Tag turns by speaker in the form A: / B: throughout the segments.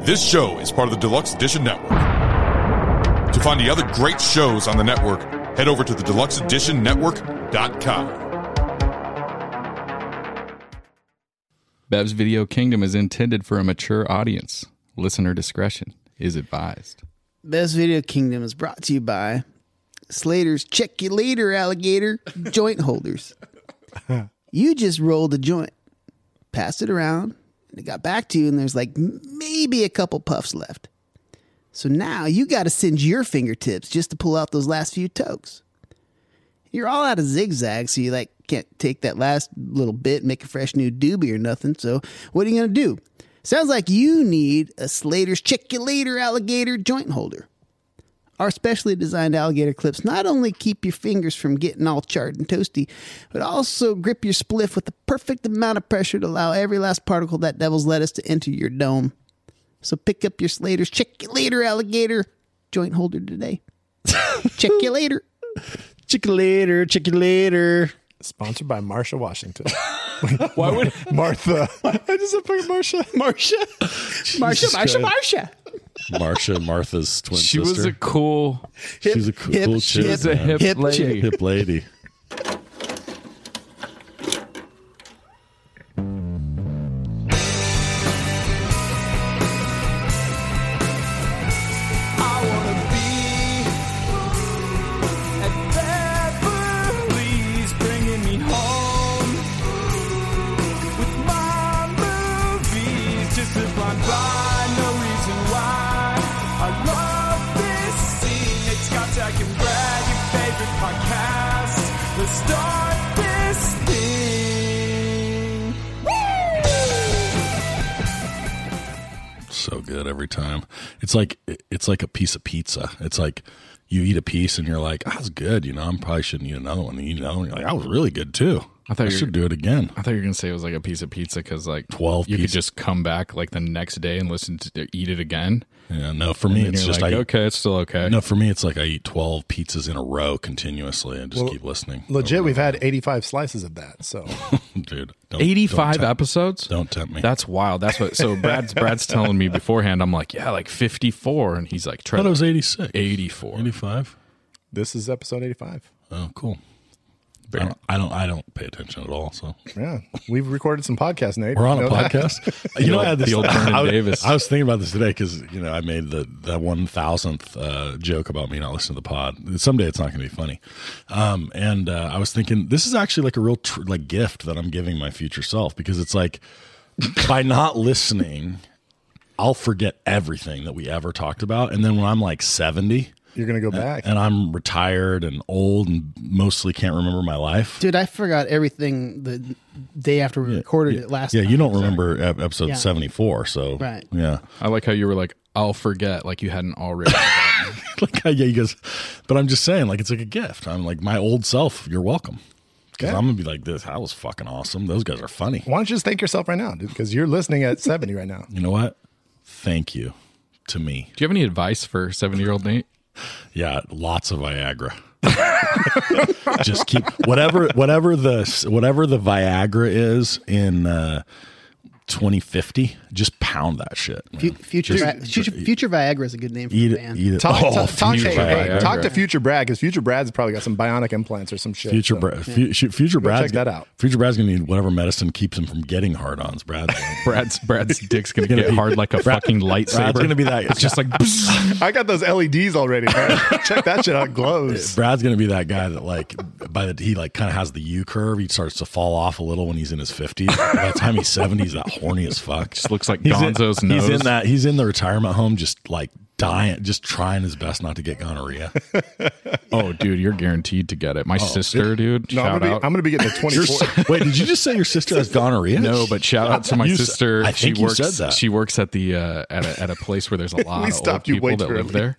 A: This show is part of the Deluxe Edition Network. To find the other great shows on the network, head over to the deluxeeditionnetwork.com.
B: Bev's Video Kingdom is intended for a mature audience. Listener discretion is advised.
C: Best Video Kingdom is brought to you by Slater's Check You Later Alligator Joint Holders. You just rolled a joint, passed it around, and it got back to you, and there's like maybe a couple puffs left. So now you got to singe your fingertips just to pull out those last few tokes. You're all out of zigzag, so you like can't take that last little bit and make a fresh new doobie or nothing. So what are you gonna do? Sounds like you need a Slater's Check You Later Alligator Joint Holder. Our specially designed alligator clips not only keep your fingers from getting all charred and toasty, but also grip your spliff with the perfect amount of pressure to allow every last particle of that devil's lettuce to enter your dome. So pick up your Slater's Check You Later Alligator Joint Holder today. Check you later.
D: Chicken later, chicken later.
E: Sponsored by Marsha Washington.
D: Why would
E: Martha. I just said fucking Marsha.
C: Marsha. Marsha, Marsha, Marsha.
F: Marsha, Martha's twin
B: She
F: sister.
B: was a cool,
F: She's a cool, cool
C: she
F: chick,
B: was a
F: man.
B: hip,
C: Hip
B: lady.
F: hip lady.
G: Start this thing.
F: So good every time. It's like it's like a piece of pizza. It's like you eat a piece and you're like, "Ah, it's good." You know, I probably shouldn't eat another one. And you eat another one. You're like, "That was really good too."
B: I thought
F: I
B: you were-
F: should do it again.
B: I thought you were gonna say it was like a piece of pizza because like
F: 12
B: you could
F: pieces.
B: just come back like the next day and listen to eat it again.
F: Yeah, no, for me,
B: And
F: it's
B: you're
F: just
B: like,
F: I.
B: okay, it's still okay.
F: No, for me, it's like I eat twelve pizzas in a row continuously and just
E: Well,
F: keep listening.
E: Legit, we've had 85 slices of that. So
F: dude. Don't,
B: Eighty-five
F: don't tempt,
B: episodes.
F: Don't tempt me.
B: That's wild. That's what. So Brad's Brad's telling me beforehand. I'm like, yeah, like fifty-four, and he's like,
F: I
B: Trey,
F: thought it was eighty six.
B: 84.
F: 85?
E: this is episode 85.
F: Oh, cool. I don't, I don't. I don't pay attention at all. So
E: Yeah. We've recorded some podcasts, Nate.
F: We're on
E: You
F: a
E: know that?
F: podcast. you know,
B: old-
F: I had this,
B: the old Vernon
F: I, was-
B: Davis.
F: I was thinking about this today because you know I made the that one thousandth uh, joke about me not listening to the pod. Someday it's not going to be funny. Um, and uh, I was thinking this is actually like a real tr- like gift that I'm giving my future self because it's like by not listening, I'll forget everything that we ever talked about, and then when I'm like seventy.
E: You're going to go back.
F: And I'm retired and old and mostly can't remember my life.
C: Dude, I forgot everything the day after we recorded it last
F: yeah,
C: time.
F: you don't remember ep- episode
C: Yeah.
F: 74, so
C: Right.
F: yeah.
B: I like how you were like, I'll forget, like you hadn't already.
F: like yeah, you guys. But I'm just saying, like it's like a gift. I'm like my old self. You're welcome. Because
E: Yeah.
F: I'm gonna be like this. That was fucking awesome. Those guys are funny.
E: Why don't you just thank yourself right now, dude? Because you're listening at 70 right now.
F: You know what? Thank you to me.
B: Do you have any advice for seventy-year-old Nate?
F: Yeah, lots of Viagra. just keep whatever whatever the whatever the Viagra is in uh, 2050. Just pound that shit. man.
C: Fu- future,
F: Just-
C: Vi- future, future Viagra is a good name for
F: Eat
C: the
F: it,
C: band.
F: eat it.
E: Talk,
F: Oh,
E: talk- talk-
F: future
E: hey, hey,
F: Viagra.
E: talk to Future Brad because Future Brad's probably got some bionic implants or some shit.
F: Future,
E: so.
F: Bra- fu- sh- future
E: check
F: Brad's
E: that out.
F: Future Brad's gonna need whatever medicine keeps him from getting hard-ons. Brad,
B: Brad's Brad's dick's gonna,
F: gonna
B: get
F: be-
B: hard like a fucking lightsaber.
F: Brad's gonna be that.
B: It's just like "Bzz."
E: I got those LEDs already. Man. Check that shit out. It Glows.
F: Brad's gonna be that guy that like by the he like kind of has the U curve. He starts to fall off a little when he's in his fifties. By the time he's seventies, that horny as fuck.
B: just looks like
F: He's in,
B: Gonzo's nose.
F: he's in that. He's in the retirement home, just like dying, just trying his best not to get gonorrhea.
B: Oh, dude, you're guaranteed to get it.
F: Oh,
B: My sister, dude.
E: No, I'm
B: shout
E: gonna, be,
B: out.
E: I'm gonna be getting the 24.
F: Wait, did you just say your sister has gonorrhea?
B: no, but shout out to my
F: You s-
B: sister.
F: I think
B: she
F: you
B: works.
F: said that.
B: She works at the uh, at a, at a place where there's a lot of old
E: stopped you way
B: people that
E: too
B: live
E: early.
B: there,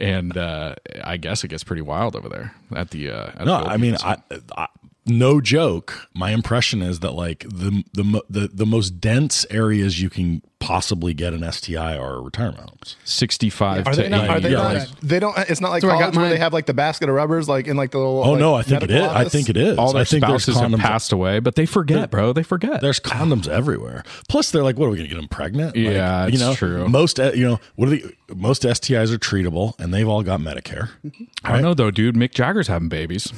B: and uh, I guess it gets pretty wild over there at the. Uh, at
F: No,
B: the old
F: I mean,
B: people's-
F: I, I no joke, my impression is that like the the mo- the, the most dense areas you can possibly get an STI are retirement homes.
B: 65
E: Are
B: to
E: they not? Are
B: 80
E: they
F: yeah,
E: not?
F: like-
E: they don't. It's not like
C: That's where I got
E: college where they
C: mine.
E: have like the basket of rubbers, like in like the little.
F: Oh
E: like,
F: no, I think it
E: medical
F: is. I
E: office?
F: think it is.
B: all their
F: I think there's
B: spouses have
F: condoms.
B: passed away, but they forget, bro. They forget.
F: There's condoms everywhere. Plus, they're like, what are we going to get them pregnant? Like,
B: Yeah,
F: you
B: it's
F: know,
B: true.
F: Most, uh, you know, what are the most STIs are treatable, and they've all got Medicare.
B: I don't know though, dude. Mick Jagger's having babies.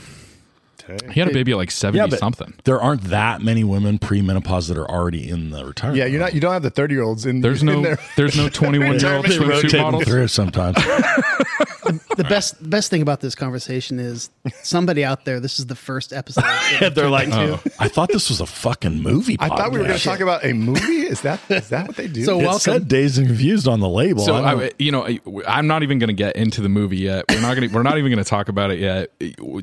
B: He had a baby at like 70
F: but
B: something.
F: There aren't that many women premenopause that are already in the retirement.
E: Yeah, you're not. You don't have the thirty year olds in.
B: There's
E: in
B: no
E: there.
B: there's no 21 year old
F: They rotate
B: swimsuit
F: them
B: models.
F: through sometimes.
C: The best the best thing about this conversation is somebody out there. This is the first episode.
F: they're like, I thought this was a fucking movie.
E: I thought we were going
F: podcast.
E: to talk about a movie. Is that is that what they do?
C: So uh,
F: It
C: welcome.
F: said Days and Confused on the label.
B: So
F: I don't-
B: I, you know, I- I'm not even going to get into the movie yet. We're not going. to We're not even going to talk about it yet.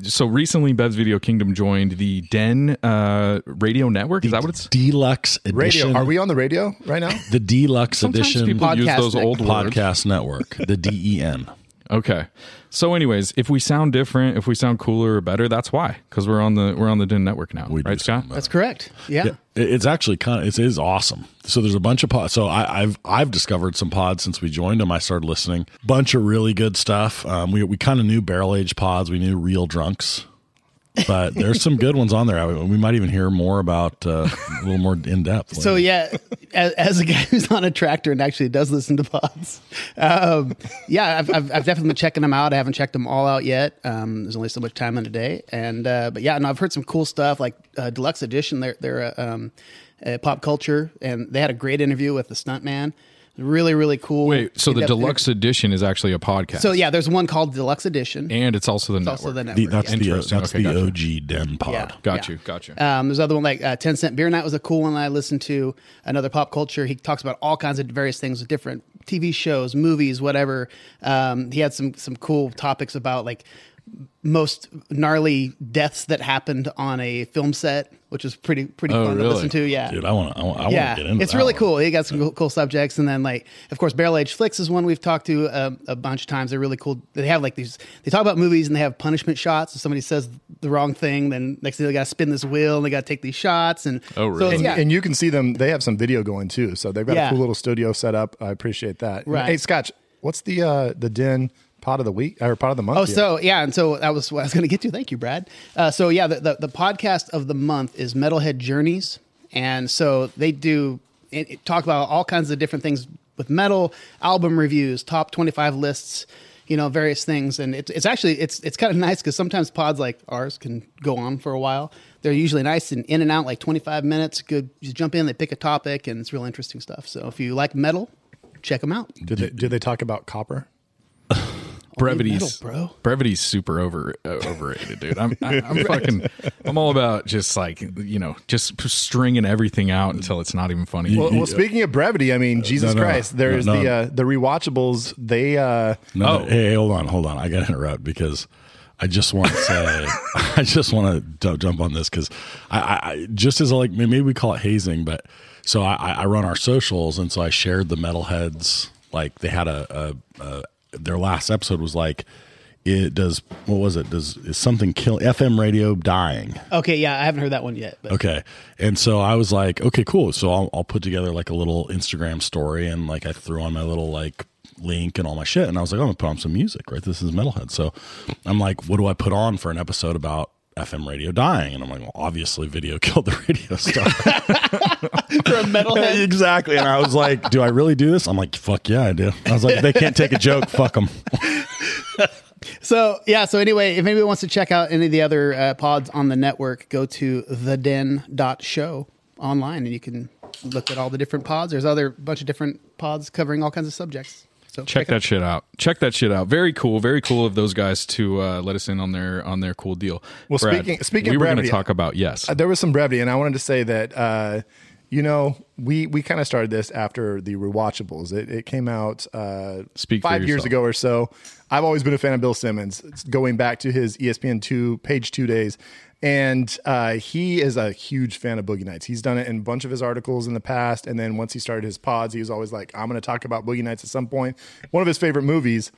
B: So recently, Bev's Video Kingdom joined the Den uh, Radio Network. Is that what it's?
F: deluxe
E: radio.
F: edition.
E: Are we on the radio right now?
F: the deluxe
B: Sometimes
F: edition
B: people use
C: Podcast
B: those old words.
F: podcast network? The E DEN.
B: Okay. So, anyways, if we sound different, if we sound cooler or better, that's why. Because we're on the we're on the Den Network now,
F: We do
B: right, Scott?
F: sound
C: That's correct. Yeah.
F: Yeah, it- it's actually kind of it is awesome. So there's a bunch of pods. So I, I've I've discovered some pods since we joined them. I started listening. Bunch of really good stuff. Um, we we kind of knew barrel aged pods. We knew real drunks, but there's some good ones on there. I, we might even hear more about uh, a little more in depth.
C: So
F: later.
C: yeah, as, as a guy who's on a tractor and actually does listen to pods, um, yeah, I've, I've, I've definitely been checking them out. I haven't checked them all out yet. Um, there's only so much time in a day, and uh, but yeah, no, I've heard some cool stuff like uh, deluxe edition. They're they're uh, um, uh, pop culture, and they had a great interview with the stuntman. Really, really cool.
B: Wait. So the
C: In-depth
B: deluxe edition is actually a podcast.
C: interview. So yeah, there's one called deluxe edition.
B: and it's also the network.
C: also the
F: The-
C: network.
F: that's the
B: Interesting.
F: that's
B: Okay,
F: the
B: gotcha.
F: OG Den pod.
C: Yeah.
B: Got
C: Yeah.
B: you. Got you.
C: Um, there's other one like uh, 10 Cent Beer Night was a cool one I listened to. Another pop culture. He talks about all kinds of various things with different TV shows, movies, whatever. Um, he had some some cool topics about like most gnarly deaths that happened on a film set, which was pretty pretty
B: Oh,
C: fun
B: really?
C: to listen to. Yeah.
F: Dude, I want to. I want to
C: yeah,
F: get into.
C: it's
F: that
C: really
F: one.
C: cool. He got some cool, cool subjects, and then like, of course, Barrel Age Flicks is one we've talked to um, a bunch of times. They're really cool. They have like these. They talk about movies and they have punishment shots. If somebody says the wrong thing, then next thing they got to spin this wheel and they got to take these shots. And
B: Oh,
C: So,
B: really?
C: it's-
E: And,
C: yeah,
E: and you can see them. They have some video going too. So they've got
C: Yeah.
E: a cool little studio set up. I appreciate that. And,
C: Right.
E: Hey, Scotch, what's the uh, the den pot of the week or pot of the month?
C: Oh,
E: yet?
C: so yeah, and so that was what I was going to get to. Thank you, Brad. Uh, so yeah, the, the the podcast of the month is Metalhead Journeys, and so they do it, it talk about all kinds of different things with metal, album reviews, top twenty five lists, you know, various things, and it's it's actually it's it's kind of nice because sometimes pods like ours can go on for a while. They're usually nice and in and out, like twenty five minutes. Good, you jump in, they pick a topic, and it's real interesting stuff. So if you like metal, check them out.
E: do they do they talk about copper?
B: brevity's
C: metal, bro.
B: brevity's super over uh, overrated dude i'm I, i'm fucking i'm all about just like you know just stringing everything out until it's not even funny
E: Well, well, speaking of brevity, I mean, Jesus
F: uh, no, no,
E: Christ, there
F: no,
E: is
F: no.
E: the uh, the rewatchables. They uh,
F: No,
B: Oh.
F: hey, hold on, hold on. I got to interrupt because I just want to say, I just want to jump on this because I, I, I just as like maybe we call it hazing, but so I, I- I run our socials and so I shared the metalheads like they had a, a, a their last episode was like it does what was it does is something kill FM radio dying
C: Okay, yeah, I haven't heard that one yet. But.
F: Okay. And so I was like, okay, cool. So I'll, I'll put together like a little Instagram story and like I threw on my little like link and all my shit. And I was like, I'm going to put on some music, right? This is Metalhead. So I'm like, what do I put on for an episode about FM radio dying? And I'm like, well, obviously video killed the radio star.
C: For a metalhead.
F: exactly. And I was like, do I really do this? I'm like, fuck yeah, I do. I was like, they can't take a joke. Fuck them.
C: So yeah. So anyway, if anybody wants to check out any of the other uh, pods on the network, go to theden.show online, and you can look at all the different pods. There's other bunch of different pods covering all kinds of subjects. So
B: check that shit out check that shit out very cool very cool of those guys to uh, let us in on their on their cool deal
E: Well, speaking- speaking
B: we
E: of
B: were gonna
E: brevity-
B: talk about yes
E: Uh, there was some brevity, and I wanted to say that uh, you know we we kind of started this after the rewatchables. It, it came out uh,
B: Speak for
E: five years
B: yourself.
E: ago or so. I've always been a fan of Bill Simmons, It's going back to his E ESPN two page two days, and uh, he is a huge fan of Boogie Nights. He's done it in a bunch of his articles in the past, and then once he started his pods, he was always like, "I'm going to talk about Boogie Nights at some point." One of his favorite movies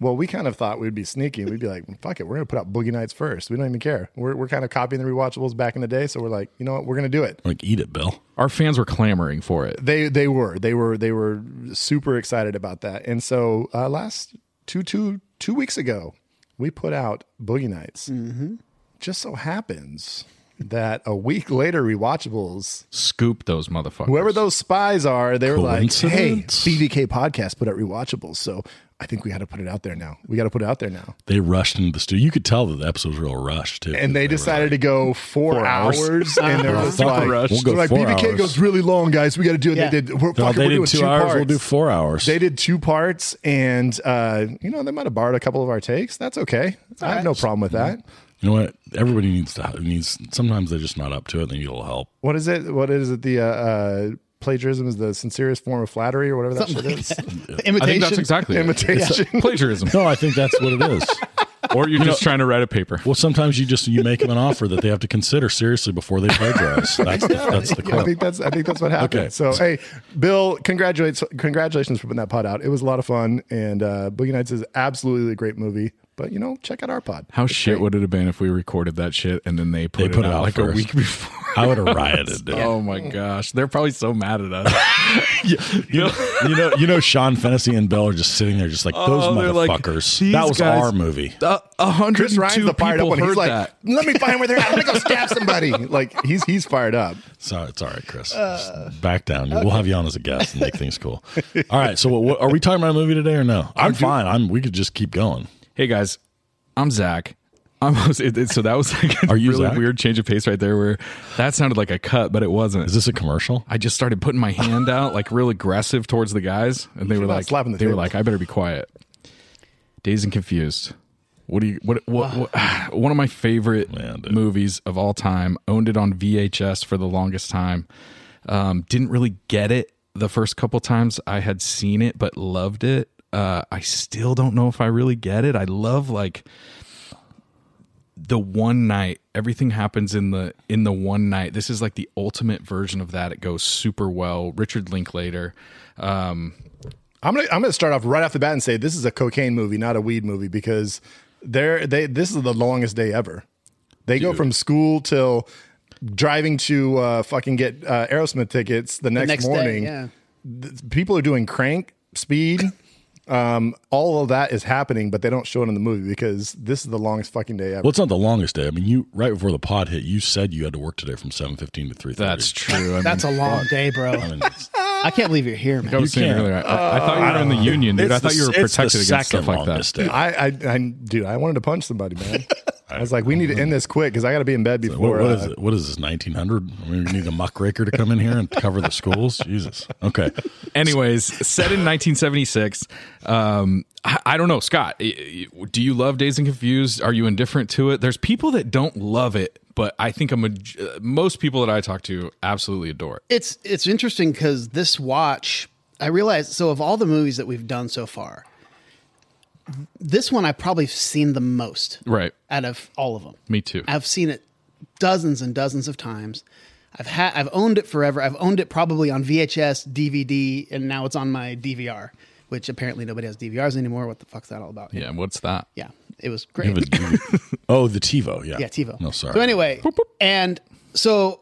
E: Well, we kind of thought we'd be sneaky. We'd be like, fuck it, we're going to put out Boogie Nights first. We don't even care. We're, we're kind of copying the rewatchables back in the day. So we're like, you know what? We're going to do it.
F: Like, eat it, Bill.
B: Our fans were clamoring for it.
E: They they were they were they were super excited about that, and so uh, last two two two weeks ago, we put out Boogie Nights. Mm-hmm. Just so happens that a week later, rewatchables.
B: Scoop those motherfuckers.
E: Whoever those spies are, they were like, "Hey,
F: Coincidence?
E: BVK podcast put out rewatchables, so I think we had to put it out there now. We got to put it out there now."
F: They rushed into the studio. You could tell that the episode was real rushed, too.
E: And they
F: were
E: decided to go four,
F: hours.
E: hours. and they're
F: like,
E: just
F: "Fuck
E: like,
F: the rush. We'll go
E: they're like,
F: four
E: BVK
F: hours."
E: goes really long, guys. We got to do it.
C: Yeah.
E: They did. We're,
F: No,
E: fucking,
F: they
E: we're doing
F: did two, hours. We'll
E: parts.
F: do four hours.
E: They did two parts, and uh, you know they might have borrowed a couple of our takes. That's okay. I have no problem with that.
F: you know what? Everybody needs to needs. Sometimes they're just not up to it. They need a little help.
E: What is it? What is it? The uh, uh, plagiarism is the sincerest form of flattery, or whatever that shit is.
C: Imitation.
B: I think that's exactly it.
E: Imitation.
B: plagiarism.
F: No, I think that's what it is.
B: Or you're just trying to write a paper.
F: Well, sometimes you just you make them an offer that they have to consider seriously before they plagiarize. That's the, that's the
E: I
F: quote.
E: think that's I think that's what happened.
F: Okay.
E: So hey, Bill, congratulates congratulations for putting that pod out. It was a lot of fun, and uh, Boogie Nights is absolutely a great movie. But you know, check out our pod.
B: How shit would it have been if we recorded that shit and then they put,
F: They
B: it,
F: put
B: out,
F: it out
B: like a
F: first.
B: week before?
F: I would have rioted. Dude.
B: Oh my gosh, they're probably so mad at us.
F: You, know, you know, you know, Sean Fennessy and Bell are just sitting there, just like those
B: Oh, they're like,
F: motherfuckers.
B: "These
F: that was
B: guys-
F: our movie.
B: A a hundred
E: Chris
B: and
E: Ryan's
B: two
E: the fired up
B: people
E: one. He's
B: heard
E: like,
B: that.
E: "Let me find where they're at. Let me go stab somebody." Like he's he's fired up.
F: So it's all right, Chris.
B: Uh,
F: Just back down. We'll have you on as a guest and make things cool. All right. So, what, what, are we talking about a movie today or no? I'm fine. I'm. We could just keep going.
B: Hey guys, I'm Zach. I'm, it, it- so that was like a
F: Are you
B: really
F: Zach?
B: weird change of pace right there where that sounded like a cut, but it wasn't.
F: Is this a commercial?
B: I just started putting my hand out like real aggressive towards the guys, and they were
E: about
B: like,
E: slapping the
B: they were
E: table.
B: like, I better be quiet. Dazed and confused. What do you what what, what one of my favorite
F: Man, dude.
B: movies of all time? Owned it on VHS for the longest time. Um, didn't really get it the first couple times I had seen it, but loved it. Uh, I still don't know if I really get it. I love like the one night everything happens in the in the one night this is like the ultimate version of that it goes super well richard linklater um
E: I'm gonna I'm gonna start off right off the bat and say this is a cocaine movie, not a weed movie, because they're they this is the longest day ever. They go from school till driving to uh, fucking get uh, Aerosmith tickets the next,
C: next day,
E: morning.
C: yeah.
E: Th- people are doing crank speed. Um, all of that is happening, but they don't show it in the movie because this is the longest fucking day ever.
F: Well, it's not the longest day. I mean, you right before the pod hit, you said you had to work today from seven fifteen to three thirty.
B: that's true I
C: That's a
B: mean,
C: long day, bro.
F: I mean, it's,
C: I can't believe you're here,
B: I
C: man.
B: was saying
F: can't.
B: earlier, I, I thought you were in the union, dude.
F: it's
B: I thought
F: the-
B: you were
F: it's the
B: protected against stuff
F: second
B: like that.
F: longest day.
E: I, I, I, dude, I wanted to punch somebody, man. I was like, we need to end this quick because I got to be in bed
F: What-
E: before.
F: what
E: uh,
F: is it? What is this? Nineteen hundred? I mean, we need a muckraker to come in here and cover the schools. Jesus. Okay.
B: Anyways, set in 1976. Um, I, I don't know, Scott. i- i- Do you love Days and Confused? Are you indifferent to it? There's people that don't love it, but I think a maj- uh, most people that I talk to absolutely adore it.
C: It's it's interesting because this watch, I realized. So of all the movies that we've done so far, this one I've probably seen the most
B: Right.
C: out of all of them.
B: Me too.
C: I've seen it dozens and dozens of times. I've had I've owned it forever. I've owned it probably on VHS, DVD, and now it's on my DVR, which apparently nobody has DVRs anymore. What the fuck's that all about?
B: Yeah. What's that?
C: Yeah, It was
F: You
C: great.
F: have a DV oh, the TiVo. Yeah.
C: yeah, TiVo.
F: No, sorry.
C: So anyway, and so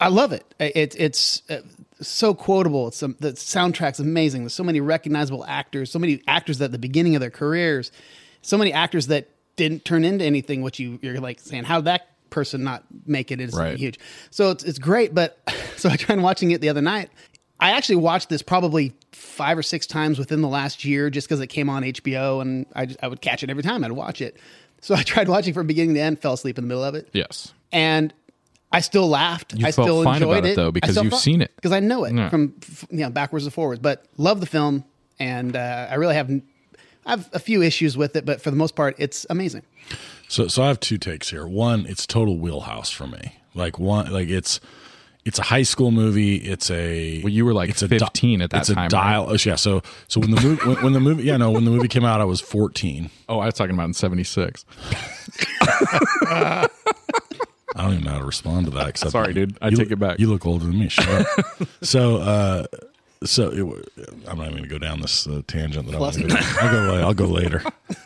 C: I love it. It it's uh, so quotable. It's um, the soundtrack's amazing. There's so many recognizable actors, so many actors at the beginning of their careers, so many actors that didn't turn into anything. What you you're like saying, how did that person not make it? It's
B: Right.
C: huge. So it's it's great. But so I tried watching it the other night. I actually watched this probably five or six times within the last year, just because it came on HBO, and I just, I would catch it every time. I'd watch it. So I tried watching from beginning to end, fell asleep in the middle of it
B: Yes.
C: and I still laughed.
B: You
C: I
B: felt
C: still
B: fine
C: enjoyed
B: about it, though, because you've seen it.
C: because I know it
B: Yeah.
C: from f- you know backwards and forwards. But love the film, and uh, I really have n- I have a few issues with it, but for the most part, it's amazing.
F: So so I have two takes here. One, it's total wheelhouse for me. Like one like it's it's a high school movie. It's a
B: Well, you were like
F: it's a
B: 15 at that
F: it's
B: time,
F: A dial- oh, yeah. So so when the movie when, when the movie yeah no when the movie came out I was fourteen.
B: Oh, I was talking about in 76.
F: I don't even know how to respond to that. Except
B: Sorry, dude. I
F: You
B: take
F: look-
B: it back.
F: You look older than me. Shut up. so, uh, so it, wa- I'm not even going to go down this uh, tangent that I want to go. I'll go. la- I'll go later.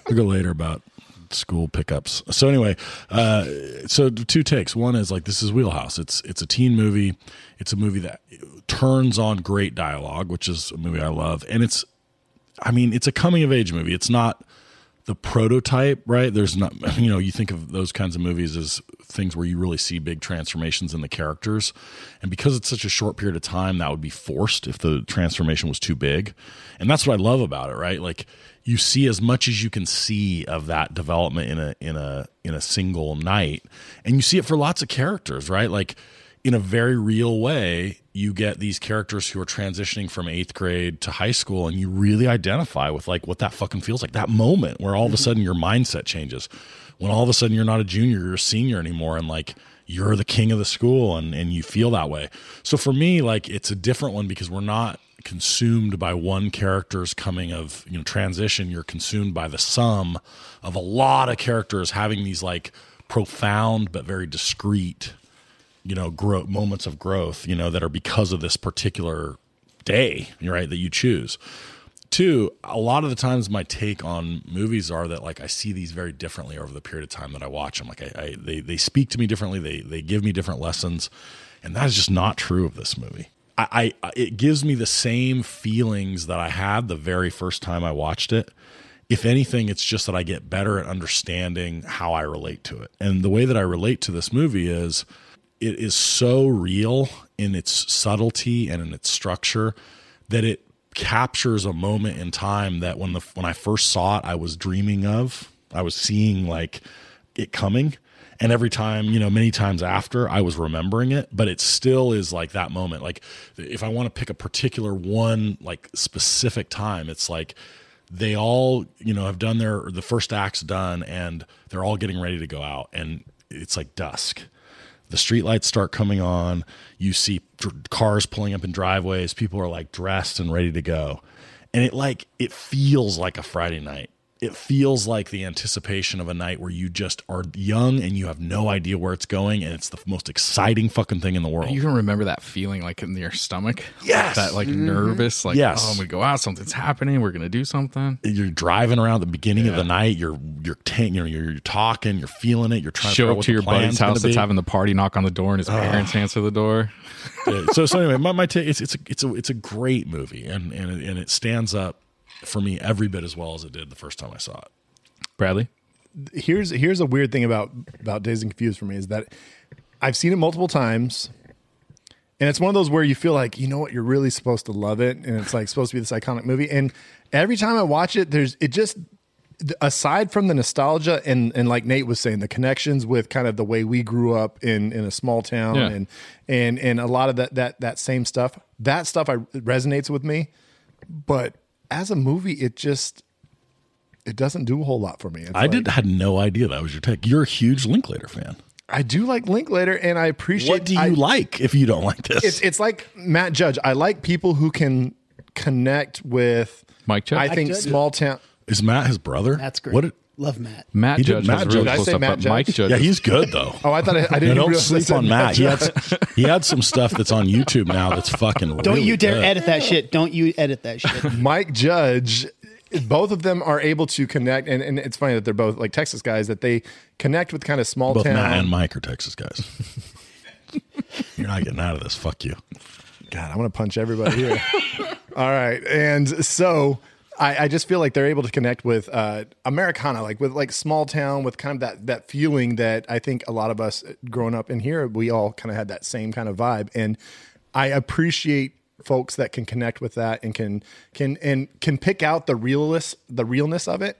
F: I'll go later about school pickups. So anyway, uh, so two takes. One is like this is wheelhouse. It's it's a teen movie. It's a movie that turns on great dialogue, which is a movie I love, and it's. I mean, it's a coming of age movie. It's not the prototype, right? There's not, you know, you think of those kinds of movies as things where you really see big transformations in the characters. And because it's such a short period of time, that would be forced if the transformation was too big. And that's what I love about it, right? Like you see as much as you can see of that development in a in a in a single night. And you see it for lots of characters, right? Like in a very real way, you get these characters who are transitioning from eighth grade to high school, and you really identify with like what that fucking feels like. That moment where all of a sudden your mindset changes, when all of a sudden you're not a junior, you're a senior anymore, and like you're the king of the school, and and you feel that way. So for me, like it's a different one because we're not consumed by one character's coming of you know transition. You're consumed by the sum of a lot of characters having these like profound but very discreet you know grow moments of growth you know that are because of this particular day right that you choose two a lot of the times my take on movies are that like i see these very differently over the period of time that i watch them like i, I they, they speak to me differently they they give me different lessons and that is just not true of this movie I, I it gives me the same feelings that i had the very first time i watched it if anything, it's just that I get better at understanding how I relate to it. And the way that I relate to this movie is it is so real in its subtlety and in its structure that it captures a moment in time that when the when I first saw it, I was dreaming of. I was seeing like it coming. And every time, you know, many times after, I was remembering it, but it still is like that moment. Like, if I want to pick a particular one, like specific time, it's like they all you know have done their the first act's done and they're all getting ready to go out and it's like dusk the streetlights start coming on you see dr- cars pulling up in driveways people are like dressed and ready to go and it like it feels like a friday night it feels like the anticipation of a night where you just are young and you have no idea where it's going and it's the most exciting fucking thing in the world
B: You can remember that feeling like in your stomach.
F: Yes. Mm-hmm.
B: That like nervous, like,
F: Yes.
B: oh, I'm going to go out. Something's happening. We're going to do something.
F: you're driving around the beginning of the night. You're you're ten, you're, you're you're talking. You're feeling it. You're trying
B: Show
F: to figure out
B: up
F: what
B: to
F: the
B: your buddy's
F: plan's gonna
B: house that's
F: be.
B: having the party, knock on the door, and his parents answer the door.
F: Yeah, so so anyway, my, my take it's it's a, it's a it's a great movie, and and it, and it stands up for me every bit as well as it did the first time I saw it.
B: Bradley?
E: here's here's a weird thing about about Days and Confused for me is that I've seen it multiple times, and it's one of those where you feel like you know what you're really supposed to love it, and it's like supposed to be this iconic movie. And every time I watch it, there's it just aside from the nostalgia and and like Nate was saying, the connections with kind of the way we grew up in in a small town
B: Yeah.
E: and and and a lot of that that that same stuff that stuff I resonates with me, but as a movie, it just it doesn't do a whole lot for me. It's
F: I
E: like-
F: did had no idea that was your take. You're a huge Linklater fan.
E: I do like Linklater, and I appreciate.
F: What do you
E: I-
F: like if you don't like this?
E: It's it's like Matt Judge. I like people who can connect with
B: Mike Judge?
E: I
B: Mike
E: think
F: Judge.
E: small town.
F: Is Matt his brother?
C: That's great.
F: What?
C: Love Matt.
B: Matt
F: He did-
B: Judge
F: Matt
B: was really
F: Judge. Did I
B: close
E: say
B: up,
E: Matt
B: but
E: Judge?
B: Mike Judge.
F: Yeah, he's good though.
E: Oh, I thought I, I didn't.
F: No, don't
E: realize I
F: sleep
E: said
F: on Matt. He
E: Judge.
F: had, s- he had some stuff that's on YouTube now that's fucking.
C: Don't
F: really
C: you dare
F: good.
C: edit that shit. Don't you edit that shit.
E: Mike Judge. Both of them are able to connect, and, and it's funny that they're both like Texas guys that they connect with kind of small
F: Both
E: town.
F: Matt and Mike are Texas guys. You're not getting out of this. Fuck you.
E: God, I want to punch everybody here. All right, and so I, I just feel like they're able to connect with uh, Americana, like with like small town, with kind of that that feeling that I think a lot of us uh, growing up in here, we all kind of had that same kind of vibe, and I appreciate folks that can connect with that and can can and can pick out the realness the realness of it.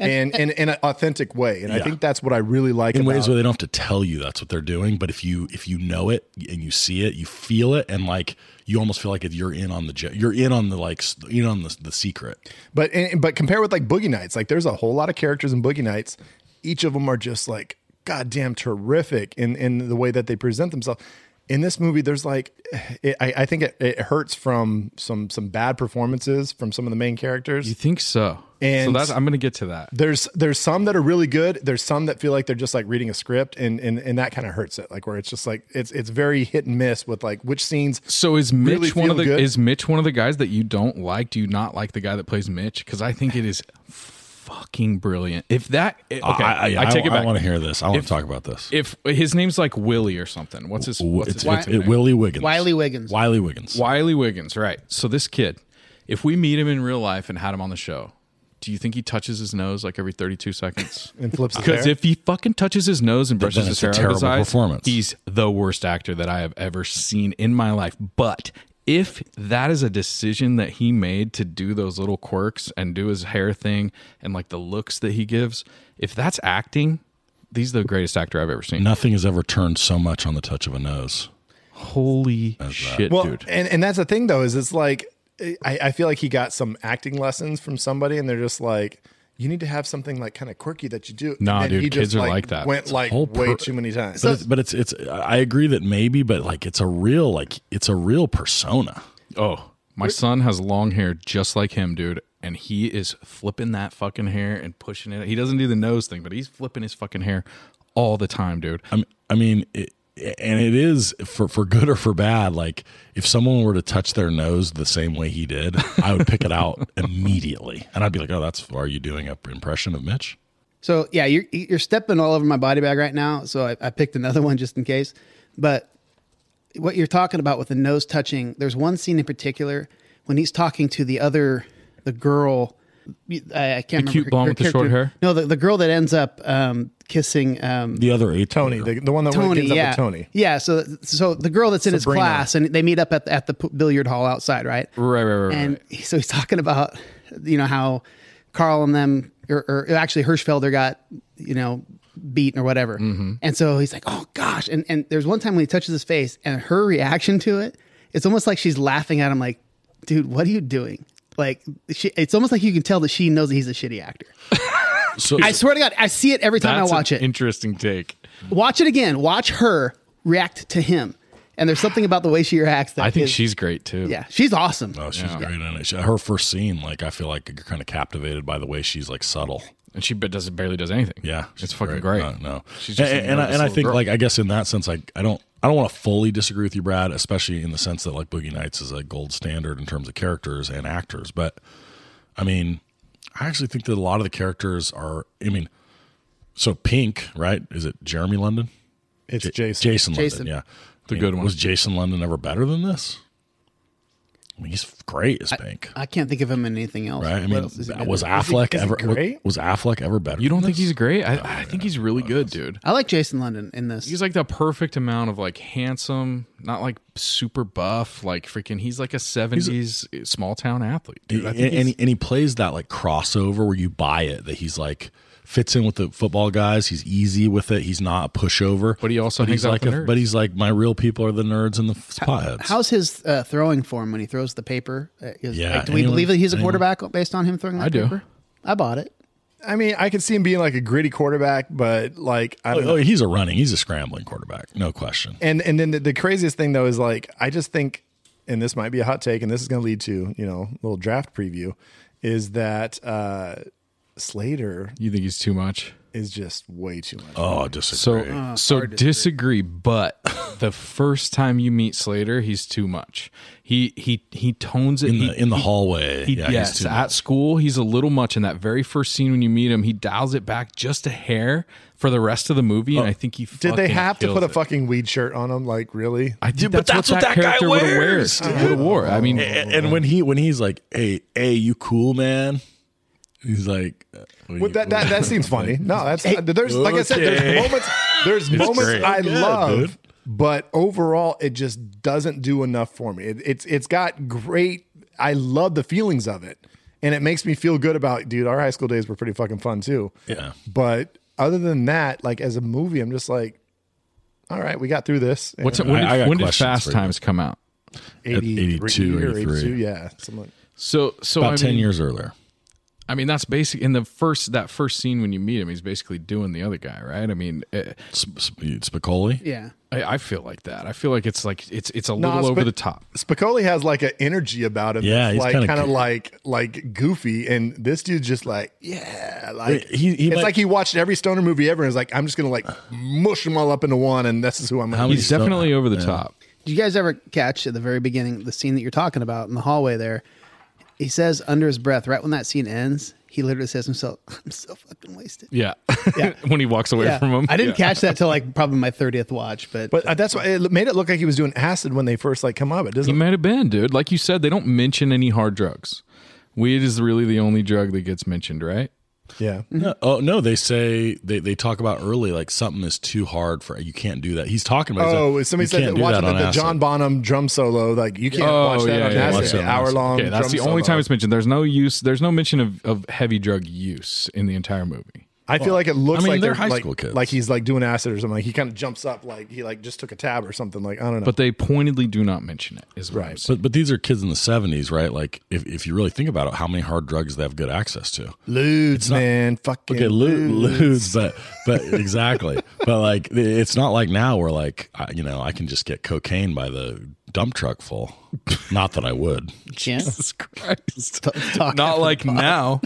E: And, and in an authentic way, and I
F: Yeah.
E: think that's what I really like.
F: In
E: about,
F: ways where they don't have to tell you that's what they're doing, but if you if you know it and you see it, you feel it, and like you almost feel like if you're in on the jo- you're in on the like s- you know on the the secret.
E: But and, but compare with like Boogie Nights. Like there's a whole lot of characters in Boogie Nights. Each of them are just like goddamn terrific in in the way that they present themselves. in this movie, there's like, it, I, I think it, it hurts from some some bad performances from some of the main characters.
B: You think so? so
E: And-
B: that's I'm gonna get to that.
E: there's there's some that are really good. There's some that feel like they're just like reading a script, and and and that kind of hurts it. Like where it's just like it's it's very hit and miss with like which scenes.
B: So is Mitch
E: Really
B: one of the
E: feel good.
B: is Mitch one of the guys that you don't like? Do you not like the guy that plays Mitch? Because I think it is fucking brilliant. If that eh, okay, I, take it back.
F: I want to hear this. I want
B: If-
F: to talk about this.
B: if his name's like Willie or something, what's his?
F: W-
B: What's
F: it's,
B: his
F: it's,
B: what's his
F: it,
B: name?
F: Willie Wiggins.
C: Wiley Wiggins.
F: Wiley Wiggins.
B: Wiley Wiggins, right? So this kid, if we meet him in real life and had him on the show, do you think he touches his nose like every 32 seconds?
E: And flips his
B: Because
E: hair?
B: if he fucking touches his nose and brushes
F: then
B: his
F: it's a
B: hair out of his
F: terrible
B: eyes,
F: performance.
B: he's the worst actor that I have ever seen in my life. But if that is a decision that he made to do those little quirks and do his hair thing and like the looks that he gives, if that's acting, he's the greatest actor I've ever seen.
F: Nothing has ever turned so much on the touch of a nose.
B: Holy shit,
E: Well, eh,
B: dude.
E: and and that's the thing though is it's like I, I feel like he got some acting lessons from somebody, and they're just like. You need to have something like kind of quirky that you do. And
B: Nah,
E: then
B: dude,
E: he
B: kids
E: just,
B: are like that.
E: Went
B: It's a
E: like
F: whole
E: way
F: per-
E: too many times.
F: But it's, but it's it's I agree that maybe, but like it's a real like it's a real persona.
B: Oh, my son has long hair just like him, dude. And he is flipping that fucking hair and pushing it. He doesn't do the nose thing, but he's flipping his fucking hair all the time, dude.
F: I mean, I mean it, and it is for for good or for bad. Like if someone were to touch their nose the same way he did, I would pick it out immediately, and I'd be like, "Oh, that's are you doing a impression of Mitch?"
C: So yeah, you're you're stepping all over my body bag right now. So I, I picked another one just in case. But what you're talking about with the nose touching, there's one scene in particular when he's talking to the other the girl. I, I can't remember
B: cute blonde with the short
C: character-
B: hair?
C: No, the, the girl that ends up um, kissing um,
F: The other eight
E: Tony, the, the one that
C: Tony.
E: gives
C: Yeah,
E: up with Tony.
C: Yeah. So so the girl that's in
E: Sabrina.
C: his class, and they meet up at the, at the p- billiard hall outside, right?
B: Right, right, right,
C: and
B: right.
C: he- so he's talking about you know how Carl and them or, or actually Hirschfelder got you know beaten or whatever,
B: Mm-hmm.
C: and so he's like, oh gosh, and and there's one time when he touches his face, and her reaction to it, it's almost like she's laughing at him, like, dude, what are you doing? Like, she, it's almost like you can tell that she knows that he's a shitty actor.
F: So
C: I swear to God, I see it every time I
B: That's
C: watch
B: an
C: it.
B: Interesting take.
C: watch it again. Watch her react to him, and there's something about the way she reacts that
B: I think
C: is-
B: she's great too.
C: yeah, she's awesome.
F: oh, she's great in it. She- Her first scene, like I feel like you're kind of captivated by the way she's like subtle.
B: and she ba- does barely does anything.
F: Yeah, Uh,
B: it's fucking great.
F: No, no.
B: She's just
F: and,
B: a
F: and I,
B: nervous
F: and I
B: little
F: think
B: girl.
F: like I guess in that sense, like I don't I don't want to fully disagree with you, Brad, especially in the sense that like Boogie Nights is a gold standard in terms of characters and actors. But I mean, I actually think that a lot of the characters are. I mean, so Pink, right? Is it Jeremy London?
E: It's
F: J-
E: Jason.
F: Jason London.
C: Jason.
F: Yeah,
B: The good one.
F: Was Jason London ever better than this? I mean, he's great as Pink.
C: I can't think of him in anything else.
F: Right, I
C: What
F: mean,
C: else has he been
F: was
C: in?
F: Affleck
E: is he
F: ever
E: great?
F: was Affleck ever better?
B: You don't
F: than
B: think
F: this?
B: he's great?
F: Oh,
B: I, I think he's really good, dude.
C: I like Jason London in this.
B: He's like the perfect amount of like handsome, not like super buff, like freaking. He's like a '70s small town athlete, dude. I
F: and,
B: think he's-
F: and he, and he plays that like crossover where you buy it that he's like fits in with the football guys. He's easy with it. He's not a pushover.
B: But he also hangs
F: he's
B: out
F: like
B: with
F: a-
B: the nerds.
F: but he's like my real people are the nerds and the f- potheads.
C: How's his uh, throwing form when he throws the paper? Uh, is-
F: Yeah,
C: like, do we
F: anyone-
C: believe that he's a
F: anyone?
C: quarterback based on him throwing that
B: I do.
C: paper? I bought it.
E: I mean, I could see him being like a gritty quarterback, but like I don't know.
F: oh, he's a running. He's a scrambling quarterback. No question.
E: and and then the, the craziest thing though is like I just think, and this might be a hot take, and this is going to lead to you know a little draft preview, is that uh Slater
B: you think he's too much?
E: is just way too much.
F: Oh, I disagree.
B: So, so disagree, but the first time you meet Slater, he's too much. He he he tones it
F: in
B: he-
F: the in the
B: he-
F: hallway,
B: He,
F: yeah,
B: yes,
F: he's too,
B: at school, he's a little much. In that very first scene when you meet him, he dials it back just a hair for the rest of the movie,
F: Oh.
B: and I think he
E: Did they
B: fucking
E: have to
B: kills
E: put a
B: it.
E: fucking weed shirt on him? Like really?
B: I think
F: Dude, but
B: that's, what, that,
F: guy
B: character would've wears-
F: wears,
E: Uh-huh.
B: would've wore. I mean,
F: and, and when he when he's like, "Hey, hey, you cool, man," he's like, uh, what
E: Well,
F: you-
E: that, that that seems funny. No, that's there's like I said,
F: okay.
E: there's moments there's moments
F: great.
E: I
F: Good,
E: love,
F: dude.
E: but overall it just doesn't do enough for me. It, it's it's got great. I love the feelings of it, and it makes me feel good about dude. Our high school days were pretty fucking fun too.
F: Yeah.
E: But other than that, like as a movie, I'm just like, all right, we got through this. And
B: what's it, when
F: I-
B: did,
F: I got
B: when did
F: questions
B: Fast
F: for you.
B: Times come out?
E: 83
F: 82,
E: or
F: 83.
E: 82, yeah. something like-
B: So so
F: about
B: I
F: ten
B: mean,
F: years earlier?
B: I mean, that's basic. In the first that first scene when you meet him, he's basically doing the other guy, right? I mean, eh,
F: Sp- sp- Spicoli?
C: Yeah.
B: I, I feel like that. I feel like it's like it's it's a
E: No,
B: little over
E: Spi-
B: the top.
E: Spicoli has like an energy about him.
F: Yeah,
E: that's,
F: he's
E: like
F: kinda
E: kind of
F: cute.
E: like like goofy, and this dude's just like yeah, like
F: He- he
E: it's
F: might-
E: like he watched every stoner movie ever, and was like, I'm just gonna like mush them all up into one, and this is who I'm.
F: How
E: Gonna
F: many
E: be.
B: He's definitely over the top.
C: Did you guys ever catch at the very beginning the scene that you're talking about in the hallway there? He says under his breath, right when that scene ends, he literally says to himself, I'm so fucking wasted.
B: Yeah,
C: Yeah.
B: when he walks away
C: Yeah.
B: from him,
C: I didn't
B: Yeah.
C: catch that till like probably my 30th watch, but,
E: But uh, that's why it made it look like he was doing acid when they first like come up. It
B: He
E: doesn't.
B: might have been, dude. Like you said, they don't mention any hard drugs. Weed is really the only drug that gets mentioned, right?
E: yeah.
F: No, oh no, they say they, they talk about early like something is too hard for you can't do that. He's talking about he's
E: Oh,
F: like,
E: somebody
F: "You
E: said
F: can't
E: that
F: do
E: watching
F: on
E: the, the
F: acid."
E: John Bonham drum solo, like you can't
B: Oh,
E: watch that on
F: Oh, yeah,
E: acid.
F: watch that on
E: hour
F: acid.
E: long.
B: Okay, that's
E: drum
B: the only
E: solo.
B: time it's mentioned. There's no use. There's no mention of, of heavy drug use in the entire movie.
E: I feel like it looks
F: I mean,
E: like
F: they're high
E: like,
F: school kids.
E: Like he's like doing acid or something. Like he kind of jumps up, like he like just took a tab or something. Like I don't know.
B: But they pointedly do not mention it. Is what I'm
E: Right.
B: saying.
F: But but these are kids in the seventies, right? Like if, if you really think about it, how many hard drugs they have good access to?
E: Ludes, man, fucking
F: Okay, loo-
E: ludes.
F: lose, but but exactly. but like it's not like now where like I, you know I can just get cocaine by the dump truck full. Not that I would.
C: Jesus
B: Christ.
C: talk
B: Not like now.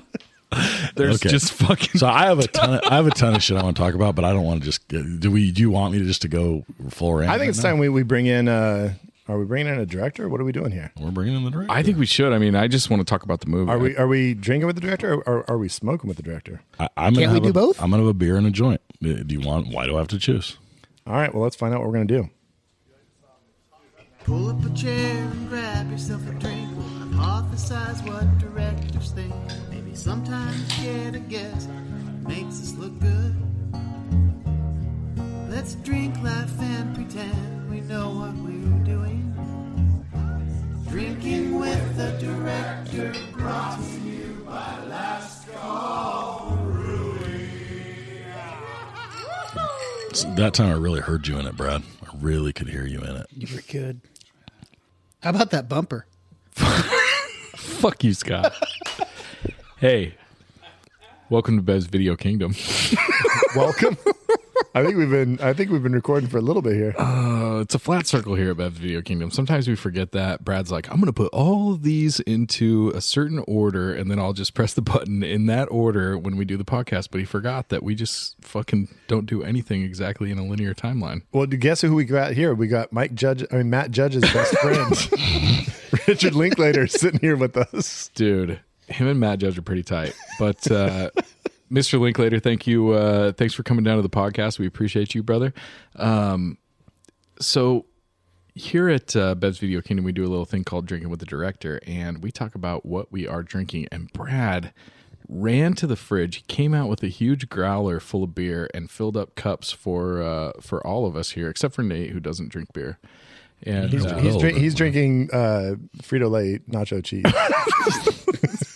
B: There's
F: Okay.
B: just fucking.
F: So I have a ton. Of, I have a ton of shit I want to talk about, but I don't want to just. Do we? Do you want me to just to go full rant?
E: I think it's
F: right
E: time we, we bring in. uh Are we bringing in a director? What are we doing here?
F: now? We're bringing in the director.
B: I think we should. I mean, I just want to talk about the movie.
E: Are we are we drinking with the director or are, are we smoking with the director?
F: I, I'm gonna
C: Can't we
F: have
C: do
F: a-
C: both?
F: I'm gonna have a beer and a joint. Uh, Do you want? Why do I have to choose?
E: All right, well let's find out what we're gonna do.
H: Pull up a chair and grab yourself a drink. We'll hypothesize what directors think. Maybe sometimes get a guess makes us look good. Let's drink, laugh, and pretend we know what we're doing. Drinking with the director brought to you by Last Call Brewing.
F: It's- That time I really heard you in it, Brad. I really could hear you in it.
C: you were good. How about that bumper?
B: Fuck you, Scott. hey, welcome to Bev's Video Kingdom.
E: Welcome. I think we've been I think we've been recording for a little bit here.
B: Uh, it's a flat circle here at Bev's Video Kingdom. Sometimes we forget that. Brad's like, I'm going to put all of these into a certain order, and then I'll just press the button in that order when we do the podcast. But he forgot that we just fucking don't do anything exactly in a linear timeline.
E: Well, do- guess who we got here? We got Mike Judge. I mean Matt Judge's best friend, Richard Linklater, sitting here with us.
B: dude him and matt judge are pretty tight but uh mr linklater thank you uh thanks for coming down to the podcast we appreciate you brother um so here at uh, bev's video kingdom we do a little thing called drinking with the director and we talk about what we are drinking and brad ran to the fridge he came out with a huge growler full of beer and filled up cups for uh for all of us here except for nate who doesn't drink beer and uh,
E: He's,
F: Oh,
E: drink,
F: that's
E: he's drinking uh, Frito Lay nacho cheese.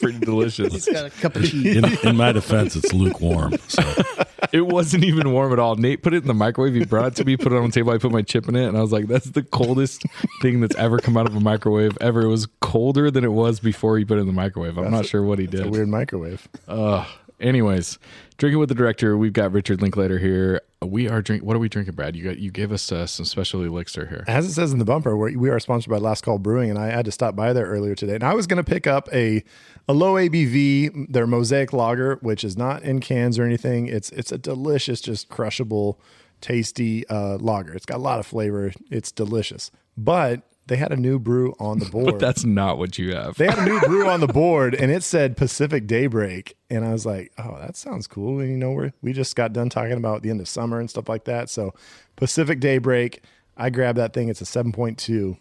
B: pretty delicious
C: Got a cup of cheese.
F: In, in my defense, it's lukewarm. So
B: It wasn't even warm at all. Nate put it in the microwave. He brought it to me, put it on the table. I put my chip in it, and I was like, that's the coldest thing that's ever come out of a microwave ever. It was colder than it was before he put it in the microwave. I'm not sure what he
E: a
B: did.
E: weird microwave.
B: Ugh. anyways, drinking with the director. We've got Richard Linklater here. We are drink. What are we drinking, Brad? You got you gave us uh, some special elixir here.
E: As it says in the bumper, we're, we are sponsored by Last Call Brewing, and I had to stop by there earlier today. And I was going to pick up a a low ABV, their Mosaic Lager, which is not in cans or anything. It's it's a delicious, just crushable, tasty uh, lager. It's got a lot of flavor. It's delicious, but they had a new brew on the board.
B: That's not what you have.
E: they had a new brew on the board and it said Pacific Daybreak. And I was like, oh, that sounds cool. And you know, we're, we just got done talking about the end of summer and stuff like that. So Pacific Daybreak, I grabbed that thing. It's a 7.2.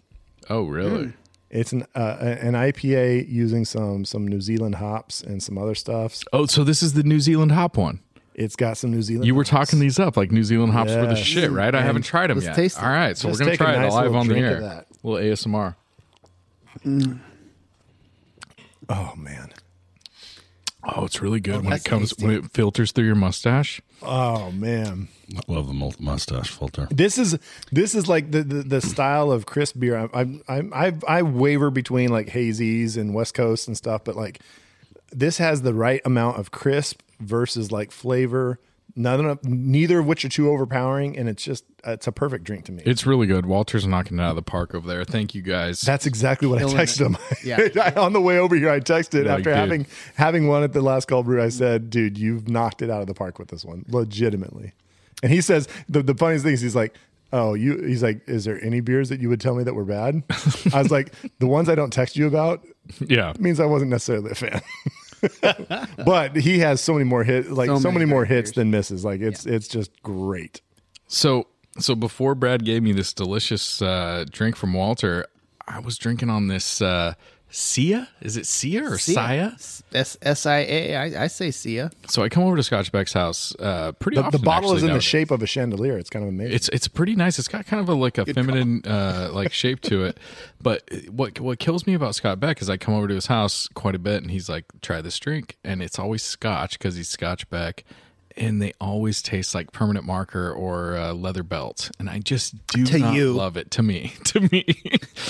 B: Oh, really?
E: Mm. It's an uh, an IPA using some some New Zealand hops and some other stuff.
B: Oh, so this is the New Zealand hop one.
E: It's got some New Zealand.
B: You were talking these up like New Zealand hops were the
E: Yes.
B: shit, right? I haven't tried them
C: let's
B: yet.
C: taste it.
B: All right, so
E: Just
B: we're gonna
E: take a
B: try
E: nice
B: it live
E: little
B: on the
E: drink of
B: air.
E: that.
B: Little ASMR.
E: Oh man.
B: Oh, it's really good when
C: that's
B: it comes
C: tasty.
B: when it filters through your mustache.
E: Oh man.
F: love the mul- mustache filter.
E: This is this is like the the, the style of crisp beer. I, I I I I waver between like hazies and West Coast and stuff, but like this has the right amount of crisp versus like flavor. None of neither of which are too overpowering, and it's just it's a perfect drink to me.
B: It's really good. Walter's knocking it out of the park over there. Thank you guys.
E: That's exactly what I
C: Killing it.
E: texted him.
C: Yeah.
E: on the way over here, I texted
B: Like,
E: after
B: dude.
E: having having one at the last call brew. I said, "Dude, you've knocked it out of the park with this one, legitimately." And he says the the funniest thing is he's like. Oh, you he's like, is there any beers that you would tell me that were bad? I was like, the ones I don't text you about
B: yeah.
E: means I wasn't necessarily a fan. but he has so many more hits, like so,
C: So many
E: many, more
C: great
E: hits than misses. Like it's it's just great.
B: So so before Brad gave me this delicious uh, drink from Walter, I was drinking on this uh, Sia. Is it Sia or Sia?
C: S S I A. I I say Sia.
B: So I come over to Scotchback's house uh, pretty
E: The, the
B: often.
E: bottle is
B: actually,
E: in the
B: nowadays.
E: shape of a chandelier. It's kind of amazing.
B: It's it's pretty nice. It's got kind of a like a feminine uh, like shape to it. But what what kills me about Scott Beck is I come over to his house quite a bit, and he's like, "Try this drink," and it's always Scotch because he's Scotch Beck, and they always taste like permanent marker or uh, leather belt, and I just do
C: To
B: not
C: you.
B: love it. To me, to me.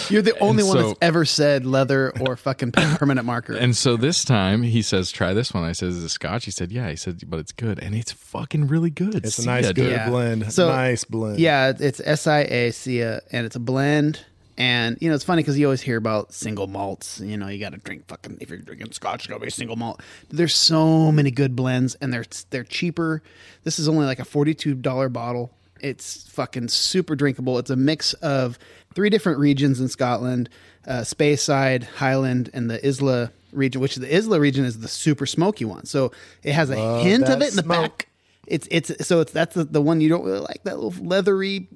C: You're the only one
B: so-
C: that's ever said leather or fucking pe- permanent marker.
B: And so this time he says, "Try this one." I says, "Is it Scotch?" He said, "Yeah." He said, "But it's good, and it's fucking really good."
E: It's a
B: See
E: nice,
B: ya,
E: good
B: dude.
C: Yeah.
E: blend.
C: So-
E: nice blend.
C: Yeah, it's S I A Sia, and it's a blend. And you know, it's funny because you always hear about single malts. You know, you got to drink fucking if you're drinking Scotch, it's gotta be a single malt. There's so many good blends, and they're they're cheaper. This is only like a forty-two dollar bottle. It's fucking super drinkable. It's a mix of three different regions in Scotland: uh, Speyside, Highland, and the Isla region. Which the Isla region is the super smoky one. So it has a hint of
E: that
C: it in the
E: smoke.
C: back. It's it's so it's that's the, the one you don't really like that little leathery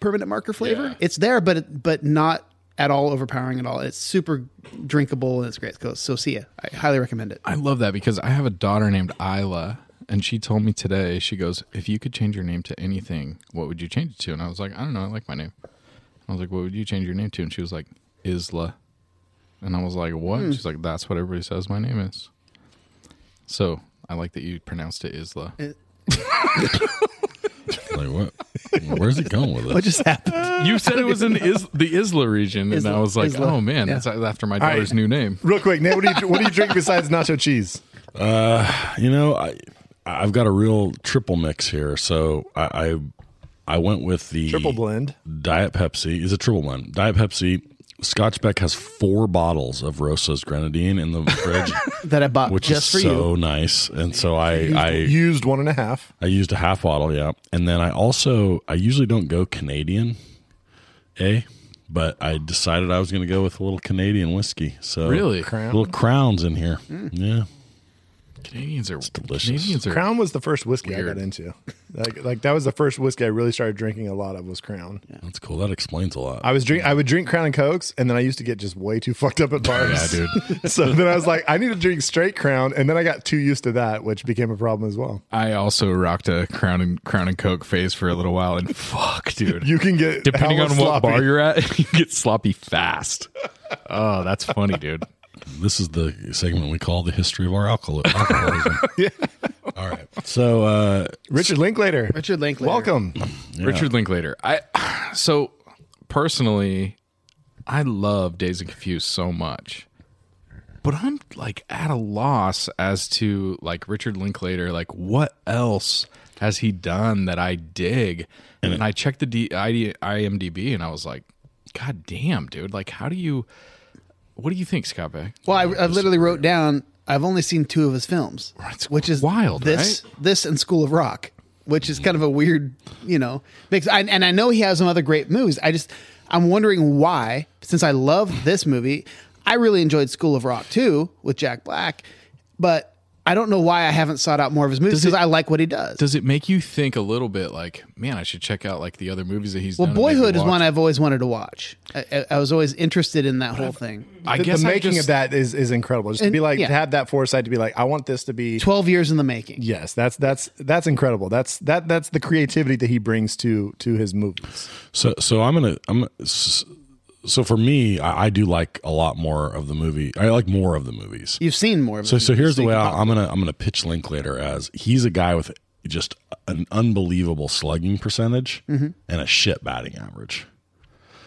C: permanent marker flavor. It's there, but it, but not at all overpowering at all. It's super drinkable and it's great. So, so see ya. I highly recommend it.
B: I love that because I have a daughter named Isla, and she told me today, she goes, If you could change your name to anything, what would you change it to? And I was like, I don't know. I like my name. I was like, What would you change your name to? And she was like, Isla. And I was like, What? She's like, That's what everybody says my name is. So I like that you pronounced it Isla.
F: Like what? Where's it going with it?
C: just happened?
B: You said it was in is- the Isla region, and
C: Isla-
B: I was like,
C: Isla.
B: Oh man,
C: Yeah.
B: that's after my
E: right.
B: daughter's new name.
E: Real quick, Nate, what do you what do you drink besides nacho cheese?
F: You know, I I've got a real triple mix here, so I I, I went with the
E: Triple blend.
F: Diet Pepsi is a triple blend. Diet Pepsi. Scotchback has four bottles of Rosa's Grenadine in the fridge,
C: That I bought
F: which
C: just for
F: is so
C: you.
F: nice. And so I, I
E: Used one and a half.
F: I used a half bottle, yeah. And then I also I usually don't go Canadian, eh? But I decided I was going to go with a little Canadian whiskey. So
B: Really?
F: little crowns in here. Yeah,
B: Canadians are
F: delicious.
B: Canadians are
E: Crown was the first whiskey I
B: Weird.
E: got into. Like, like that was the first whiskey I really started drinking a lot of was Crown.
F: that's cool. That explains a lot.
E: I was drink I would drink Crown and Cokes, and then I used to get just way too fucked up at bars.
F: Yeah,
E: dude. so then I was like, I need to drink straight Crown, and then I got too used to that, which became a problem as well.
B: I also rocked a crown and crown and coke phase for a little while, and fuck, dude.
E: You can get
B: Depending on
E: hella
B: what
E: sloppy.
B: bar you're at, you get sloppy fast. Oh, that's funny, dude.
F: this is the segment we call the history of our alcohol- alcoholism. All right. So uh,
E: Richard Linklater.
C: Richard Linklater.
E: Welcome.
B: Richard Linklater. I so personally, I love Days and Confused so much, but I'm like at a loss as to like Richard Linklater. Like, what else has he done that I dig? And, I checked the D- ID- IMDb, and I was like, God damn, dude! Like, how do you? What do you think, Scott Beck?
C: Well, I, I literally wrote down. I've only seen two of his films,
B: It's
C: which is
B: wild,
C: This, this, and School of Rock, which is kind of a weird, you know, because I, and I know he has some other great movies. I just I'm wondering why, since I love this movie, I really enjoyed School of Rock too with Jack Black, but I don't know why I haven't sought out more of his movies because I like what he does.
B: Does it make you think a little bit like, man, I should check out like the other movies that he's
C: well,
B: done? and maybe
C: Boyhood is
B: watch-
C: one I've always wanted to watch. I, I, I was always interested in that whole thing.
B: I
E: the,
B: guess
E: the
B: I
E: making of
B: just-
E: that is is incredible. Just to
C: And-
E: be like
C: yeah.
E: to have that foresight to be like, I want this to be.
C: Twelve years in the making.
E: Yes, that's that's that's incredible. That's that that's the creativity that he brings to to his movies.
F: So so I'm gonna I'm s- so for me I, I do like a lot more of the movie. I like more of the movies.
C: You've seen more of
F: So
C: his
F: so
C: movies,
F: here's the
C: you
F: way
C: can
F: I,
C: talk-
F: I'm gonna I'm gonna pitch Linklater as he's a guy with just an unbelievable slugging percentage and a shit batting average.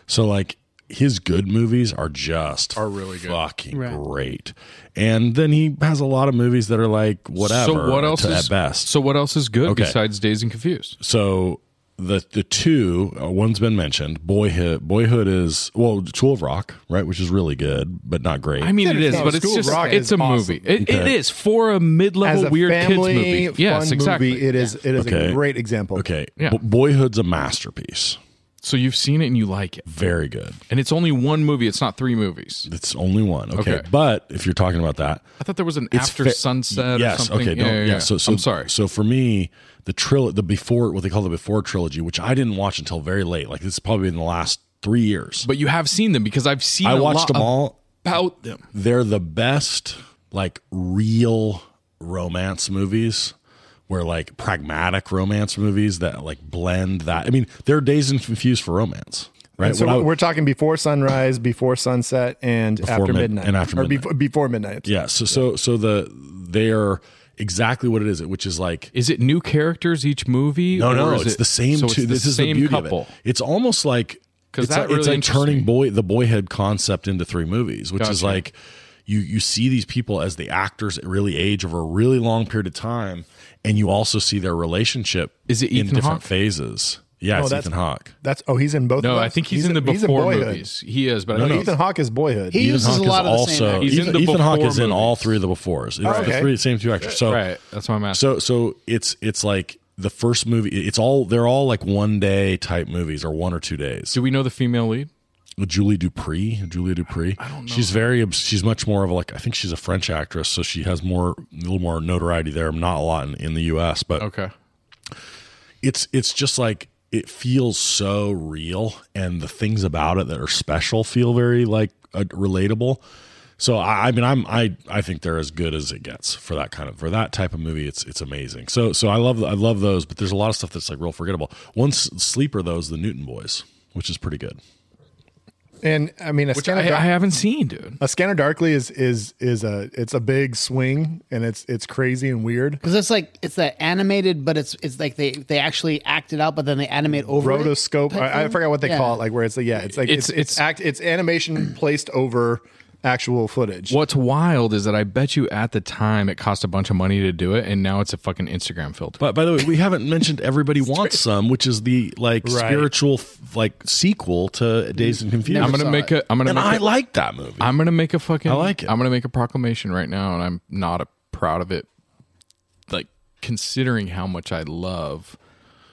F: So like his good movies are just
B: Are really good.
F: fucking
C: Right.
F: great. And then he has a lot of movies that are like whatever.
B: So what else
F: to-
B: is
F: at best?
B: So what else is good
F: Okay.
B: besides Days and Confused?
F: so the the two uh, one's been mentioned. Boyhood Boyhood is well, Tool of Rock, right, which is really good but not great.
B: I mean, it is,
E: no,
B: but it's
E: School of
B: just
E: Rock
B: it's
E: is
B: a
E: awesome.
B: movie. It, it
F: Okay.
B: is for a mid-level
E: As a
B: weird kids
E: family
B: movie. Yes,
E: fun
B: exactly.
E: movie, it is it is
F: Okay.
E: a great example.
F: okay,
B: Yeah.
F: Bo- Boyhood's a masterpiece.
B: so you've seen it and you like it,
F: Very good.
B: and it's only one movie. It's not three movies.
F: It's only one. Okay,
B: Okay.
F: but if you're talking about that,
B: I thought there was an
F: it's
B: After
F: fa-
B: Sunset.
F: Yes.
B: or something.
F: Okay.
B: Yeah,
F: Don't,
B: yeah,
F: yeah,
B: yeah.
F: So, so
B: I'm sorry.
F: So for me, the trill, the before, what they call the before trilogy, which I didn't watch until very late. Like this is probably in the last three years.
B: but you have seen them because I've seen.
F: I
B: a
F: watched
B: lot
F: them all.
B: about them.
F: They're the best, like real romance movies, where like pragmatic romance movies that like blend that. I mean, they're Days and Confused for romance, right?
E: And so
F: When I-
E: we're talking before sunrise, before sunset, and after
F: mid-
E: midnight,
F: and after
E: or
F: midnight.
E: before, before midnight.
F: yeah. So so so the they are exactly what it is, which is like
B: Is it new characters each movie?
F: No,
B: or
F: no,
B: is
F: it's
B: it-
F: the same.
B: so it's
F: two, this
B: the
F: is
B: same
F: the beauty
B: couple.
F: of it. It's almost like
B: 'Cause
F: it's
B: that
F: like, it's
B: really
F: like turning
B: interests me.
F: boy the boyhead concept into three movies, which is
B: Gotcha.
F: like you you see these people as the actors really age over a really long period of time, and you also see their relationship
B: Is it
F: in
B: Ethan
F: different
B: Hawke?
F: phases.
C: Oh,
F: Yeah, it's
E: that's-
F: Ethan Hawke.
E: That's oh, he's in both.
B: No,
E: of those?
B: I think he's, in the before
E: Boyhood.
B: movies. He is, but I
E: No,
B: think
E: Ethan Hawke is Boyhood.
C: He uses a lot of the same
F: also
C: actors. Oh,
B: He's in
F: Ethan,
B: the
F: Ethan Hawke
B: before
F: is in all
B: movies.
F: three of the befores. It's the
E: Okay.
F: three same two actors. So
B: right. That's why I'm asking.
F: So so it's it's like the first movie. It's all they're all like one day type movies or one or two days.
B: Do we know the female lead?
F: Julie Dupree. Julia Dupree. I don't know. She's very. obs- She's much more of a like. I think she's a French actress, so she has more a little more notoriety there. Not a lot in, in the U.S., but
B: Okay.
F: it's it's just like it feels so real, and the things about it that are special feel very like uh, relatable. So I, I mean, I'm I I think they're as good as it gets for that kind of for that type of movie. It's it's amazing. So so I love I love those, but there's a lot of stuff that's like real forgettable. One s- sleeper though is the Newton Boys, which is pretty good.
E: and I mean, a
B: Which
E: Scanner,
B: I, I
E: Dark-
B: haven't seen, dude.
E: a Scanner Darkly is is is a it's a big swing, and it's it's crazy and weird.
C: Because it's like it's that animated, but it's it's like they they actually act it out, but then they animate over it.
E: Rotoscope.
C: type
E: I, I
C: thing?
E: forgot what they
C: Yeah.
E: call it. Like where it's like yeah, it's like
B: It's-
E: it's it's
B: it's-
E: act it's animation placed over actual footage.
B: What's wild is that I bet you at the time it cost a bunch of money to do it, and now it's a fucking Instagram filter.
F: But by the way, we haven't mentioned Everybody Wants Some, which is the like
E: Right.
F: spiritual f- like sequel to Days and Confused.
B: I'm gonna make a. I'm gonna
F: and
B: make
F: I
B: a,
F: like that movie.
B: I'm gonna make a fucking.
F: I like it.
B: I'm gonna make a proclamation right now, and I'm not a, proud of it. Like considering how much I love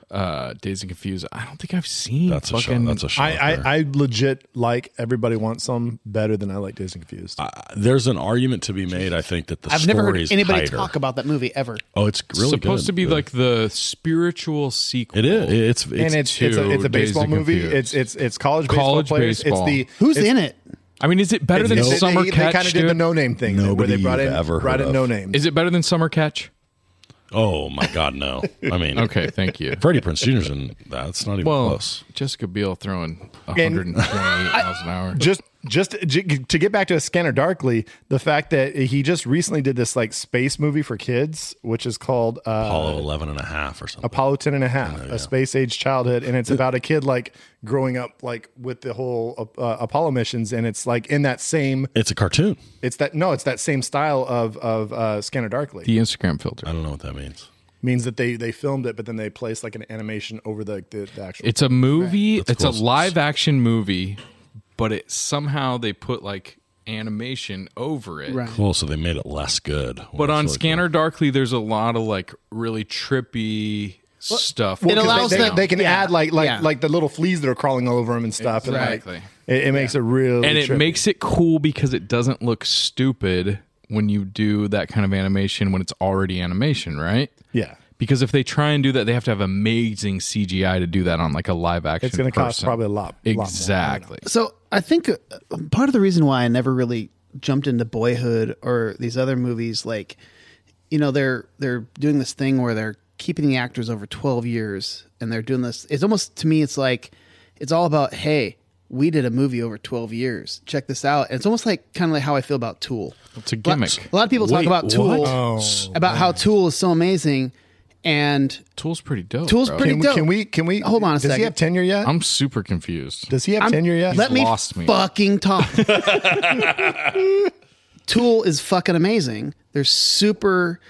B: uh Days and Confused, I don't think I've seen.
F: that's a
B: fucking,
F: show. That's a show.
E: I, I I legit like everybody wants some better than I like Days and Confused.
F: Uh, There's an argument to be made. I think that the
C: I've never heard
F: story's
C: anybody
F: tighter.
C: talk about that movie ever.
F: Oh, it's really
B: supposed
F: good.
B: to be like the spiritual sequel.
F: it is. It's it's,
E: and it's it's a, it's
B: two
E: a baseball
B: Days and
E: movie.
B: Confused.
E: It's it's it's college baseball
B: College
E: players.
B: baseball.
E: It's the
C: Who's
E: it's,
C: in it?
B: I mean, is it better than
E: it's- they-
B: Summer
E: they,
B: Catch?
E: kind of did the
B: dude?
E: no name thing where
F: Nobody
E: they brought
F: you've
E: in
F: ever
E: brought
F: heard
E: in
F: of.
E: no names.
B: Is it better than Summer Catch?
F: oh my god, no. I mean,
B: Okay, thank you.
F: Freddie Prince Jr.'s in that's not even
B: Well,
F: close.
B: Jessica Biel throwing 128 miles an hour.
E: just just j- to get back to Scanner Darkly, the fact that he just recently did this like space movie for kids, which is called uh,
F: Apollo 11 and a half or something.
E: Apollo 10 and a half, a space age childhood. And it's about a kid like growing up like with the whole uh, Apollo missions. And it's like in that same,
F: It's a cartoon.
E: it's that, no, it's that same style of, of uh, Scanner Darkly.
B: The Instagram filter.
F: I don't know what that means.
E: Means that they, they filmed it, but then they placed like an animation over the, the, the actual.
B: It's a movie. It's a
F: close.
B: live action movie, but it somehow they put like animation over it.
C: Right.
F: Cool. So they made it less good.
B: But on
F: Scanner.
B: Scanner Darkly, there's a lot of like really trippy stuff.
C: It
B: that goes
C: allows
E: they,
B: down.
E: they, they can
C: yeah,
E: add like like
C: yeah.
E: like the little fleas that are crawling all over them and stuff.
B: Exactly.
E: And like, it, it makes it real
B: and it makes it cool because it doesn't look stupid when you do that kind of animation when it's already animation, right?
E: yeah.
B: Because if they try and do that, they have to have amazing CGI to do that on like a live action.
E: It's going to cost
B: person.
E: probably a lot. lot more.
B: Exactly.
C: So I think uh, part of the reason why I never really jumped into Boyhood or these other movies, like you know, they're they're doing this thing where they're keeping the actors over twelve years, and they're doing this. It's almost to me, it's like it's all about hey, we did a movie over twelve years. Check this out. And it's almost like kind of like how I feel about Tool.
B: It's a
C: A lot-
B: gimmick.
C: A lot of people talk
F: Wait,
C: about Tool,
F: what?
C: about how Tool is so amazing, and
B: Tool's pretty dope.
C: Tool's
B: bro.
C: pretty
E: Can we,
C: dope.
E: can we? Can we?
C: Hold on a
E: does
C: second.
E: he have tenure yet?
B: I'm super confused.
E: does he have
C: I'm-
E: tenure yet?
C: Let me
B: lost me.
C: fucking talk. Tool is fucking amazing. They're super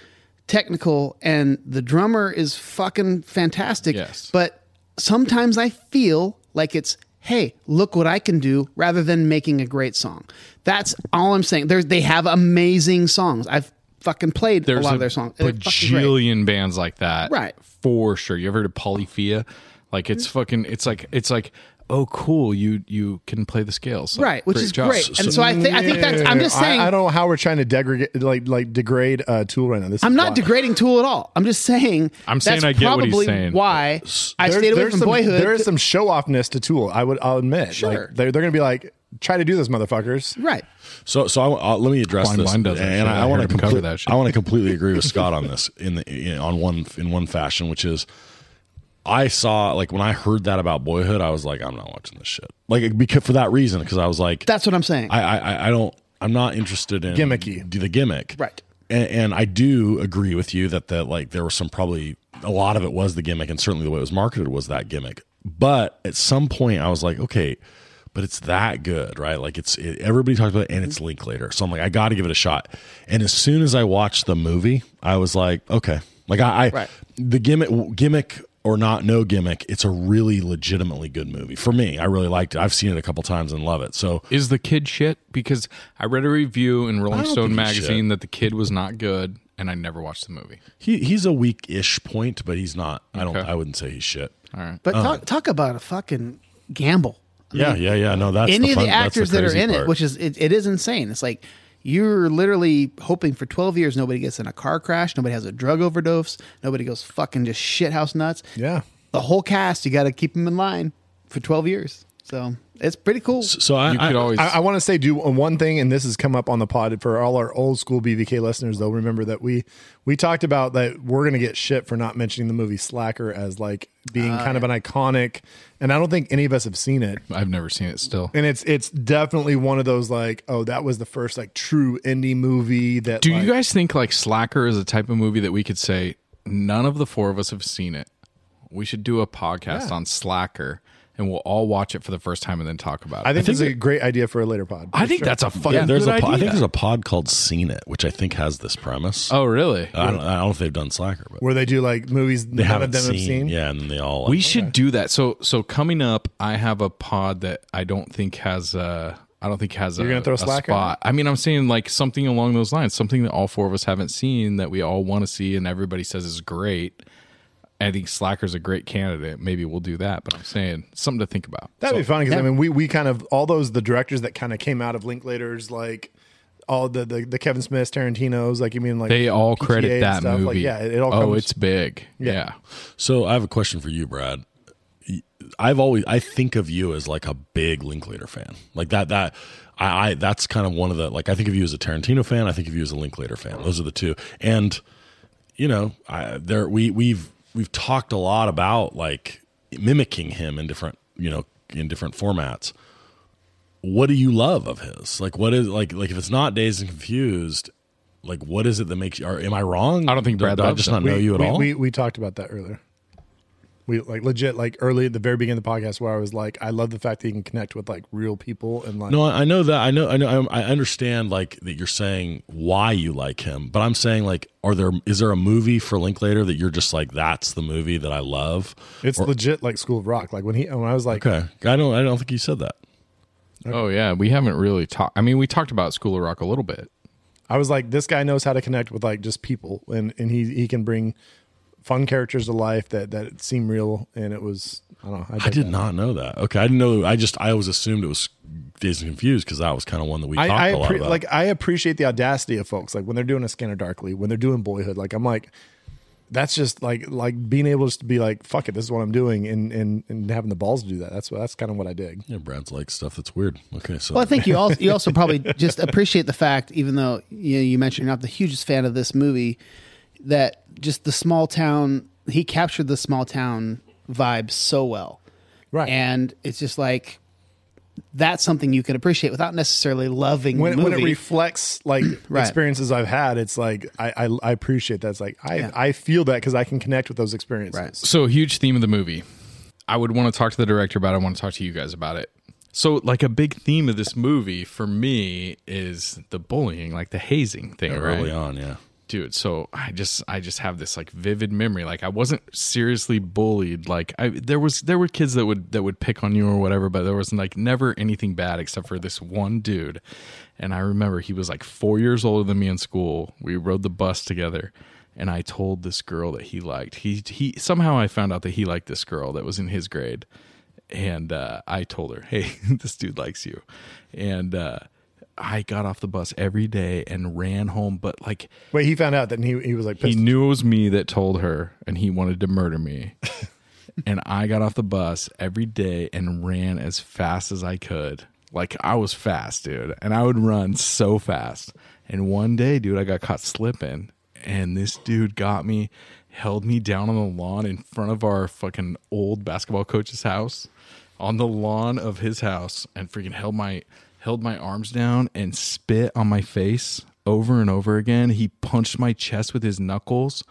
C: technical, and the drummer is fucking fantastic.
B: Yes.
C: But sometimes I feel like it's, hey, look what I can do, rather than making a great song. That's all I'm saying. There's, they have amazing songs. I've fucking played a lot of their songs. They're fucking great.
B: bajillion bands like that,
C: Right. Mm-hmm.
B: For sure. You ever heard of Polyphia? Like it's fucking. It's like it's like. Oh, cool! You you can play the scales, Like,
C: Right, which is great. And so I think I think that's. I'm just
E: I-
C: saying.
E: I, don't know how we're trying to degrade, like, like degrade uh, Tool right now. This
C: I'm
E: is
C: not
E: why.
C: degrading Tool at all. I'm just saying.
B: I'm saying
C: that's
B: I get what he's
C: probably
B: saying.
C: Why I
E: There-
C: stayed away
E: there's
C: from
E: some-
C: Boyhood.
E: There is some show offness to Tool. I would. I'll admit.
C: Sure.
E: Like, they're they're gonna be like, try to do this, motherfuckers.
C: right.
F: So, so I, uh, let me address
B: Blind
F: this,
B: Vine does that shit.
F: and I,
B: I
F: want
B: heard
F: to
B: him cover
F: cover
B: that
F: that.
B: shit.
F: I want to completely agree with Scott on this in the in, on one in one fashion, which is I saw like when I heard that about Boyhood, I was like, I'm not watching this shit. Like because for that reason, because I was like,
C: That's what I'm saying.
F: I, I I- I don't. I'm not interested in
E: Gimmicky.
F: The gimmick,
C: Right.
F: And, and I do agree with you that that like there was some probably a lot of it was the gimmick, and certainly the way it was marketed was that gimmick. But at some point, I was like, okay, but it's that good, right? Like it's it, everybody talks about it, and it's
C: Mm-hmm.
F: Linklater, so I'm like, I got to give it a shot. And as soon as I watched the movie, I was like, okay, like I, I
C: Right.
F: the gimmick gimmick or not no gimmick it's a really legitimately good movie for me i really liked it i've seen it a couple times and love it so
B: Is the kid shit? Because I read a review in
F: I
B: Rolling
F: don't
B: Stone
F: think he's
B: magazine that the kid was not good, and I never watched the movie.
F: He he's a weak ish point, but he's not. I don't.
B: Okay.
F: I wouldn't say he's shit.
C: but talk, talk about a fucking gamble.
F: yeah, yeah, yeah. No, that's
C: Any of
F: fun-
C: the
F: that's
C: actors that are
F: crazy
C: in it,
F: part.
C: which is it, it is insane. It's like you're literally hoping for 12 years nobody gets in a car crash, nobody has a drug overdose, nobody goes fucking just shithouse nuts.
E: Yeah.
C: The whole cast, you got to keep them in line for 12 years. So it's pretty cool.
F: so I,
B: You
F: I-
B: could always.
E: I, I want to say do one thing, and this has come up on the pod for all our old school BVK listeners. They'll remember that we we talked about that we're gonna get shit for not mentioning the movie Slacker as like being
C: Ah,
E: kind of an iconic, and I don't think any of us have seen it.
B: I've never seen it still.
E: And it's it's definitely one of those like oh that was the first like true indie movie that
B: Do
E: like-
B: you guys think like Slacker is a type of movie that we could say none of the four of us have seen it? We should do a podcast on Slacker and we'll all watch it for the first time and then talk about it.
E: I think, this is
F: think
E: a great idea for a later pod.
B: I think that's a fucking
F: yeah, there's
B: good
F: a pod, I
B: idea.
F: think there's a pod called Seen It, which I think has this premise.
B: oh, really?
F: I don't, I don't know if they've done Slacker, but
E: where they do like movies
F: they
E: none of
F: haven't
E: them
F: seen,
E: have seen.
F: Yeah, and then they all.
B: We should do that. So so coming up, I have a pod that I don't think has a I don't think has You're a,
E: gonna throw
B: a
E: Slacker?
B: spot. I mean, I'm saying like something along those lines, something that all four of us haven't seen that we all want to see and everybody says is great. I think Slacker's a great candidate. Maybe we'll do that, but I'm saying something to think about.
E: That'd be fun because I mean, we we kind of all those the directors that kind of came out of Linklater's like all the the, the Kevin Smiths, Tarantino's, like you mean like
B: They all
E: PTA
B: credit
E: and
B: that
E: stuff.
B: movie.
E: Like, yeah, it, it all.
B: oh,
E: comes,
B: it's big. Yeah.
F: So I have a question for you, Brad. I've always I think of you as like a big Linklater fan, like that that I, I that's kind of one of the like I think of you as a Tarantino fan. I think of you as a Linklater fan. Those are the two, and you know I, there we we've we've talked a lot about like mimicking him in different you know in different formats. What do you love of his? Like what is like like if it's not Dazed and Confused, like what is it that makes you? Or am I wrong?
B: I don't think
F: Do-
B: Brad
F: do I
B: loves
F: just
B: him.
F: not
E: we,
F: know you at
E: we,
F: all.
E: We we talked about that earlier. We like legit like early at the very beginning of the podcast where I was like, I love the fact that you can connect with like real people and like
F: No, I I know that. I know. I know. I I understand. Like that, you're saying why you like him, but I'm saying like, are there? Is there a movie for Linklater that you're just like, that's the movie that I love?
E: it's legit like School of Rock. Like when he when I was like,
F: Okay, I don't. I don't think you said that.
B: Oh yeah, we haven't really talked. I mean, we talked about School of Rock a little bit.
E: I was like, this guy knows how to connect with like just people, and and he he can bring fun characters to life that that seem real. And it was I don't know.
F: I
E: dug
F: did
E: that.
F: not know that. Okay, I didn't know. I just I always assumed it was Dazed and Confused because that was kind of one that we
E: I,
F: talked
E: I
F: a lot
E: appre-
F: about.
E: like I appreciate the audacity of folks like when they're doing a Scanner Darkly, when they're doing Boyhood. Like I'm like, that's just like like being able just to be like, fuck it, this is what I'm doing, and and and having the balls to do that. That's what that's kind of what I dig.
F: yeah, Brad's like stuff that's weird. Okay, so
C: Well, I think you also you also probably just appreciate the fact, even though you know, you mentioned you're not the hugest fan of this movie, that just the small town he captured the small town vibe so well,
E: Right.
C: and it's just like that's something you can appreciate without necessarily loving
E: when,
C: the movie.
E: when it reflects like
C: Right.
E: experiences I've had, it's like I I, I appreciate that. It's like I
C: Yeah.
E: I feel that because I can connect with those experiences.
C: Right.
B: So, huge theme of the movie. I would want to talk to the director about it. I want to talk to you guys about it. So, like a big theme of this movie for me is the bullying, like the hazing thing, right?
F: early on. Oh, Yeah.
B: Dude, so I just I just have this like vivid memory. Like I wasn't seriously bullied. Like I there was there were kids that would that would pick on you or whatever, but there was like never anything bad except for this one dude. And I remember he was like four years older than me in school. We rode the bus together and I told this girl that he liked. He he somehow I found out that he liked this girl that was in his grade, and uh, I told her, "Hey, this dude likes you," and uh, I got off the bus every day and ran home. But like
E: Wait, he found out that he he was like
B: he
E: pissed.
B: knew it was me that told her, and he wanted to murder me. and I got off the bus every day and ran as fast as I could. Like I was fast, dude, and I would run so fast. And one day, dude, I got caught slipping, and this dude got me, held me down on the lawn in front of our fucking old basketball coach's house, on the lawn of his house, and freaking held my held my arms down and spit on my face over and over again. He punched my chest with his knuckles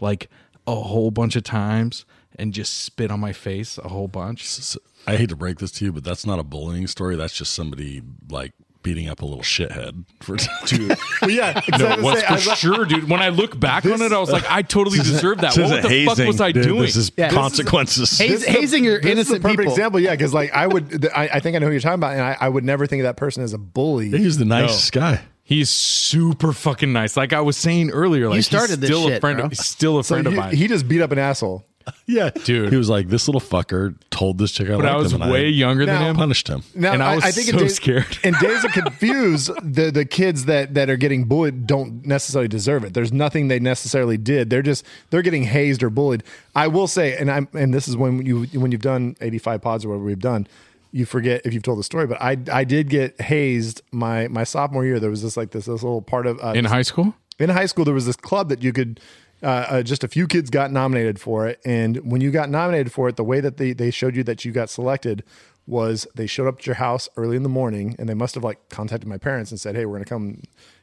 B: like a whole bunch of times and just spit on my face a whole bunch.
F: S- I hate to break this to you, but that's not a bullying story. That's just somebody like beating up a little shithead for two.
E: Well, yeah, exactly.
B: What's
E: Say, I
B: for
E: was like,
B: sure, dude? When I look back on it, I was like, I totally deserved that. What the fuck was I doing?
F: This is
C: Yeah, this is-
F: consequences.
C: Haze-
E: this is the-
C: hazing your
E: this is the
C: innocent
E: perfect
C: people.
E: example, yeah, because like I would, th- I, I think I know who you're talking about, and I, I would never think of that person as a bully.
F: He's the nice guy.
B: He's super fucking nice. Like I was saying earlier, like he's
C: started this
B: still a
C: shit,
B: friend.
C: bro.
B: He's still a
E: So
B: friend of
E: he-
B: mine.
E: he just beat up an asshole.
F: Yeah,
B: Dude.
F: He was like, this little fucker told this chick I
B: but
F: liked
B: I was
F: him, and
B: way
F: I
B: younger than
E: Now-
B: him.
F: Punished him.
E: Now,
B: And I was
E: in
B: so
E: days,
B: scared.
E: in Days of Confused, the, the kids that, that are getting bullied don't necessarily deserve it. There's nothing they necessarily did. They're just they're getting hazed or bullied. I will say, and I'm and this is when you when you've done 85 pods or whatever we've done, you forget if you've told the story. But I I did get hazed my my sophomore year. There was this like this this little part of uh,
B: In high school?
E: in high school there was this club that you could uh, uh, just a few kids got nominated for it and when you got nominated for it the way that they, they showed you that you got selected was they showed up at your house early in the morning and they must have like contacted my parents and said hey we're going to come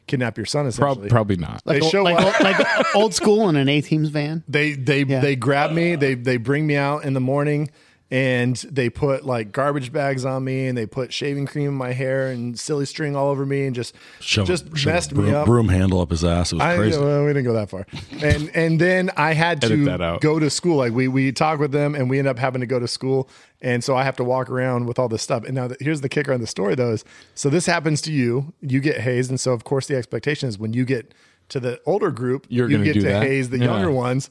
E: kidnap your son essentially
B: Prob- probably not.
E: they
C: old-
E: show
C: like,
E: up
C: old- like old school in an A team's van.
E: they they
C: Yeah.
E: they grab me they they bring me out in the morning and they put like garbage bags on me and they put shaving cream in my hair and silly string all over me and just
F: Shove-
E: just
F: shove a
E: messed me
F: broom-
E: up
F: Broom handle up his ass. It was
E: I,
F: crazy.
E: well, we didn't go that far, and and then I had
B: Edit that
E: to
B: out.
E: go to school. Like we we talk with them, and we end up having to go to school, and so I have to walk around with all this stuff. And now the, here's the kicker on the story, though: is so this happens to you, you get hazed, and so of course the expectation is when you get to the older group,
B: You're
E: you
B: gonna
E: get
B: do
E: to
B: that.
E: haze the
B: Yeah.
E: younger ones.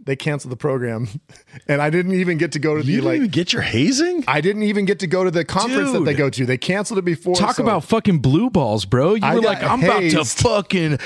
E: They canceled the program, and I didn't even get to go to the
F: you didn't
E: like.
F: even get your hazing.
E: I didn't even get to go to the conference that they
B: Dude.
E: go to. They canceled it before.
B: Talk
E: so-
B: about fucking blue balls, bro. You
E: I
B: were
E: got
B: like, I'm about to
E: hazed.
B: fucking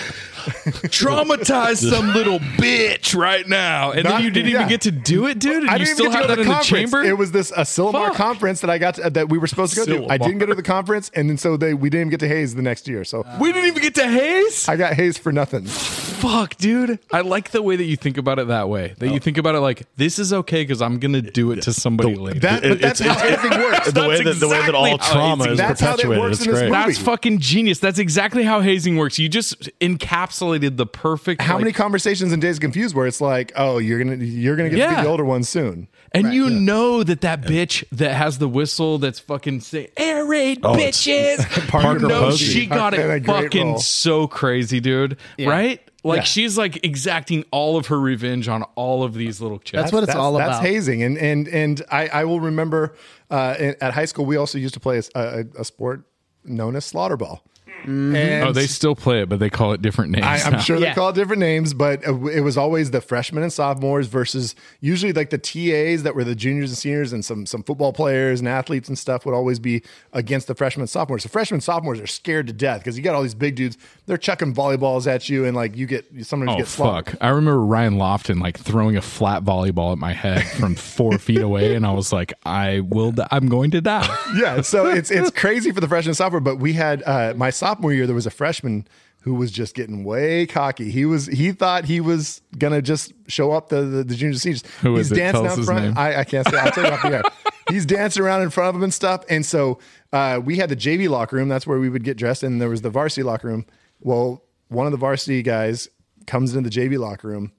B: traumatize some little bitch right now. And
E: Not-
B: then you didn't
E: yeah.
B: even get to do it, dude. And
E: I
B: you
E: didn't
B: still
E: even get
B: have that
E: to go to
B: in
E: the
B: the
E: conference.
B: chamber?
E: It was this a Silomar
B: Fuck.
E: conference that I got to, that we were supposed to go to. I
B: Silomar.
E: didn't go to the conference, and then so they we didn't get to Hayes the next year. So
B: we didn't even get to haze?
E: I got Hayes for nothing.
B: Fuck, dude. Oh. I like the way that you think about it that way. That you think about it like, this is okay because I'm going to do it to somebody later.
E: That, but that's how hazing works.
F: the way that the way that all
B: exactly how
F: trauma
B: hazing
F: is
E: That's how that
F: perpetuated.
E: works
F: It's
E: in this
F: great.
E: movie.
B: That's fucking genius. That's exactly how hazing works. You just encapsulated the perfect.
E: How
B: like-
E: many conversations in Days Confused where it's like, oh, you're gonna you're gonna get to
B: Yeah.
E: be the older one soon.
B: And you know that that bitch that has the whistle that's fucking saying air raid
F: Oh, it's-
B: bitches.
F: Parker
B: you know
F: Posey.
B: she got
E: Had a
B: it
E: great
B: fucking
E: role.
B: so crazy, dude. Right? Like she's like exacting all of her revenge on all of these little chicks.
C: That's what it's all
E: that's
C: about.
E: hazing, and and and I, I will remember uh, in- at high school we also used to play a, a, a sport known as slaughter ball. And
B: oh, they still play it, but they call it different names.
E: I, I'm
B: now.
E: sure they
C: Yeah.
E: call it different names, but uh, it was always the freshmen and sophomores versus usually like the TAs that were the juniors and seniors and some some football players and athletes and stuff would always be against the freshmen and sophomores. The freshmen and sophomores are scared to death because you got all these big dudes. They're chucking volleyballs at you and like you get sometimes
B: Oh
E: you get slaughtered.
B: fuck! I remember Ryan Lofton like throwing a flat volleyball at my head from four feet away, and I was like, "I will. Di- I'm going to die."
E: yeah, so it's it's crazy for the freshman and sophomore. But we had uh, my sophomore year, there was a freshman who was just getting way cocky. He was he thought he was gonna just show up the the, the junior seniors.
B: Who
E: He's
B: is it?
E: dancing
B: Tell us
E: out
B: his
E: front.
B: name.
E: I, I can't say. I'll tell you off the air. he's dancing around in front of him and stuff. And so uh, we had the JV locker room. That's where we would get dressed. And there was the varsity locker room. Well, one of the varsity guys comes into the JV locker room,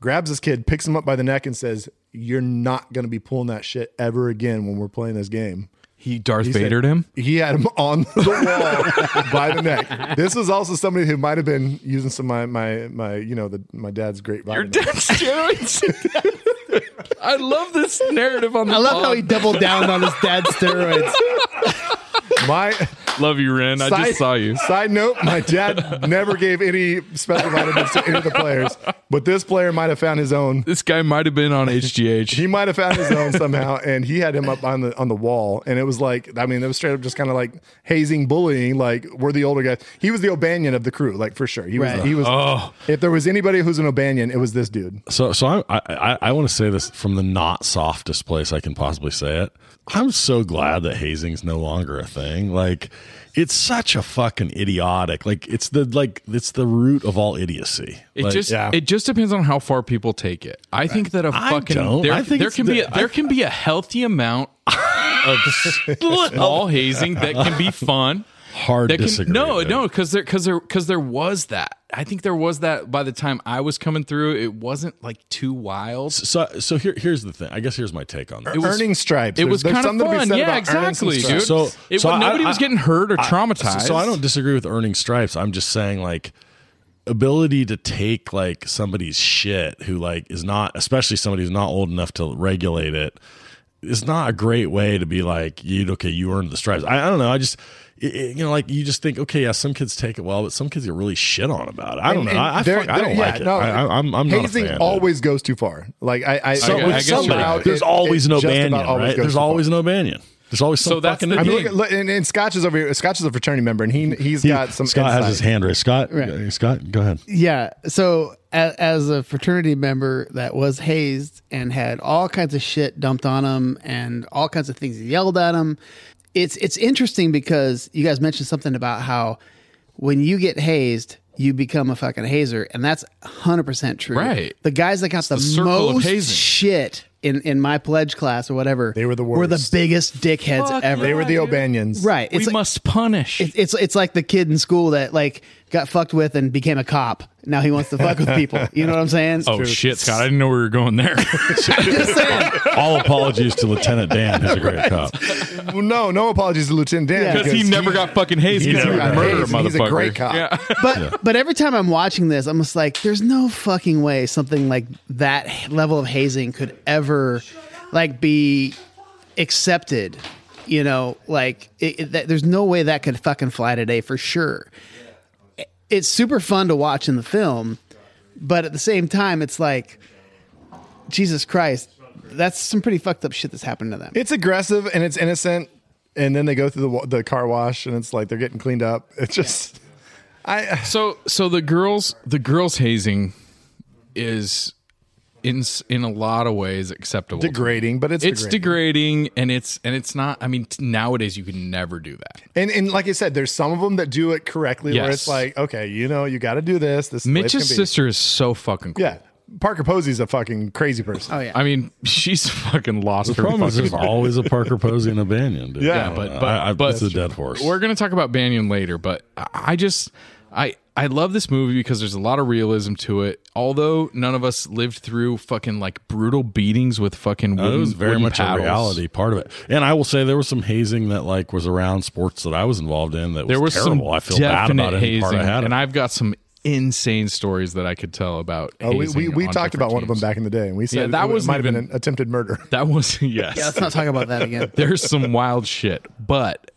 E: grabs this kid, picks him up by the neck, and says, "You're not going to be pulling that shit ever again when we're playing this game."
B: He Darth
E: said-
B: Vadered him.
E: He had him on the wall by the neck. This was also somebody who might have been using some of my my my you know the my dad's great vitamins.
B: I love this narrative on the
D: I love how he doubled down on his dad's steroids.
E: my
B: Love you, Ren. I
E: side-
B: just saw you.
E: Side note: My dad never gave any special vitamins to any of the players, but this player might have found his own.
B: This guy might have been on HGH.
E: He might have found his own somehow, and he had him up on the on the wall, and it was like I mean, it was straight up just kind of like hazing, bullying. Like we're the older guys. He was the O'Banion of the crew, like for sure. He was. He was.
B: Oh.
E: If there was anybody who's an O'Banion, it was this dude.
F: So, so I, I, I, I want to say this from the not softest place I can possibly say it. I'm so glad that hazing's no longer a thing. Like, it's such a fucking idiotic. Like, it's the like it's the root of all idiocy.
B: It
F: Like,
B: just it just depends on how far people take it. I think that a
F: I
B: fucking
F: don't.
B: there,
F: I think
B: there
F: it's
B: can be a,
F: the-
B: there can be a healthy amount of small hazing that can be fun.
F: hard
B: That can,
F: disagree.
B: no,
F: dude.
B: no, because there because there because there was that. I think there was that by the time I was coming through. It wasn't like too wild.
F: So, so here, here's the thing. I guess here's my take on that.
B: was-
E: earning stripes.
B: It was
E: There's- there's
B: kind of
E: something to be
B: fun.
E: said
B: Yeah,
E: about earning some
B: exactly, dude.
E: stripes.
F: So-
B: it,
F: so
B: wa-
F: I-
B: nobody
F: I-
B: was getting hurt or
F: I-
B: traumatized.
F: So, so I don't disagree with earning stripes. I'm just saying like ability to take like somebody's shit who like is not especially somebody who's not old enough to regulate it is not a great way to be like you okay you earned the stripes. I, I don't know. I just it- it- you know like you just think okay yeah some kids take it well but some kids get really shit on about it. I don't
E: And-
F: know. I, I,
E: and there-
F: fuck- I
E: there-
F: don't
E: yeah,
F: like it.
E: no,
F: I, I, am I'm not a
E: hazing
F: fan, dude.
E: always goes too far. Like I, I,
B: I guess- I guess you're
E: somehow
B: right.
F: there's
E: it-
F: always
E: it
F: no
E: just
F: banyan,
E: about
F: right?
E: goes
F: There's
E: too far.
F: always no banyan. There's always some
B: So that's
F: fucking
B: the
E: I mean,
B: thing.
E: look, at- look, and, and Scotch is over here. Scotch is a fraternity member, and he he's got some.
F: Scott
E: insight.
F: has his hand raised. Scott, uh,
C: Right.
F: Scott, go ahead.
C: Yeah. So as, as a fraternity member that was hazed and had all kinds of shit dumped on him and all kinds of things yelled at him, it's it's interesting because you guys mentioned something about how when you get hazed, you become a fucking hazer, and that's hundred percent true.
B: Right.
C: The guys that got the,
B: circle of
C: most
B: hazing.
C: shit in in my pledge class or whatever,
E: They were the
C: Were the
E: worst.
C: biggest dickheads ever.
E: They were the O'Banions,
C: right.
B: we
C: It's like-
B: must punish.
C: it's, it's it's like the kid in school that like got fucked with and became a cop. Now he wants to fuck with people. You know what I'm saying?
B: oh shit, Scott! I didn't know we were going there.
C: Just saying.
F: All apologies to Lieutenant Dan, who's a great cop.
E: Well, no, no apologies to Lieutenant Dan
C: Yeah. 'Cause
B: because he never got fucking hazed.
F: He
B: He's a
F: never got
B: murder
E: hazed, and
B: motherfucker.
E: he's a great cop.
B: Yeah.
C: But but every time I'm watching this, I'm just like, there's no fucking way something like that h- level of hazing could ever like be accepted. You know, like it, it, that, there's no way that could fucking fly today for sure. It- It's super fun to watch in the film, but at the same time, it's like, Jesus Christ, that's some pretty fucked up shit that's happened to them.
E: It's aggressive and it's innocent, and then they go through the wa- the car wash, and it's like they're getting cleaned up. It's just, I
B: So so the girls the girls hazing is in s- in a lot of ways acceptable.
E: degrading, but it's
B: It's
E: degrading.
B: degrading and it's and it's not I mean t- nowadays you can never do that.
E: And and like I said, there's some of them that do it correctly, where
B: Yes.
E: it's like, okay, you know, you got to do this. This is the way it's
B: Mitch's
E: gonna be.
B: sister is so fucking cool.
E: Yeah, Parker Posey's a fucking crazy person.
C: Oh yeah.
B: I mean, she's fucking lost
F: The
B: her
F: problem is
B: fucking
F: there's always a Parker Posey and a Banyan, dude.
E: Yeah,
F: I don't
B: but-
F: know.
B: but-
F: I, I,
B: but-
F: it's a dead horse.
B: We're gonna talk about Banyan later, but I- I just I I love this movie because there's a lot of realism to it. Although none of us lived through fucking like brutal beatings with fucking
F: Uh,
B: wooden,
F: it was very
B: wooden
F: much
B: paddles.
F: a reality part of it, and I will say there was some hazing that like was around sports that I was involved in that was,
B: there was
F: terrible.
B: some
F: I feel bad
B: definite
F: about any
B: hazing,
F: part I had.
B: and
F: of it.
B: I've got some insane stories that I could tell about.
E: Oh, we, we,
B: hazing
E: we
B: on
E: talked about
B: different
E: one of them
B: teams.
E: back in the day, and we
B: that
E: said that was
B: wasn't
E: might have been
B: even-
E: an attempted murder.
B: That was yes.
C: yeah, let's not talk about that again.
B: There's some wild shit, but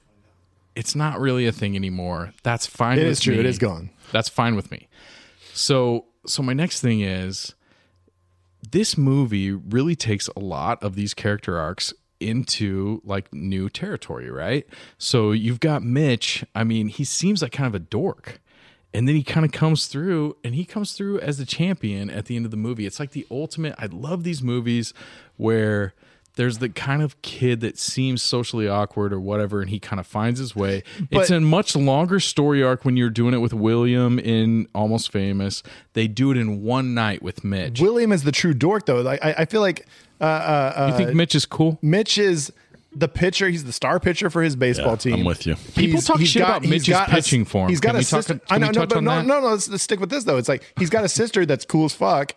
B: it's not really a thing anymore. That's fine.
E: It
B: with
E: is true.
B: me.
E: It is gone.
B: That's fine with me. So so my next thing is this movie really takes a lot of these character arcs into like new territory, right? So you've got Mitch, I mean, he seems like kind of a dork. And then he kind of comes through and he comes through as the champion at the end of the movie. It's like the ultimate I love these movies where there's the kind of kid that seems socially awkward or whatever, and he kind of finds his way. it's a much longer story arc when you're doing it with William in Almost Famous. They do it in one night with Mitch.
E: William is the true dork, though. Like I, I feel like uh, uh, uh,
B: You think Mitch is cool?
E: Mitch is the pitcher. He's the star pitcher for his baseball
F: Yeah,
E: team.
F: I'm with you.
B: People talk shit about
E: he's
B: Mitch's
E: a s-
B: pitching form.
E: He's got
B: Can
E: a
B: we talk-
E: sister.
B: can
E: I know,
B: we
E: no,
B: touch
E: but
B: on
E: no,
B: that?
E: no, no. Let's, let's stick with this though. It's like he's got a sister that's cool as fuck.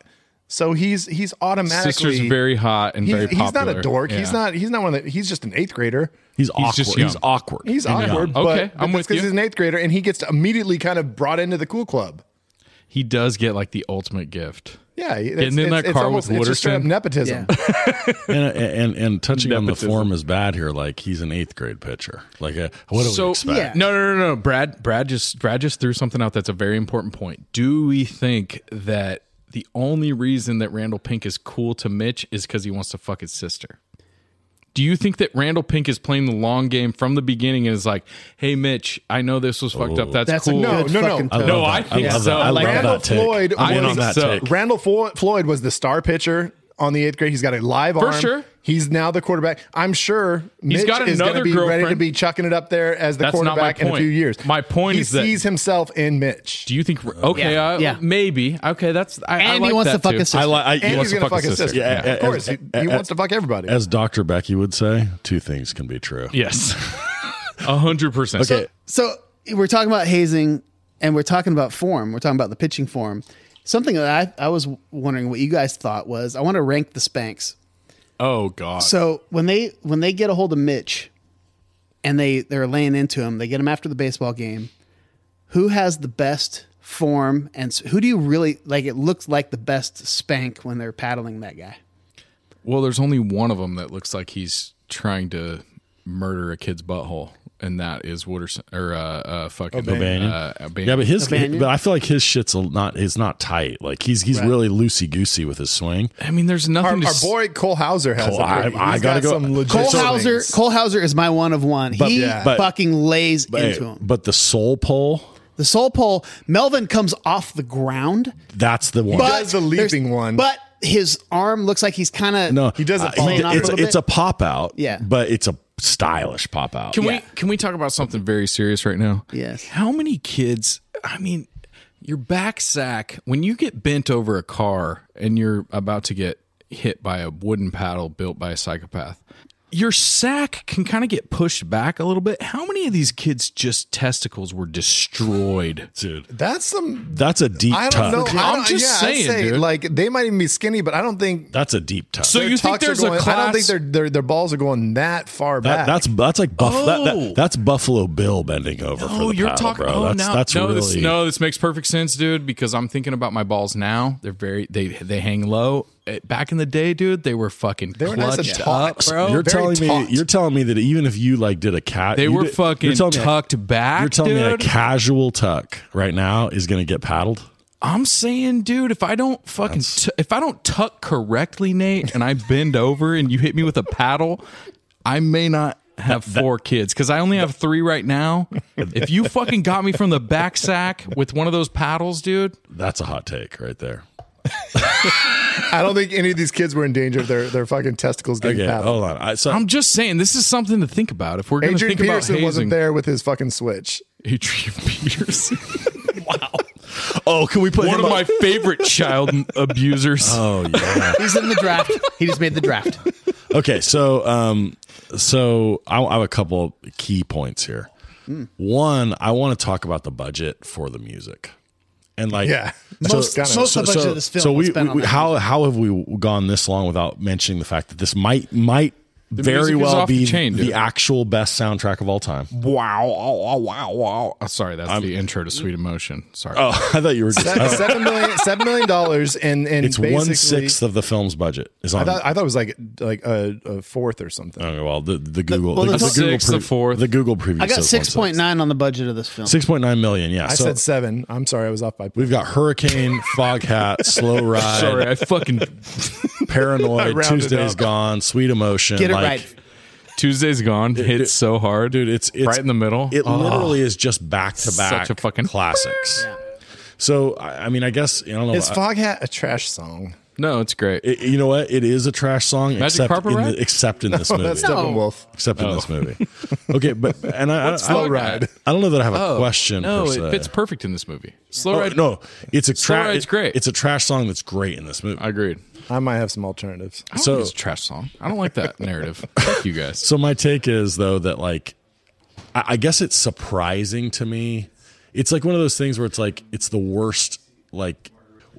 E: So he's he's automatically
B: Sister's very hot and
E: he's,
B: very
E: he's
B: popular.
E: not a dork. He's
B: Yeah.
E: not. He's not one of the. He's just an eighth grader.
F: He's awkward.
B: just
F: he's
B: young.
F: awkward.
E: He's
F: And uh,
E: awkward.
F: young.
E: But,
B: Okay,
E: but
B: I'm
E: that's
B: with
E: 'cause
B: you.
E: He's an eighth grader, and he gets immediately kind of brought into the cool club.
B: He does get like the ultimate gift.
E: Yeah, it's,
B: in
E: it's-
B: that
E: it's
B: car
E: almost,
B: with
E: it's just straight up
B: Wooderson.
E: nepotism.
F: and, uh, and and touching on the
B: Nepotism.
F: form is bad here. Like he's an eighth grade pitcher. Like uh, what do we expect?
C: yeah.
B: No, no, no, no. Brad, Brad just Brad just threw something out that's a very important point. Do we think that the only reason that Randall Pink is cool to Mitch is because he wants to fuck his sister? Do you think that Randall Pink is playing the long game from the beginning and is like, "Hey, Mitch, I know this was fucked
F: Oh.
B: up. That's,
C: That's
B: cool."
C: a
E: No,
C: good
E: no, no.
C: fucking
E: I
F: I
C: tone.
F: love
B: No,
F: that.
B: I think
F: love
B: so.
F: That. I love
E: Randall
F: that take.
E: Floyd
F: I'm in
E: was-
F: on that
B: so-
F: take.
E: Randall Flo- Floyd was the star pitcher on the eighth grade. He's got a live
B: For
E: arm.
B: sure.
E: He's now the quarterback. I'm sure Mitch
B: got
E: is going to
B: another
E: be ready to
B: girlfriend.
E: be chucking it up there as the
B: That's not my
E: quarterback in a
B: point.
E: few years.
B: My point
E: he
B: is that-
E: sees himself in Mitch.
B: Do you think? Okay,
C: Yeah,
B: uh,
C: yeah.
B: maybe. Okay, that's. I, I
C: And he
B: like
C: wants
B: that
C: to fuck
B: too.
C: his
F: I
C: sister.
F: like. I-
E: and
F: you-
E: he's
B: to
E: going to
B: fuck
E: fuck
B: his
E: his
B: sister.
E: sister.
F: Yeah,
E: of
F: as-
E: course. he he
F: as-
E: wants to fuck everybody.
F: as Doctor Becky would say, two things can be true.
B: Yes, a hundred percent.
F: Okay.
C: So we're talking about hazing, and we're talking about form. We're talking about the pitching form. Something that I, I was wondering what you guys thought was I want to rank the Spanks.
B: Oh God.
C: So when they when they get a hold of Mitch, and they they're laying into him, they get him after the baseball game. Who has the best form, and s- who do you really like? It looks like the best spank when they're paddling that guy.
B: Well, there's only one of them that looks like he's trying to murder a kid's butthole, and that is Wooderson or uh, uh fucking
F: Banyan.
B: Uh, O'Banion.
F: Yeah, but his,
C: Banyan?
F: but I feel like his shit's a not. It's not tight. Like he's he's really loosey goosey with his swing.
B: I mean, there's
E: our,
B: nothing.
E: our
B: to
E: boy Cole Hauser has.
F: Cole,
E: a pretty-
F: I- I
E: he's
F: gotta
E: got
F: go-
E: some legit
C: Cole
F: So-
C: Hauser,
E: swings.
C: Cole Hauser is my one of one. he
E: yeah.
F: but-
C: fucking lays
F: But,
C: into him.
F: but the soul pull,
C: The soul pole, Melvin comes off the ground,
F: that's the one.
C: but
E: does the
C: there's-
E: leaping one.
C: But his arm looks like he's kind of
F: no,
E: he does it
F: uh,
E: pulling
F: d-
C: up a
F: it's
C: little
F: it's a
C: bit.
F: pop out.
C: Yeah.
F: but it's a stylish pop out.
B: Can we can we talk about something very serious right now?
C: Yes.
B: How many kids? I mean, your back sack when you get bent over a car and you're about to get hit by a wooden paddle built by a psychopath. Your sack can kind of get pushed back a little bit. How many of these kids just testicles were destroyed?
F: dude?
E: that's some.
F: That's a deep
E: I don't
F: tuck.
E: know. I
B: I'm
E: don't-
B: just
E: yeah, I'd
B: saying,
E: say,
B: dude.
E: Like they might even be skinny, but I don't think
F: That's a deep tuck.
B: So you think
E: tucks are
B: there's
E: going,
B: a class?
E: I don't think their their their balls are going that far
F: That,
E: back.
F: that's that's like buff, that,
B: Oh.
F: that, that's Buffalo Bill bending over. for
B: Oh,
F: the
B: you're
F: paddle,
B: talking.
F: Bro.
B: Oh,
F: that's
B: now,
F: that's
B: no,
F: really
B: this, no, this makes perfect sense, dude. Because I'm thinking about my balls now. They're very they they hang low. Eh, Back in the day, dude, they were fucking
E: were nice and
B: clutched
E: taut.
B: up, bro.
F: You're
E: Very
F: telling
E: taut.
F: me you're telling me that even if you like did a cat,
B: they
F: you
B: were
F: did-
B: fucking
F: you're telling me-
B: tucked back.
F: You're telling
B: dude.
F: me a casual tuck right now is going to get paddled?
B: I'm saying, dude, if I don't fucking t- if I don't tuck correctly, Nate, and I bend over and you hit me with a paddle, I may not have four kids because I only have three right now. If you fucking got me from the back sack with one of those paddles, dude,
F: That's a hot take right there.
E: I don't think any of these kids were in danger of their, their fucking testicles getting
F: Okay, oh,
E: paddled.
F: hold on. I, so
B: I'm just saying this is something to think about if we're going to
E: Adrian
B: think
E: Peterson
B: about hazing.
E: wasn't there with his fucking switch.
B: Adrian Peterson,
F: oh, can we put
B: one
F: him
B: of my
F: on-
B: favorite child abusers.
F: Oh yeah.
C: he's in the draft. He just made the draft.
F: okay, so um, so I, I have a couple key points here.
C: Hmm.
F: One, I want to talk about the budget for the music, and like
E: Yeah.
F: so-
E: Most-
F: so-
E: most
C: of the budget of this film
F: So
C: was
F: we,
C: spent on
F: we-
C: that
F: how how have we gone this long without mentioning the fact that this might might very
B: music is
F: well
B: off the
F: be
B: chain, dude.
F: the actual best soundtrack of all time.
B: Wow! Oh, oh, wow! Wow! Oh, sorry, that's the intro to Sweet Emotion. Sorry.
F: Oh, I thought you were just.
E: That- seven million seven million dollars and and
F: It's one
E: basically-
F: sixth of the film's budget. Is on.
E: I thought, I thought it was like like a, a fourth or something.
F: okay, well, the, the Google,
C: well,
F: the,
C: the
F: the
C: top-
F: Google
B: Sixth, the fourth.
F: the Google preview.
C: I got
F: says one
C: six
F: sixth.
C: point nine on the budget of this film.
F: 6.9 million. Yeah.
E: I
F: so
E: said seven. I'm sorry, I was off by.
F: we've got Hurricane, Fog Hat, Slow Ride,
B: sorry, I fucking
F: Paranoid,
E: rounded
F: Tuesday's
E: up.
F: Gone, Sweet Emotion.
C: Get it
F: like,
C: right.
B: Tuesday's gone. Hit so hard,
F: Dude, it's, it's
B: right in the middle. Oh.
F: It literally is just back to back
B: Such a fucking-
F: classics. So I, I mean, I guess I don't know.
E: Is
F: I-
E: Foghat a trash song?
B: no, it's great.
F: it- you know what? It is a trash song, except
B: Carpet
F: in,
B: Ride?
F: the, except in this movie.
E: That's Steppenwolf.
B: Oh.
F: Except in this movie. Okay, but and I, I, slow
B: ride?
F: I don't know that I have a question.
B: Oh, No,
F: per
B: it
F: se.
B: fits perfect in this movie. Slow
F: Oh,
B: ride.
F: No, it's a
B: Slow
F: trash.
B: Ride's great.
F: It's a trash song that's great in this movie.
B: I agreed.
E: I might have some alternatives.
B: I don't
F: So-
B: think it's a trash song. I don't like that narrative. Fuck you guys.
F: So my take is though that like, I, I guess it's surprising to me. It's like one of those things where it's like it's the worst. Like,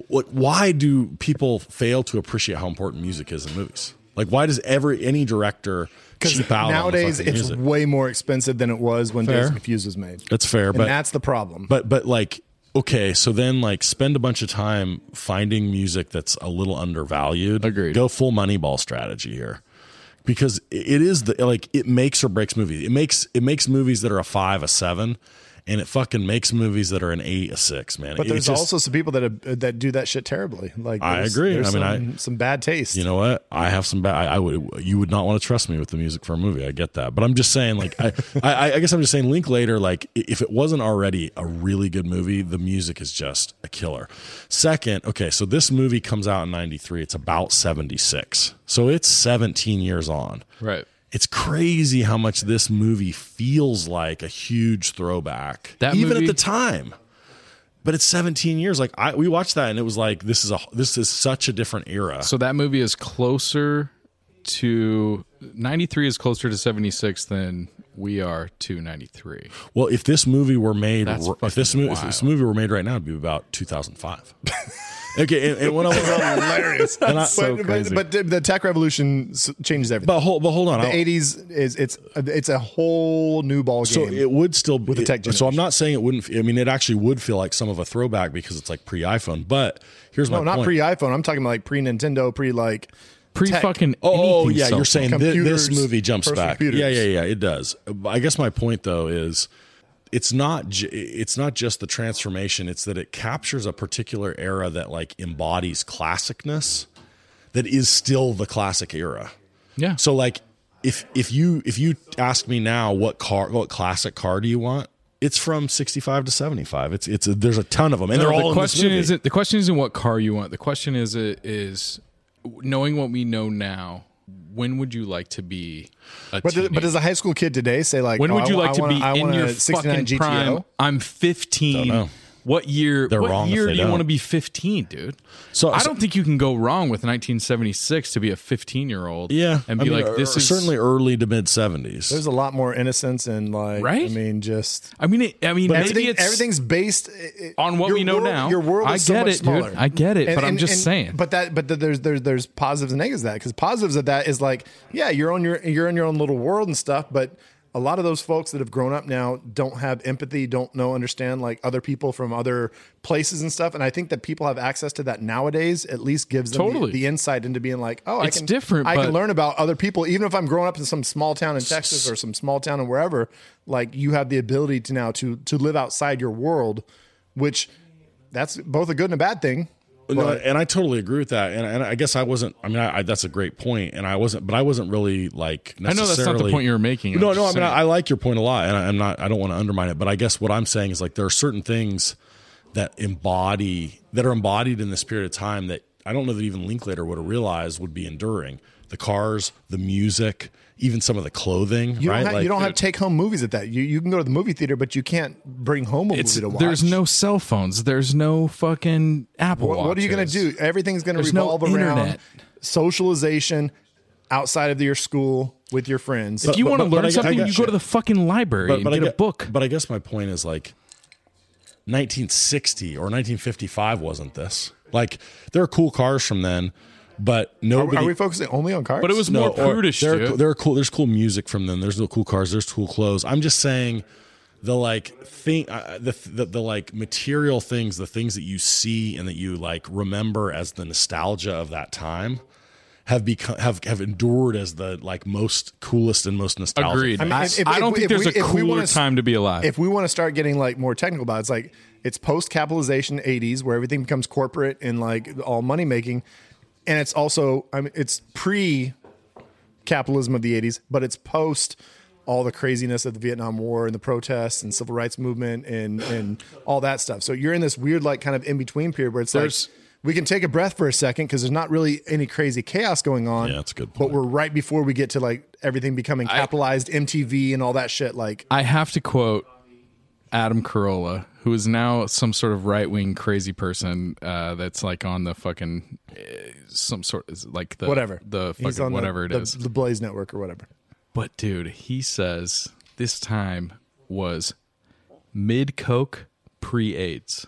F: what? Why do people fail to appreciate how important music is in movies? Like, why does every any director cheap out on the
E: Nowadays,
F: fucking
E: it's
F: music?
E: way more expensive than it was when
F: Fair.
E: Days Confused was made.
F: That's fair,
E: and
F: but-
E: that's the problem.
F: But but like okay, so then like spend a bunch of time finding music that's a little undervalued.
B: Agreed.
F: Go full Moneyball strategy here. Because it is the like it makes or breaks movies. It makes it makes movies that are a 5 a 7 and it fucking makes movies that are an 8 a 6, man.
E: But
F: It
E: there's
F: just-
E: also some people that have, uh, that do that shit terribly. Like
F: I
E: there's-
F: agree.
E: there's
F: I mean,
E: some, some bad taste.
F: You know what? I have some bad. I, I would. You would not want to trust me with the music for a movie. I get that, but I'm just saying. Like, I, I, I guess I'm just saying. Linklater, like, i- if it wasn't already a really good movie, the music is just a killer. Second, okay, so this movie comes out in '93. It's about '76, so it's 17 years on.
B: Right.
F: It's crazy how much this movie feels like a huge throwback,
B: That
F: even
B: movie-
F: at the time. But it's 17 years. Like I, we watched that, and it was like this is a this is such a different era.
B: So that movie is closer to 93 is closer to 76 than we are to 93.
F: Well, if this movie were made,
B: That's
F: if this,
B: fucking
F: mo- if this
B: wild.
F: movie were made right now, it'd be about 2005. okay, and, and when I was
E: hilarious.
F: And I-
E: but,
F: so
E: but-
F: crazy.
E: but the tech revolution s- changes everything.
F: but hold, but hold on,
E: the
F: I'll-
E: '80s is it's it's a whole new ball
F: so
E: game.
F: it would still be
E: with the tech
F: it- So I'm
E: generation.
F: not saying it wouldn't. I mean, it actually would feel like some of a throwback because it's like pre iPhone. But here's
E: no,
F: my
E: not
F: point.
E: pre iPhone. I'm talking about like pre Nintendo, pre like
B: Pre
E: tech.
B: fucking
F: Oh
B: anything
F: yeah,
B: cell phone.
F: you're saying thi- this
E: Computers,
F: movie jumps
E: personal
F: back.
E: computers.
F: Yeah, yeah, yeah, it does. I guess my point though is it's not j- it's not just the transformation, it's that it captures a particular era that like embodies classicness that is still the classic era.
B: Yeah.
F: So like if if you if you ask me now what car what classic car do you want? It's from 65 to 75. It's it's a, there's a ton of them and
B: No,
F: they're all
B: the
F: in this
B: question
F: movie.
B: isn't the question isn't what car you want. The question is it is knowing what we know now, when would you like to be a
E: But, does-
B: teenager?
E: but does a high school kid today say like,
B: when
E: oh,
B: would
E: I
B: you
E: wa-
B: like
E: I
B: to
E: wanna-
B: be
E: I
B: in
E: want
B: your
E: a
B: fucking
E: 69 GTO.
B: prime? I'm 15.
F: Don't know.
B: What year?
F: They're
B: what
F: wrong if
B: year
F: they
B: do you want to
F: don't.
B: be 15, dude?
F: So-
B: I
F: so-
B: don't think you can go wrong with 1976 to be a 15 year old.
F: yeah,
B: and
F: I
B: be
F: mean,
B: like,
F: or-
B: this
F: or
B: is
F: certainly early to mid 70s.
E: There's a lot more innocence and like,
B: Right?
E: I mean, just
B: I mean, it, I mean,
E: But
B: maybe
E: everything,
B: it's
E: everything's based i- i-
B: on what
E: your
B: we know
E: world-
B: now.
E: Your world,
B: I
E: is so
B: get
E: much
B: it, dude.
E: smaller.
B: I get it, but I'm just saying.
E: But that, but the, there's there's there's positives and negatives to that because positives of that is like, yeah, you're on your you're in your own little world and stuff, but. A lot of those folks that have grown up now don't have empathy, don't know, understand like other people from other places and stuff. And I think that people have access to that nowadays. At least gives them the-
B: Totally.
E: the, insight into being like, oh,
B: It's
E: I can
B: different,
E: I
B: but-
E: can learn about other people, even if I'm growing up in some small town in Texas or some small town in wherever. Like you have the ability to now to to live outside your world, which that's both a good and a bad thing.
F: No,
E: But-
F: and I totally agree with that. And, and I guess I wasn't. I mean, I, I, that's a great point, and I wasn't, but I wasn't really like.
B: know
F: Necessarily,
B: that's not the point you were making. I'm
F: No,
B: just
F: no. I mean,
B: saying.
F: I, I like your point a lot, and I, I'm not. I don't want to undermine it, but I guess what I'm saying is like there are certain things that embody that are embodied in this period of time that I don't know that even Linklater would have realized would be enduring. The cars, the music, even some of the clothing.
E: You don't,
F: right?
E: have, you
F: Like-
E: don't have take home movies at that. You you can go to the movie theater, but you can't bring home a
B: it's
E: movie to watch.
B: there's no cell phones. There's no fucking Apple.
E: What, what are you going to
B: Watches.
E: do? Everything's going to
B: There's no
E: revolve around
B: internet.
E: socialization outside of your school with your friends.
B: If you
F: But-
B: want to
F: but- but
B: learn
F: I get- I
B: something,
F: get
B: you go
F: you.
B: to the fucking library and get
F: I
B: a
F: gue-
B: book.
F: But I guess my point is like 1960 or 1955 wasn't this. Like there are cool cars from then, but
E: are,
F: nobody.
E: are we focusing only on cars?
B: But it was more
F: or-
B: prudish,
F: There, are
B: dude.
F: cool- there are cool. There's cool music from them. There's no cool cars. There's cool clothes. I'm just saying, the like thing, uh, the, the the like material things, the things that you see and that you like remember as the nostalgia of that time, have become have have endured as the like most coolest and most nostalgic.
B: Agreed. I,
E: mean, if- if-
B: I don't
E: if-
B: think
E: if
B: there's
E: we-
B: a
E: if we
B: cooler
E: wanna s-
B: time to be alive.
E: if we want to start getting like more technical about it, it's like it's post capitalization 80s where everything becomes corporate and like all money making and it's also I mean it's pre capitalism of the 80s but it's post all the craziness of the Vietnam War and the protests and civil rights movement and and all that stuff so you're in this weird like kind of in between period where it's
B: There's-
E: like we can take a breath for a second because there's not really any crazy chaos going on.
F: Yeah, that's a good
E: But
F: point.
E: we're right before we get to like everything becoming capitalized, MTV and all that shit. Like,
B: I have to quote Adam Carolla, who is now some sort of right wing crazy person uh, that's like on the fucking uh, some sort is like the
E: whatever.
B: the
E: He's
B: fucking
E: on the-
B: whatever
E: the,
B: it is.
E: the Blaze Network or whatever.
B: But dude, he says this time was mid coke pre AIDS.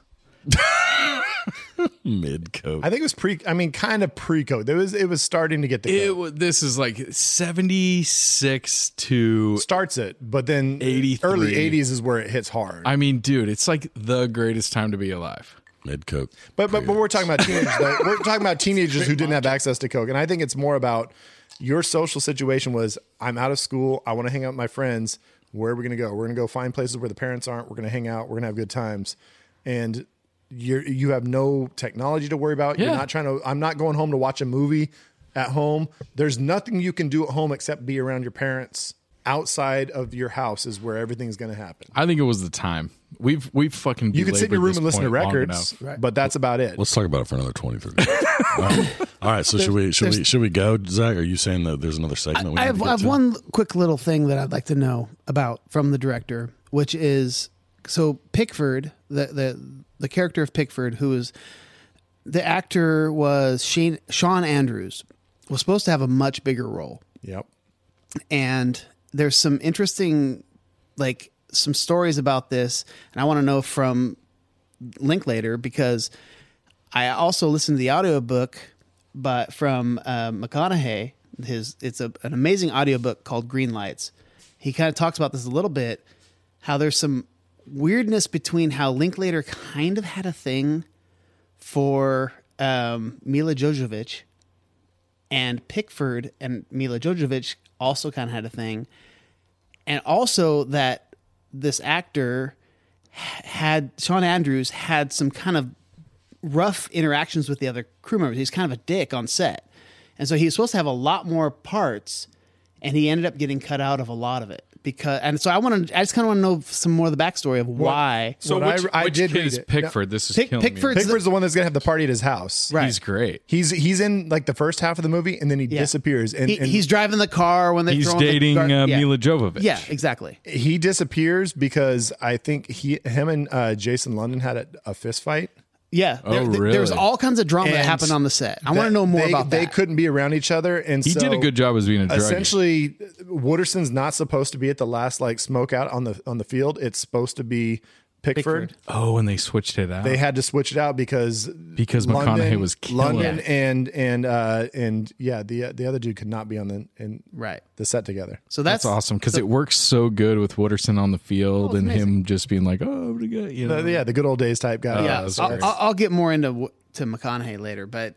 F: Mid coat.
E: I think it was pre. I mean, kind of pre-code. It was. It was starting to get the.
B: It
E: code.
B: wa- this is like seventy six to.
E: starts it, but then
B: 83.
E: early '80s is where it hits hard.
B: I mean, dude, it's like the greatest time to be alive.
F: Mid coat.
E: But but, but we're talking about teenagers. though. We're talking about teenagers who didn't have access to coke, and I think it's more about your social situation. Was I'm out of school. I want to hang out with my friends. Where are we going to go? We're going to go find places where the parents aren't. We're going to hang out. We're going to have good times, and you you have no technology to worry about. You're
B: Yeah.
E: not trying to. I'm not going home to watch a movie at home. There's nothing you can do at home except be around your parents. Outside of your house is where everything's going to happen.
B: I think it was the time we've we've fucking.
E: You can sit in your
B: belabored
E: room
B: this
E: and listen to
B: point long
E: records,
B: enough.
E: but that's about it.
F: Let's talk about it for another 20, 30 minutes. Um, all right. So should we should we should we go, Zach? Are you saying that there's another segment? we
C: I
F: need
C: have,
F: to get
C: I have
F: to?
C: one quick little thing that I'd like to know about from the director, which is so Pickford, the the the character of Pickford, who is the actor was Shane Sean Andrews, was supposed to have a much bigger role,
E: Yep.
C: and there's some interesting like some stories about this, and I want to know from Linklater because I also listened to the audiobook but from uh, McConaughey. His it's a, an amazing audiobook called Green Lights. He kind of talks about this a little bit, how there's some weirdness between how Linklater kind of had a thing for um, Mila Jojovic and Pickford and Mila Jojovic also kind of had a thing. And also that this actor had Sean Andrews had some kind of rough interactions with the other crew members. He's kind of a dick on set. And so he was supposed to have a lot more parts and he ended up getting cut out of a lot of it because and so I want to I just kind of want to know some more of the backstory of why
B: So
E: What
B: which,
E: I- I
B: which
E: did
B: kid
E: read
B: is
E: it.
B: Pickford? This is
C: Pick-
B: killing me.
C: Pickford's
E: Pickford's the one that's gonna have the party at his house.
C: Right.
B: He's great.
E: He's he's in like the first half of the movie and then he
C: Yeah.
E: disappears and,
C: He-
E: and
C: he's driving the car when they
B: He's
C: throw him the
B: dating
C: gar-
B: uh,
C: yeah.
B: Mila Jovovich.
C: Yeah, exactly.
E: he disappears because I think he him and uh, Jason London had a, a fist fight.
C: Yeah.
B: Oh,
C: there, there- there was
B: really?
C: all kinds of drama that
E: And
C: happened on the set. I want
E: That
C: to know more
E: they,
C: about
E: they
C: that.
E: couldn't be around each other and
B: He
E: so
B: did a good job as being a drug.
E: Essentially Wooderson's not supposed to be at the last like smoke out on the on the field. It's supposed to be Pickford.
B: oh, and they switched it out
E: They had to switch it out because
B: because McConaughey was killing
E: London
B: it.
E: and and uh and yeah the the other dude could not be on the in
C: Right.
E: the set together.
C: So
B: That's,
C: that's,
B: awesome because it works so good with Wooderson on the field and him just being like, "Oh, what a guy," you know.
E: Uh, yeah, the good old days type
B: Yeah.
E: guy.
C: Yeah,
B: that Uh, was
C: I'll,
B: great.
C: I'll- I'll get more into w- to McConaughey later, but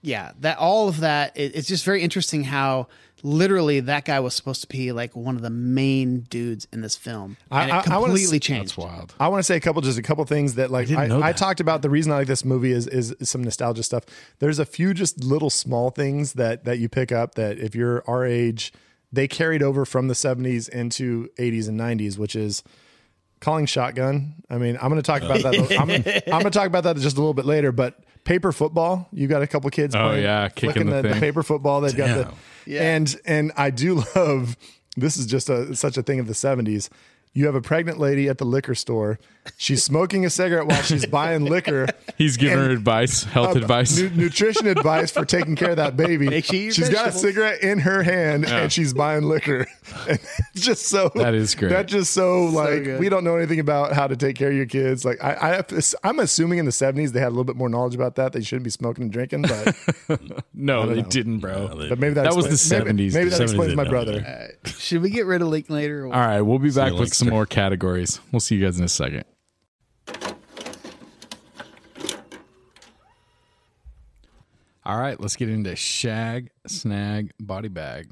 C: yeah, that all of that it, it's just very interesting how literally that guy was supposed to be like one of the main dudes in this film,
E: I-
C: and
E: I-
C: it
E: I wanna
C: completely
E: s-
C: changed.
B: Wild.
E: I want to say a couple, just a couple things that like I,
B: know
E: I
B: that.
E: talked about. The reason I like this movie is is some nostalgia stuff. There's a few just little small things that that you pick up that if you're our age, they carried over from the 70s into 80s and 90s, which is calling shotgun. I mean, I'm going to talk about that. I'm, gonna- I'm going to talk about that just a little bit later, but. Paper football. You got a couple kids.
B: Oh,
E: playing,
B: yeah, kicking
E: flicking
B: the
E: the,
B: thing.
E: paper football. They've got
F: Damn.
E: the and and I do love this is just a such a thing of the 70s. You have a pregnant lady at the liquor store. She's smoking a cigarette while she's buying liquor.
B: He's giving her
E: And- uh,
B: advice, health advice.
E: Nu- nutrition advice for taking care of that baby.
C: Make sure you eat
E: she's got a
C: vegetables.
E: cigarette in her hand and she's buying liquor. And it's just so
B: That is great.
E: That's just so, like
C: good.
E: we don't know anything about how to take care of your kids. Like I, I have to- I'm assuming in the 70s they had a little bit more knowledge about that. They shouldn't be smoking and drinking, but
B: no, they didn't, bro.
F: Yeah, they-
E: but maybe that,
B: That was
E: explains-
B: the
E: maybe-
B: 70s,
E: Maybe,
B: dude.
E: that
F: 70s
E: explains
F: they
E: my
F: don't.
E: brother.
C: Should we get rid of Link later? Or
B: All right, we'll be back
F: you
B: with some
F: later.
B: more categories. We'll see you guys in a second. All right, let's get into shag, snag, body bag.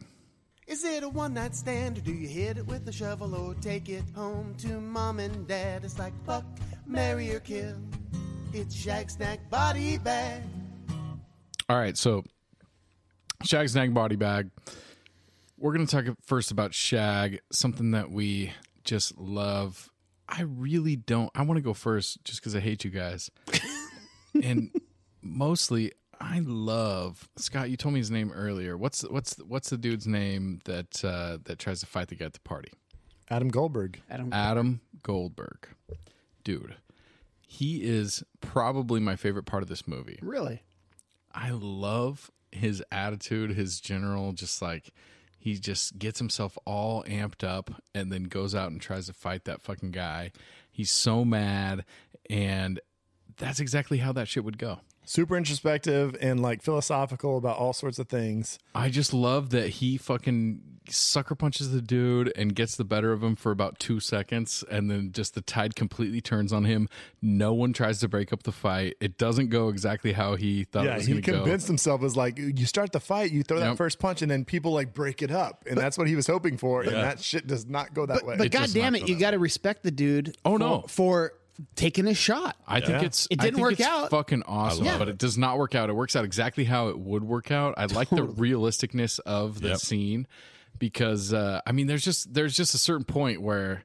H: Is it a one night stand or do you hit it with a shovel or take it home to mom and dad? It's like fuck, marry or kill. It's Shag Snack Body Bag.
B: All right, so shag, snag, body bag. We're going to talk first about shag, something that we just love. I really don't. I want to go first just because I hate you guys. and mostly I love Scott. You told me his name earlier. What's what's what's the dude's name that uh, that tries to fight the guy at the party?
E: Adam Goldberg.
C: I don't.
B: Adam Goldberg, dude. He is probably my favorite part of this movie.
C: really?
B: I love his attitude, his general, just like he just gets himself all amped up and then goes out and tries to fight that fucking guy. He's so mad. And that's exactly how that shit would go.
E: Super introspective and like philosophical about all sorts of things.
B: I just love that he fucking sucker punches the dude and gets the better of him for about two seconds. And then just the tide completely turns on him. No one tries to break up the fight. It doesn't go exactly how he thought it
E: Yeah,
B: Oh, was
E: he
B: going to go.
E: convinced himself was like, you start the fight, you throw that
B: Yep.
E: first punch, and then people like break it up, and that's what he was hoping for. And that shit does not go that way.
C: But
B: does
C: God damn
B: not
C: it,
B: go
C: you
B: that
C: got to respect the dude.
B: Oh,
C: for,
B: no.
C: for taking a shot.
B: I think it's
C: It
B: I
C: didn't
B: think
C: work
B: it's
C: out.
B: Fucking awesome,
C: love
B: but it does not work out. It works out exactly how it would work out. I like the realisticness of the
F: Yep.
B: scene because uh, I mean, there's just there's just a certain point where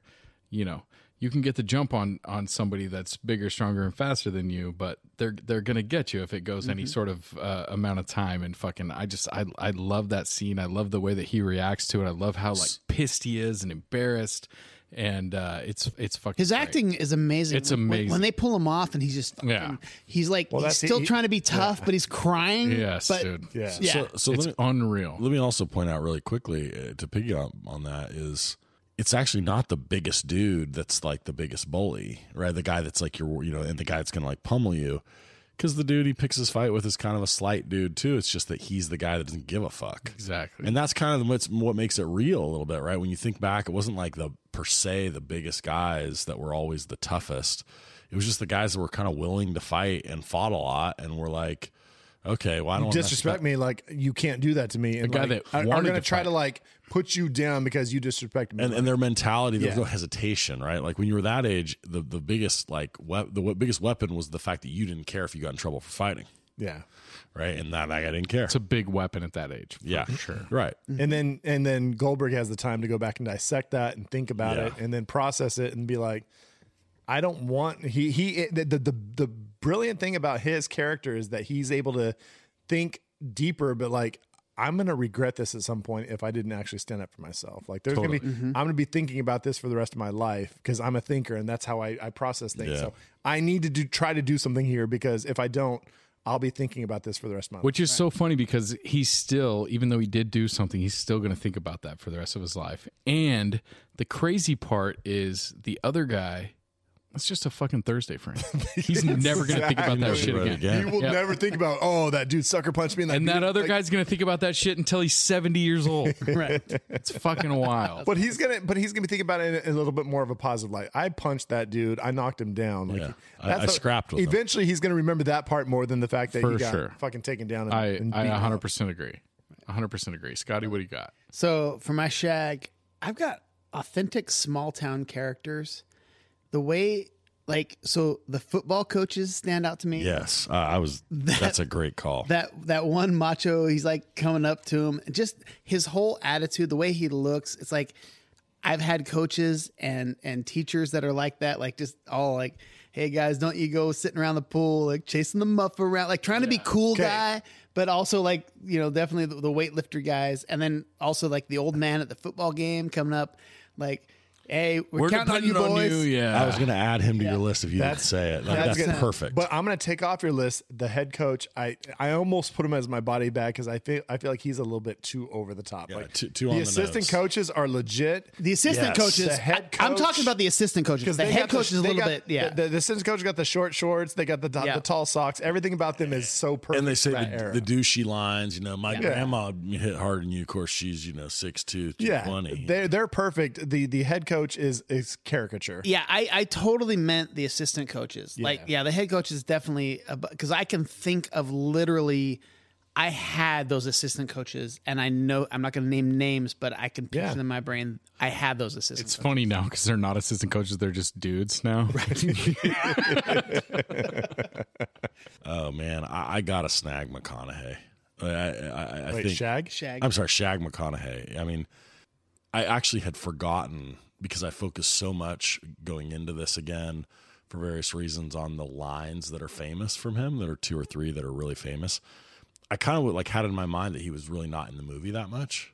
B: you know you can get the jump on on somebody that's bigger, stronger, and faster than you, but they're they're gonna get you if it goes
C: Mm-hmm.
B: any sort of uh, amount of time. And fucking, I just I I love that scene. I love the way that he reacts to it. I love how like pissed he is and embarrassed, and uh, it's it's fucking
C: His
B: great.
C: acting is amazing.
B: It's
C: When- when-
B: amazing.
C: when they pull him off, and he's just fucking,
B: Yeah.
C: He's like he's
E: that's-
C: still
E: he-
C: trying to be tough, but he's crying.
B: Yes,
C: but
B: dude.
E: yeah.
C: yeah.
F: So, so
B: it's
F: let me,
B: unreal.
F: let me also point out really quickly uh, to piggy up on that is it's actually not the biggest dude that's like the biggest bully, right? The guy that's like your, you know, and the guy that's going to like pummel you. Because the dude he picks his fight with is kind of a slight dude too. It's just that he's the guy that doesn't give a fuck.
B: Exactly.
F: And that's kind of what's what makes it real a little bit, right? When you think back, it wasn't like the per se the biggest guys that were always the toughest. It was just the guys that were kind of willing to fight and fought a lot and were like, okay, well I don't wanna
E: disrespect me like you can't do that to me and
B: guy
E: like,
B: that
E: are- are
B: wanted
E: gonna
B: to
E: try to
B: fight.
E: like put you down because you disrespect me
F: and, and their mentality there was
E: Yeah.
F: no hesitation right like when you were that age the, the biggest like we- the we- biggest weapon was the fact that you didn't care if you got in trouble for fighting
E: yeah
F: right and that like, i didn't care
B: It's a big weapon at that age.
F: yeah sure right
E: and then and then goldberg has the time to go back and dissect that and think about
F: Yeah.
E: it and then process it and be like i don't want he he the, the the the brilliant thing about his character is that he's able to think deeper but like I'm gonna regret this at some point if I didn't actually stand up for myself. Like there's gonna be,
F: Mm-hmm.
E: I'm gonna be thinking about this for the rest of my life because I'm a thinker and that's how I, I process things.
F: Yeah.
E: So I need to do try to do something here because if I don't, I'll be thinking about this for the rest of my life.
B: Which is so funny because he's still, even though he did do something, he's still going to think about that for the rest of his life. And the crazy part is the other guy, that's just a fucking Thursday friend. He's never going to think about that
E: exactly.
B: shit
F: Right
B: again.
F: again.
E: You will
B: Yeah.
E: never think about, oh, that dude sucker punched me in that.
B: And that
E: beautiful-"
B: other
E: like,
B: guy's going to think about that shit until he's 70 years old. right. It's fucking wild.
E: But he's gonna, but he's gonna be thinking about it in a- in a little bit more of a positive light. I punched that dude. I knocked him down. Like
F: Yeah. I-
E: that's
F: I scrapped with him.
E: eventually, he's gonna remember that part more than the fact that
B: For
E: he got
B: sure.
E: fucking taken down. And,
B: I,
E: and
B: I
E: beaten up.
B: 100% agree. 100% agree. Scotty, what do you got?
C: So for my shag, I've got authentic small town characters. The way, like, so the football coaches stand out to me.
F: yes uh, i was that's a great call
C: That that one macho, he's like coming up to him. Just his whole attitude, the way he looks, it's like I've had coaches and and teachers that are like that, like just all like, hey guys, don't you go sitting around the pool, like chasing the muff around, like trying to be cool guy, but also like, you know, definitely the, the weightlifter guys. And then also like the old man at the football game coming up, like, hey, we're, counting on you
B: depending
C: boys.
B: Yeah.
F: i was gonna add him to your list if you didn't say it like, that's,
E: that's gonna-
F: perfect
E: But I'm gonna take off your list. The head coach, I I almost put him as my body bag because I feel I feel like he's a little bit too over the top. like
F: too- too
E: the
F: on the
E: assistant
F: nose.
E: coaches are legit.
C: The assistant
F: Yes.
C: coaches.
E: The head
C: I- I'm
E: coach-
C: talking about the assistant coaches. The
E: they
C: head
E: got the-
C: coach is a
E: they
C: little bit,
E: got-
C: yeah.
E: The, the, assistant coach got the short shorts. They got the, t-
C: Yeah.
E: the tall socks. Everything about them is so perfect.
F: and they say
E: for that era.
F: the, the douchey lines you know my grandma hit harder than you of course she's you know 6'2
E: yeah,
F: 220
E: they're they're perfect. The the head coach is is caricature.
C: Yeah, I, I totally meant the assistant coaches. Like, yeah, the head coach is definitely because I can think of literally, I had those assistant coaches, and I know I'm not going to name names, but I can picture
E: Yeah.
C: them in my brain. I had those assistants.
B: It's funny now because they're not assistant coaches; they're just dudes now.
F: oh man i, I gotta snag mcconaughey i i, I, I
E: Wait,
F: think
E: Shag.
C: Shag.
F: I'm sorry, Shag McConaughey. I mean, I actually had forgotten because I focused so much going into this again for various reasons on the lines that are famous from him. There are two or three that are really famous. I kind of like had in my mind that he was really not in the movie that much,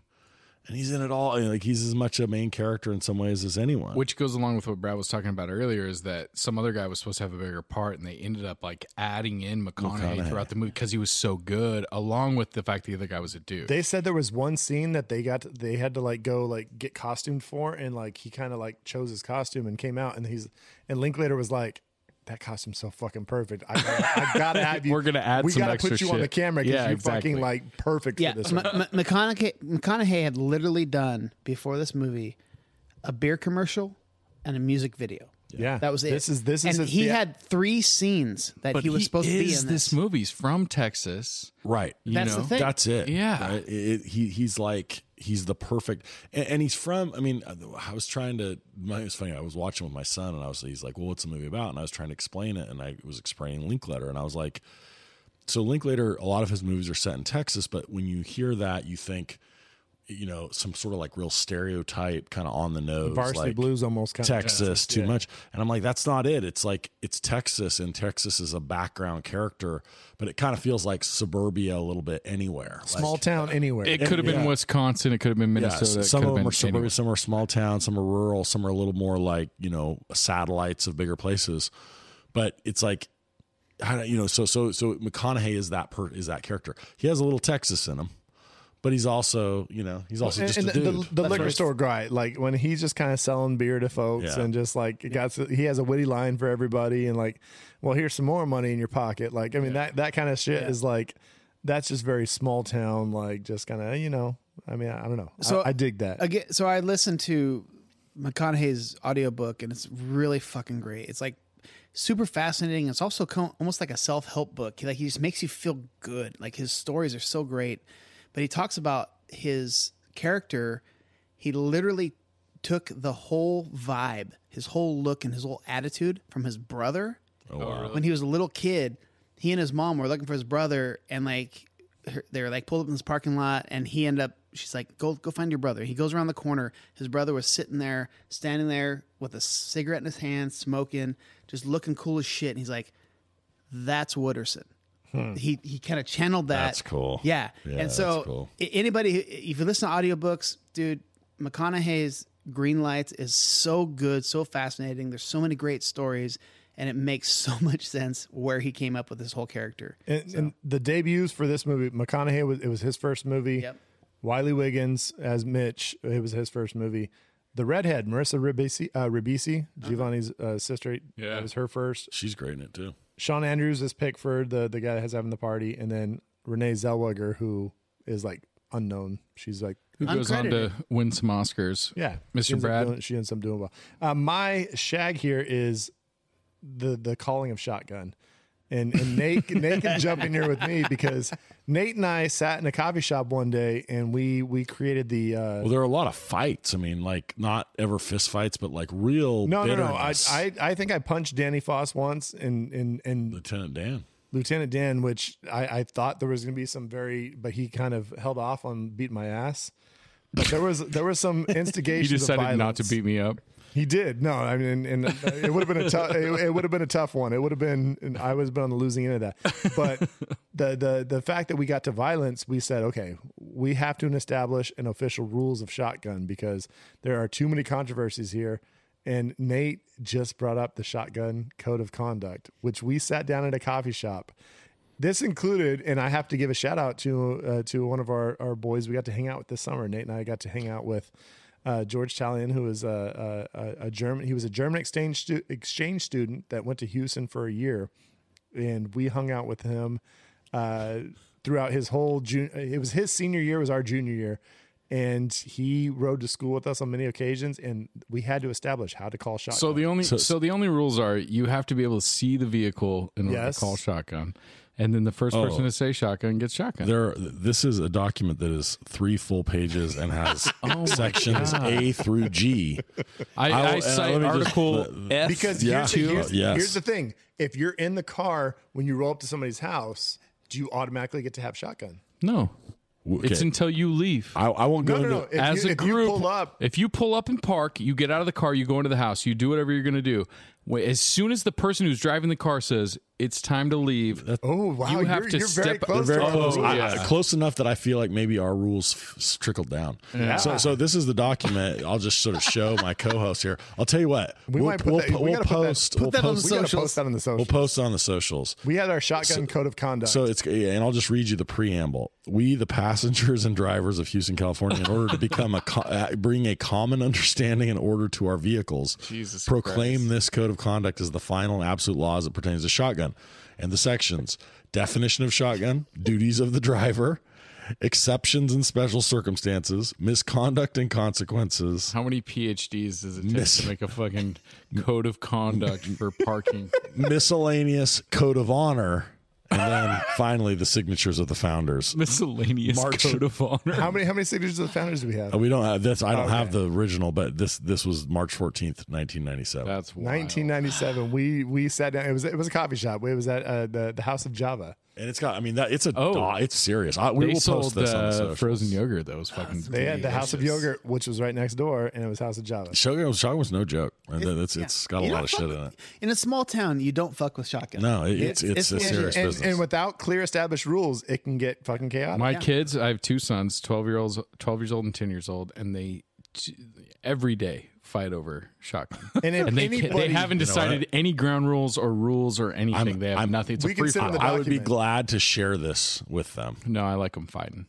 F: and he's in it all. and, Like he's as much a main character in some ways as anyone.
B: Which goes along with what Brad was talking about earlier is that some other guy was supposed to have a bigger part and they ended up like adding in McConaughey,
F: McConaughey.
B: throughout the movie because he was so good, along with the fact the other guy was a dude.
E: They said there was one scene that they got they had to like go like get costumed for and like he kind of like chose his costume and came out and he's and Linklater was like that costume's so fucking perfect. I gotta, I gotta have you.
B: We're gonna add
E: We
B: some
E: gotta
B: extra
E: put you on
B: shit."
E: the camera because
B: Yeah,
E: you're
B: exactly.
E: fucking like perfect
C: Yeah,
E: for this.
C: M-
E: role."
C: M- McConaughey, McConaughey had literally done before this movie a beer commercial and a music video.
E: Yeah.
C: that was it.
E: This is- this is
C: and
E: a-
C: he
E: yeah.
C: had three scenes that he was supposed to be
B: is
C: in this.
B: movie's from Texas.
F: Right.
B: You
C: That's
B: know?
C: the thing.
F: That's it.
B: Yeah.
F: Right? It- it- he he's like he's the perfect, and, and he's from. I mean, I was trying to. my- It was funny. I was watching with my son, and I was. He's like, "Well, what's the movie about?" And I was trying to explain it, and I was explaining Linkletter, and I was like, "So Linkletter, a lot of his movies are set in Texas, but when you hear that, you think." You know, some sort of like real stereotype, kind of on the nose,
E: Varsity
F: like-
E: Blues almost kind
F: Texas,
E: of
F: too much. And I'm like, that's not it. It's like it's Texas, and Texas is a background character, but it kind of feels like suburbia a little bit anywhere. Like-
E: small town anywhere.
B: It could have been
F: yeah.
B: Wisconsin. It could have been
F: yeah,
B: Minnesota. it
F: some
B: could
F: of
B: have
F: them
B: been
F: are suburban,
B: anywhere.
F: some are small town, some are rural, some are a little more like you know satellites of bigger places. But it's like, I don't, you know, so so so McConaughey is that per, is that character. He has a little Texas in him, but he's also you know he's also
E: and,
F: just
E: and
F: a
E: the,
F: dude.
E: the, the liquor store guy, like when he's just kind of selling beer to folks
F: Yeah.
E: and just like it got, he has a witty line for everybody and like, well, here's some more money in your pocket. Like, I mean, that, that kind of shit is like, that's just very small town, like just kind of, you know, I mean, I, I don't know. So I, I dig that.
C: Again, so I listened to McConaughey's audiobook and it's really fucking great. It's like super fascinating. It's also co- almost like a self help book. He- Like he just makes you feel good. Like his stories are so great. But he talks about his character. He literally took the whole vibe, his whole look, and his whole attitude from his brother
F: Oh,
C: when he was a little kid, he and his mom were looking for his brother, and like her, they were like pulled up in this parking lot, and he ended up. She's like, "Go, go find your brother." He goes around the corner. His brother was sitting there, standing there with a cigarette in his hand, smoking, just looking cool as shit. And he's like, "That's Wooderson." He he kind of channeled that.
F: Hmm. That's cool.
C: Yeah,
F: Yeah,
C: and so
F: that's cool.
C: i- anybody, who- if you listen to audiobooks, dude, McConaughey's Green Lights is so good, so fascinating. There's so many great stories, and it makes so much sense where he came up with this whole character.
E: And, and the debuts for this movie, McConaughey was, it was his first movie.
C: Yep.
E: Wiley Wiggins as Mitch, it was his first movie. The redhead, Marissa Ribisi, uh, Ribisi Giovanni's uh, sister,
B: Yeah.
E: that was her first.
F: She's great in it too.
E: Sean Andrews is Pickford, the the guy that has having the party, and then Renee Zellweger, who is like unknown. She's like,
B: Who goes on to win some Oscars?
E: yeah,
B: Mr.
E: she ends up
B: Brad.
E: doing- she ends up doing well. Uh, my shag here is the the calling of shotgun, and and Nate Nate can jump in here with me because Nate and I sat in a coffee shop one day and we we created the. Uh,
F: Well, there are a lot of fights. I mean, like not ever fist fights, but like real.
E: no, no, no! I,
F: bitterness.
E: I I think I punched Danny Foss once, and and and
F: Lieutenant Dan.
E: Lieutenant Dan, which I, I thought there was going to be some very, but he kind of held off on beating my ass. But there was there was some instigation.
B: He decided
E: of
B: not to
E: violence.
B: beat me up.
E: He did no. I mean, and, and it would have been a tough. It, it would have been a tough one. It would have been. And I was been on the losing end of that. But the the the fact that we got to violence, we said, okay, we have to establish an official rules of shotgun because there are too many controversies here. And Nate just brought up the shotgun code of conduct, which we sat down at a coffee shop. This included, and I have to give a shout out to uh, to one of our, our boys we got to hang out with this summer. Nate and I got to hang out with uh, George Talion, who was a, a, a German. He was a German exchange stu- exchange student that went to Houston for a year, and we hung out with him uh, throughout his whole June. It was his senior year, was our junior year, and he rode to school with us on many occasions. And we had to establish how to call shots.
B: So the only so,
F: So-
B: the only rules are you have to be able to see the vehicle in order
E: Yes.
B: to call shotgun, and then the first person to say shotgun gets shotgun.
F: Oh. There, this is a document that is three full pages and has
E: Oh
F: sections A through G.
B: I,
F: I will-
B: I,
F: uh,
B: cite
F: let me just-
B: article
F: the-
B: F
E: because
F: Yeah.
E: here's, the, here's,
F: Yes.
E: here's the thing: if you're in the car when you roll up to somebody's house, do you automatically get to have shotgun?
B: no,
F: Okay.
B: it's until you leave.
F: I, I won't go
E: No, no,
F: into.
E: no. If
B: As
E: you,
B: a
E: if
B: group,
E: you pull up,
B: if you pull up and park, you get out of the car, you go into the house, you do whatever you're going to do. Wait, as soon as the person who's driving the car says it's time to leave,
E: Oh wow,
B: you have
E: are
B: to
E: you're very
B: step.
E: close. to
F: Very
E: our rules.
F: close. I-
B: yeah.
F: close enough that I feel like maybe our rules f- trickled down. So, so this is the document. I'll just sort of show my co-host here. I'll tell you what.
E: We might put that-
F: po-
E: we gotta put that- put
F: we'll
E: that on
F: post-
E: the We gotta socials. post that on the socials.
F: We'll post on the socials.
E: We had our shotgun code of conduct.
F: So it's yeah, and I'll just read you the preamble. We, the passengers and drivers of Houston, California, in order to become a co- uh, bring a common understanding and order to our vehicles,
B: Jesus
F: proclaim
B: Christ.
F: this code of conduct as the final and absolute law as it pertains to shotgun, and the sections: definition of shotgun, duties of the driver, exceptions and special circumstances, misconduct and consequences,
B: How many PhDs does it take
F: Miss-
B: to make a fucking code of conduct for parking?
F: miscellaneous code of honor, and then finally the signatures of the founders.
B: Miscellaneous
F: March-
B: code of honor.
E: how many how many signatures of the founders do we have?
F: Uh, We don't have this. I don't have the original, but this this was March fourteenth, nineteen ninety seven.
B: That's wild.
E: 1997. We we sat down. It was it was a coffee shop. It was at uh, the the House of Java.
F: And it's got. I mean, that it's a.
B: Oh.
F: Oh, it's serious. I, we
B: They
F: will
B: sold
F: post this on the
B: uh,
F: socials.
B: frozen yogurt that was fucking.
E: They had the House of Yogurt, which was right next door, and it was House of Java.
F: Shogun was, Shogun was no joke. It's, it's, it's got a
C: You
F: lot
C: don't
F: of shit
C: fuck
F: in
C: with-
F: it.
C: In a small town, you don't fuck with shotgun.
F: No, it, it's
C: It's- it's
F: it's, a
C: legit.
F: serious
E: And,
F: business.
E: and without clear established rules, it can get fucking chaotic.
B: My kids, I have two sons, twelve year olds, twelve years old, and ten years old, and they every day fight over shotgun.
E: and if
B: And they,
E: anybody,
B: they haven't
F: You know what?
B: decided any ground rules or rules or anything. they have
F: I'm-
B: nothing. It's
E: we
B: a
E: can
B: free
E: sit
B: for
E: in the
B: all.
F: I would be
E: document.
F: glad to share this with them.
B: No, I like them fighting.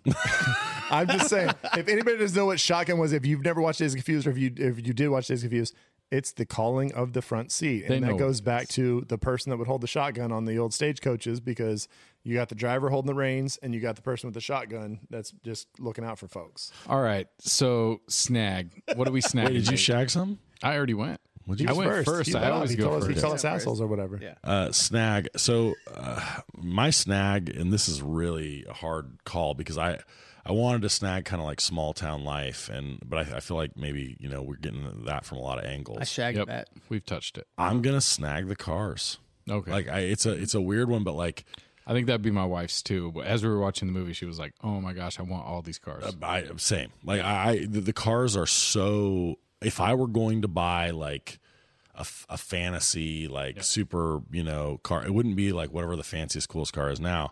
E: I'm just saying, if anybody doesn't know what shotgun was, if you've never watched Days Confused, or if you if you did watch Days Confused, it's the calling of the front seat,
B: They
E: and
B: know
E: that goes
B: what it
E: back to the person that would hold the shotgun on the old stagecoaches because you got the driver holding the reins, and you got the person with the shotgun that's just looking out for folks.
B: All right, so snag. What do we snag?
F: Wait, did you shag some?
B: I already went.
F: you
B: I
F: was
B: went first.
E: First, he
B: I
E: went
B: always
E: out, he
B: go
E: told us,
B: first.
E: He called us assholes or whatever. Yeah.
F: Uh, snag. So uh, my snag, and this is really a hard call because I I wanted to snag kind of like small town life, and but I, I feel like maybe you know we're getting that from a lot of angles.
C: I shagged
B: Yep,
C: that.
B: we've touched it.
F: I'm gonna snag the cars.
B: Okay,
F: Like I, it's a it's a weird one, but like
B: I think that'd be my wife's too. But as we were watching the movie, she was like, "Oh my gosh, I want all these cars."
F: I same. Like I, I the, the cars are so. If I were going to buy like a, f- a fantasy like super you know car, it wouldn't be like whatever the fanciest coolest car is now.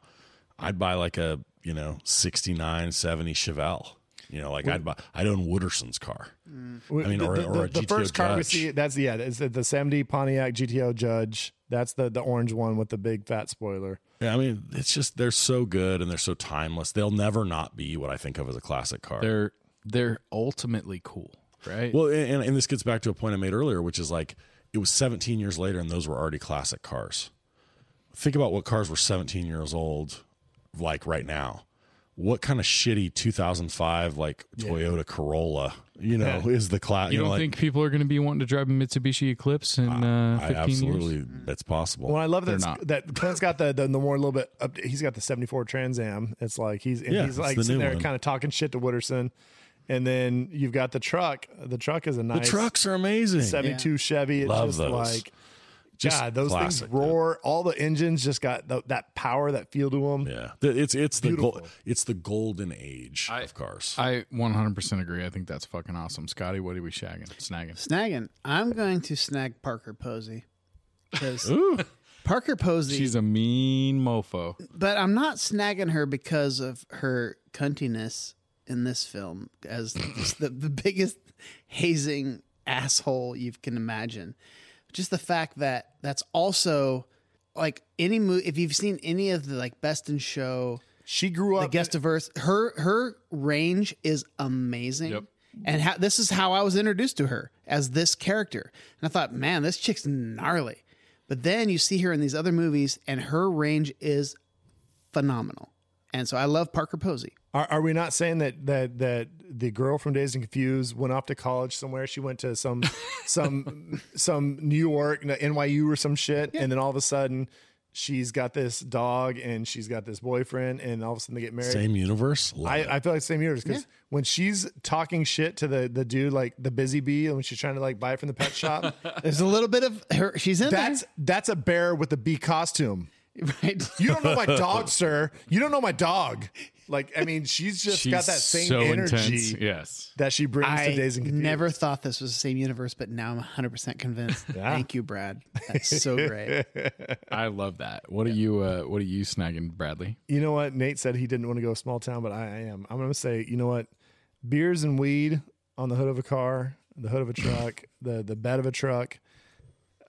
F: I'd buy like a you know 69, 70 Chevelle. You know, like I'd buy. I'd own Wooderson's car. I mean,
E: the,
F: or,
E: the-
F: or a
E: the
F: GTO
E: first car we
F: Judge.
E: see that's yeah, it's the, the 70 Pontiac GTO Judge. That's the the orange one with the big fat spoiler.
F: Yeah, I mean, it's just they're so good and they're so timeless. They'll never not be what I think of as a classic car.
B: They're they're ultimately cool, right?
F: Well, and, and- and this gets back to a point I made earlier, which is like it was 17 years later, and those were already classic cars. Think about what cars were 17 years old, like right now. What kind of shitty 2005 like Toyota Corolla, you know, is the class?
B: you don't
F: know, like,
B: think people are going to be wanting to drive a Mitsubishi Eclipse in uh,
F: I
B: 15
F: absolutely
B: years?
F: that's possible.
E: Well, I love that
B: They're
E: it's- that Clint's got the, the the more little bit. Up, he's got the '74 Trans Am. It's like he's and
F: Yeah,
E: he's
F: it's
E: like
F: the
E: sitting
F: new
E: there
F: one.
E: kind of talking shit to Wooderson, and then you've got the truck. The truck is a
F: the
E: nice
F: trucks are amazing.
E: '72 Chevy. It's
F: Love
E: just
F: those.
E: like
F: Just
E: God, those
F: classic,
E: things roar. All the engines just got th- that power, that feel to them.
F: Yeah, The- it's it's the gold,
E: Beautiful.
F: it's the golden age of cars.
B: I 100% agree. I think that's fucking awesome. Scotty, what are we shagging? Snagging.
C: Snagging. I'm going to snag Parker Posey. 'Cause Parker Posey.
B: She's a mean mofo.
C: but I'm not snagging her because of her cuntiness in this film as just the, the biggest hazing asshole you can imagine. Just the fact that that's also like any movie, if you've seen any of the like best in show,
E: She grew
C: the
E: up.
C: guest diverse, her, her range is amazing.
B: Yep.
C: And how, this is how I was introduced to her as this character. And I thought, man, this chick's gnarly. But then you see her in these other movies and her range is phenomenal. And so I love Parker Posey.
E: Are, are we not saying that that that the girl from Days and Confused went off to college somewhere? She went to some some some New York NYU or some shit, and then all of a sudden she's got this dog and she's got this boyfriend, and all of a sudden they get married.
F: Same universe. Love it.
E: I, I feel like same years because
C: Yeah.
E: when she's talking shit to the the dude like the busy bee and when she's trying to like buy it from the pet shop,
C: There's a little bit of her. She's in
E: that's that's a bear with a bee costume.
C: there, right?
E: You don't know my dog, sir. You don't know my dog. Like, I mean, she's just got that same
B: so
E: energy
B: intense. Yes.
E: that she brings to
C: I
E: Days and Confused.
C: never thought this was the same universe, but now I'm 100% convinced. Thank you, Brad. That's so great.
B: I love that. What are you uh what are you snagging, Bradley?
E: You know what? Nate said he didn't want to go small town, but I, I am. I'm going to say, you know what? Beers and weed on the hood of a car, the hood of a truck, the the bed of a truck.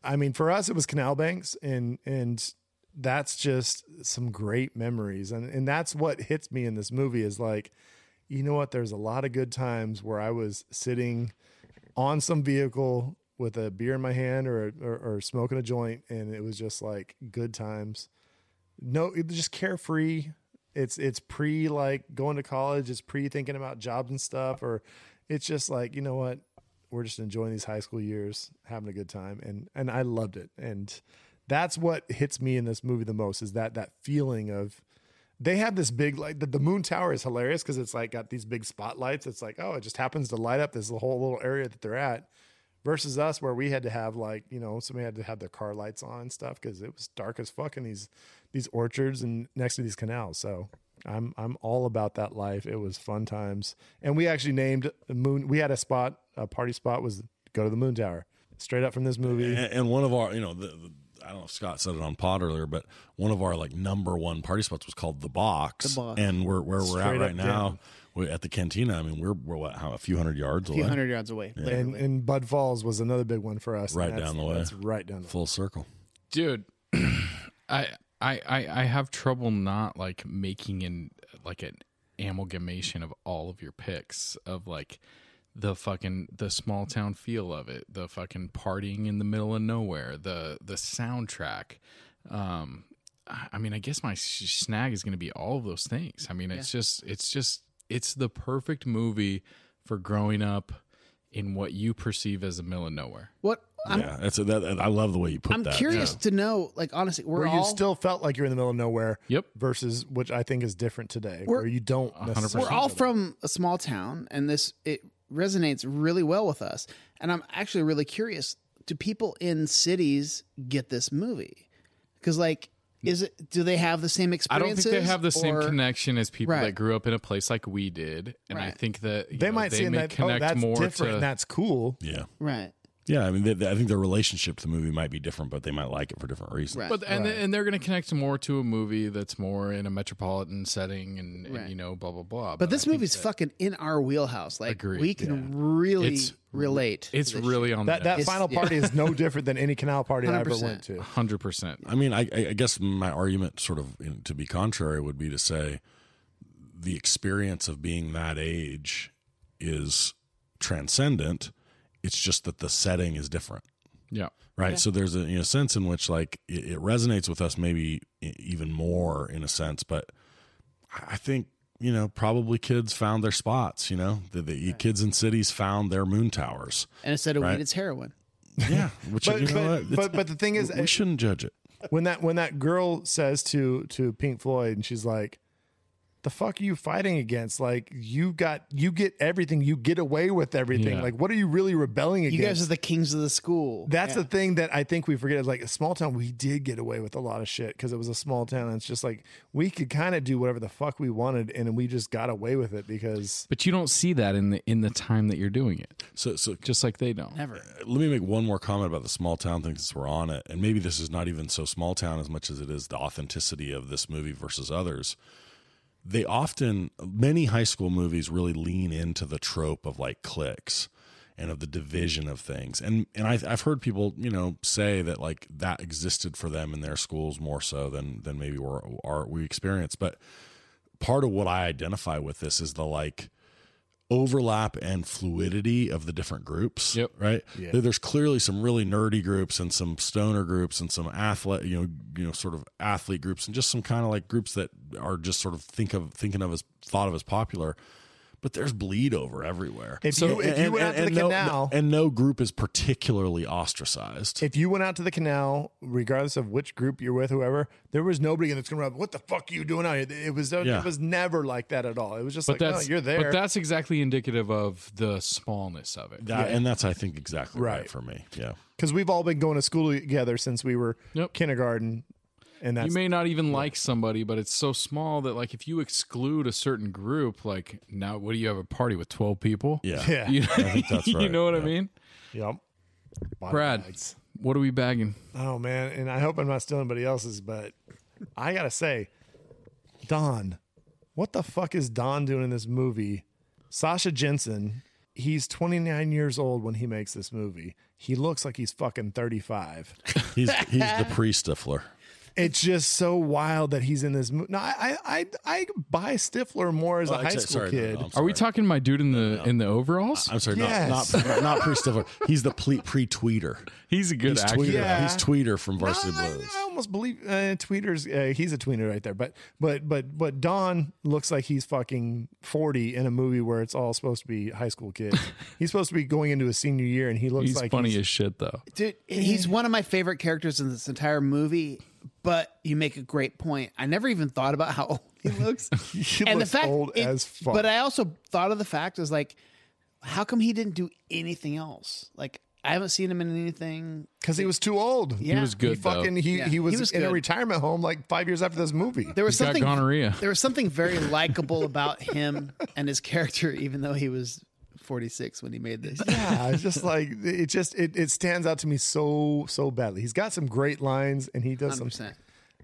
E: I mean, for us, it was canal banks, and and that's just some great memories, and and that's what hits me in this movie is like, you know what? There's a lot of good times where I was sitting on some vehicle with a beer in my hand or or, or smoking a joint, and it was just like good times no it was just carefree it's it's pre like going to college it's pre thinking about jobs and stuff or it's just like you know what we're just enjoying these high school years having a good time and and i loved it and that's what hits me in this movie the most is that that feeling of they have this big like the, the moon tower is hilarious because it's like got these big spotlights it's like oh it just happens to light up this whole little area that they're at versus us where we had to have like you know somebody had to have their car lights on and stuff because it was dark as fuck in these these orchards and next to these canals so i'm i'm all about that life it was fun times and we actually named the moon we had a spot a party spot was go to the moon tower straight up from this movie
F: And, and one of our, you know, the, the, I don't know if Scott said it on pod earlier, but one of our like number one party spots was called the Box,
C: The Box.
F: and we're where we're
E: Straight
F: at
E: up
F: right now
E: down.
F: we at the cantina. I mean, we're we're what how, a few hundred yards
C: A few
F: away,
C: hundred yards away.
E: and
C: Literally.
E: and bud falls was another big one for us
F: Right
E: and that's-
F: down the way.
E: that's right down the
F: full circle.
B: Dude, I I I I have trouble not like making an like an amalgamation of all of your picks of like the fucking the small town feel of it, the fucking partying in the middle of nowhere, the the soundtrack. Um I I mean, I guess my sh- snag is going to be all of those things. I mean, it's just it's just it's the perfect movie for growing up in what you perceive as the middle of nowhere.
C: What? I'm,
F: yeah, that's a, that, I love the way you put
C: I'm
F: that.
C: curious to know, like, honestly, we're
E: where
C: all
E: you still felt like you're in the middle of nowhere.
B: Yep.
E: Versus which I think is different today,
C: We're-
E: where you don't. necessarily-
C: we're all from a small town and this it resonates really well with us and i'm actually really curious do people in cities get this movie because like is it do they have the same
B: I don't think
C: experiences
B: they have the same
C: or-
B: connection as people that
C: Right.
B: grew up in a place like we did, and I
C: Right.
B: think that you
E: They
B: know,
E: might
B: they
E: see in
B: may
E: that. Oh,
B: connect
E: that's
B: more
E: different.
B: to
E: and that's cool.
F: Yeah,
C: right
F: yeah. I mean, they, they- I think their relationship to the movie might be different, but they might like it for different reasons.
C: Right.
B: but and and they're going to connect more to a movie that's more in a metropolitan setting, and, and
C: Right.
B: you know, blah blah blah.
C: but this
B: I think
C: movie's fucking in our wheelhouse like
B: Agreed,
C: we can really
B: It's-
C: relate to
B: it's
C: this
B: really on
E: That
B: the
E: that final
C: yeah.
E: party is no different than any canal party I ever
C: 100%.
E: went to.
B: hundred percent.
F: I mean, I, I I guess my argument, sort of you know, to be contrary, would be to say the experience of being that age is transcendent. It's just that the setting is different,
B: Yeah,
F: right? So there's a you know, sense in which like it, it resonates with us, maybe e- even more in a sense. But I I think you know, probably kids found their spots. You know, the, the kids in cities found their moon towers.
C: shit. and instead of
F: Right.
C: weed it's heroin
F: Yeah, which
E: But-
F: you know,
E: but-
F: what? It's-
E: but- but the thing is- eh,
F: we shouldn't judge it.
E: When that when that girl says to to Pink Floyd, and she's like, "The fuck are you fighting against? Like you got you get everything, you get away with everything.
B: Yeah.
E: Like what are you really rebelling
C: you
E: against?"
C: guys are the kings of the school
E: That's the thing that I think we forget is like a small town. We did get away with a lot of shit because it was a small town. And it's just like we could kind of do whatever the fuck we wanted, and we just got away with it because
B: but you don't see that in the in the time that you're doing it,
F: So so
B: just like they don't.
C: never
F: let me make one more comment about the small town thing since we're on it. And maybe this is not even so small town as much as it is the authenticity of this movie versus others. They often, many high school movies really lean into the trope of like cliques and of the division of things. And and I, I've heard people, you know, say that like that existed for them in their schools more so than than maybe we're, are we experience. But part of what I identify with this is the like overlap and fluidity of the different groups.
B: Yep.
F: Right. There- There's clearly some really nerdy groups and some stoner groups and some athlete, you know, you know, sort of athlete groups and just some kind of like groups that are just sort of think of thinking of as thought of as popular. But there's bleed over everywhere.
E: if you if you went out to the
F: no,
E: canal,
F: and no group is particularly ostracized.
E: if you went out to the canal, regardless of which group you're with, whoever, there was nobody that's gonna be like, "What the fuck are you doing out here?" It was
F: Yeah.
E: it was never like that at all. It was just
B: But
E: like, "No,
B: that's
E: you're there."
B: But that's exactly indicative of the smallness of it.
F: That- And that's, I think, exactly right.
E: Right.
F: for me. Yeah.
E: because we've all been going to school together since we were
B: Yep.
E: kindergarten. and that's
B: you may not even like somebody, but it's so small that like if you exclude a certain group, like now what do you have a party with twelve people?
F: Yeah.
E: Yeah.
B: You,
F: think that's
B: you
F: right,
B: know what I
F: yeah. Uh,
B: mean?
E: yep. Bottom
B: Brad,
E: lights.
B: what are we bagging?
E: Oh man, and I hope I'm not stealing anybody else's, but I gotta say, Don, what the fuck is Don doing in this movie? Sasha Jensen, he's 29 years old when he makes this movie. He looks like he's fucking 35.
F: He's he's the pre-stifler.
E: It's just so wild that he's in this movie. No, I, I, I, I buy Stifler more as
F: Oh,
E: a high
F: actually,
E: school
F: sorry, no, no,
E: kid.
F: I'm
B: Are we
F: sorry.
B: talking my dude in the in the overalls?
F: I'm sorry,
E: Yes.
F: not not, not pre-stifler. He's the ple- pre-tweeter.
B: he's a good
F: He's
B: actor.
F: tweeter.
E: Yeah.
F: He's tweeter from
E: No,
F: Varsity
E: I,
F: Blues.
E: I almost believe uh, tweeters. Uh, he's a tweener right there, but but but but Don looks like he's fucking forty in a movie where it's all supposed to be high school kids. he's supposed to be going into his senior year, and he looks
B: He's
E: like
B: funny
E: he's-
B: as shit though.
C: Dude,
B: eh.
C: he's one of my favorite characters in this entire movie, but you make a great point. I never even thought about how old he looks.
E: He looks old
C: it-
E: as fuck.
C: But I also thought of the fact is like, how come he didn't do anything else? Like, I haven't seen him in anything.
E: because he was too old.
C: Yeah.
B: He was
E: He
B: good though.
E: fucking he,
C: Yeah,
E: he was,
C: he was
E: in a
C: good.
E: retirement home like five years after this movie.
C: There was
B: He's got
C: something
B: gonorrhea.
C: There was something very likable about him and his character, even though he was 46 when he made this.
E: yeah, it's just like it just it, it stands out to me so so badly. He's got some great lines, and he does some
C: 100%.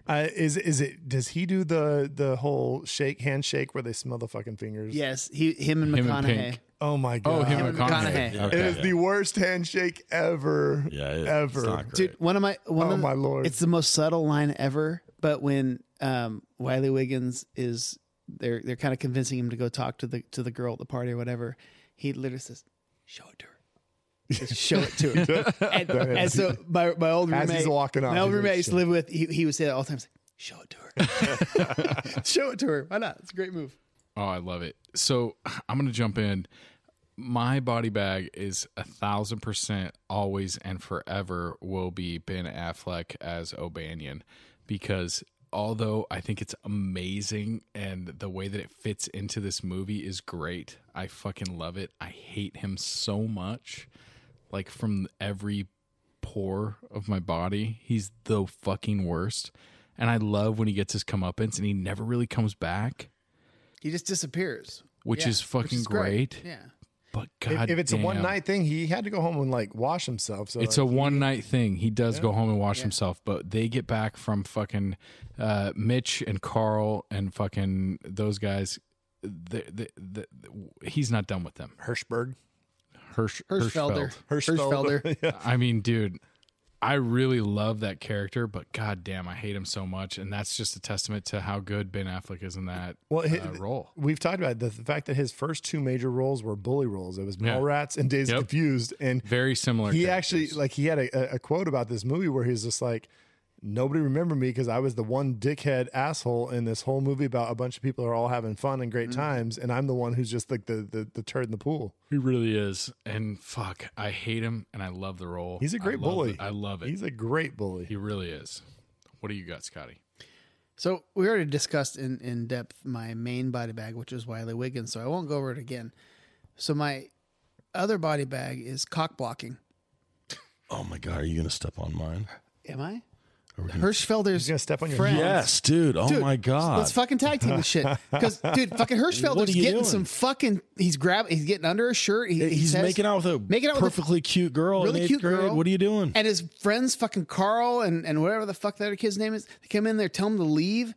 E: Uh, is is it? Does he do the the whole shake handshake where they smell the fucking fingers?
C: Yes, he, him and
B: Him and
C: McConaughey.
B: Pink.
E: Oh my god.
B: Oh, him
C: Him
B: and
C: and
B: McConaughey.
C: McConaughey.
F: Yeah,
E: It
F: okay,
E: is
F: yeah.
E: the worst handshake ever.
F: Yeah, it- it's
E: ever.
F: not great.
C: Dude, one of my one
E: Oh,
C: of the-
E: my Lord.
C: It's the most subtle line ever. But when um, Wiley Wiggins is, they're they're kind of convincing him to go talk to the to the girl at the party or whatever. He literally says, "Show it to her." Just show it to her. and, and so my my old
E: As
C: roommate,
E: he's walking out,
C: my old
E: he's like,
C: roommate I used to
E: "Show it."
C: live with. He, he would say that all the time. he's like, Show it to her. show it to her. Why not? It's a great move.
B: Oh, I love it. So I'm gonna jump in. My body bag is a thousand percent always and forever will be Ben Affleck as O'Banion because although I think it's amazing and the way that it fits into this movie is great, I fucking love it. I hate him so much. Like from every pore of my body, he's the fucking worst. And I love when he gets his comeuppance and he never really comes back
C: He just disappears,
B: Which is fucking
C: great.
B: great.
C: Yeah.
B: But
E: If,
B: God,
E: if it's a
B: damn,
E: one night thing, he had to go home and like wash himself. So uh,
B: It's a one night thing. He does go home and wash himself, but they get back from fucking uh, Mitch and Carl and fucking those guys. The, the, the, he's not done with them.
E: Hirschberg.
B: Hirsch,
C: Hirschfelder.
B: Hirschfeld.
E: Hirschfeld.
C: Hirschfelder.
B: I mean, dude, I really love that character, but god damn, I hate him so much. And that's just a testament to how good Ben Affleck is in that
E: Well, hi-
B: uh, role.
E: We've talked about the, the fact that his first two major roles were bully roles. It was
B: Yeah.
E: Mallrats and Days
B: Yep.
E: Confused, and
B: Very similar.
E: he
B: characters.
E: actually like he had a, a- a quote about this movie where he's just like nobody remembered me because i was the one dickhead asshole in this whole movie about a bunch of people are all having fun and
B: Mm.
E: great times and i'm the one who's just like the, the the turd in the pool
B: He really is. And fuck, I hate him and I love the role.
E: he's a great
B: I love
E: bully
B: it. I love it.
E: he's a great bully
B: he really is. What do you got, Scotty?
C: So we already discussed in, in depth my main body bag, which is Wiley Wiggins, so I won't go over it again. So my other body bag is cock blocking.
F: Oh my god, are you gonna step on mine?
C: Am I? Hirschfelder's
E: He's gonna step on your
C: friend.
F: Yes, dude. Oh
C: Dude,
F: my god.
C: Let's fucking tag team this shit. Because dude, fucking
F: What are
C: Hirschfelder's
F: you
C: getting
F: doing?
C: some fucking he's grabbing he's getting under a shirt. He, he
F: He's
C: says-
F: making out with a
C: making out with a
F: perfectly cute girl. in
C: really
F: eighth
C: cute
F: grade.
C: girl.
F: What are you doing?
C: And his friends, fucking Carl and, and whatever the fuck that other kid's name is, they come in there, tell him to leave.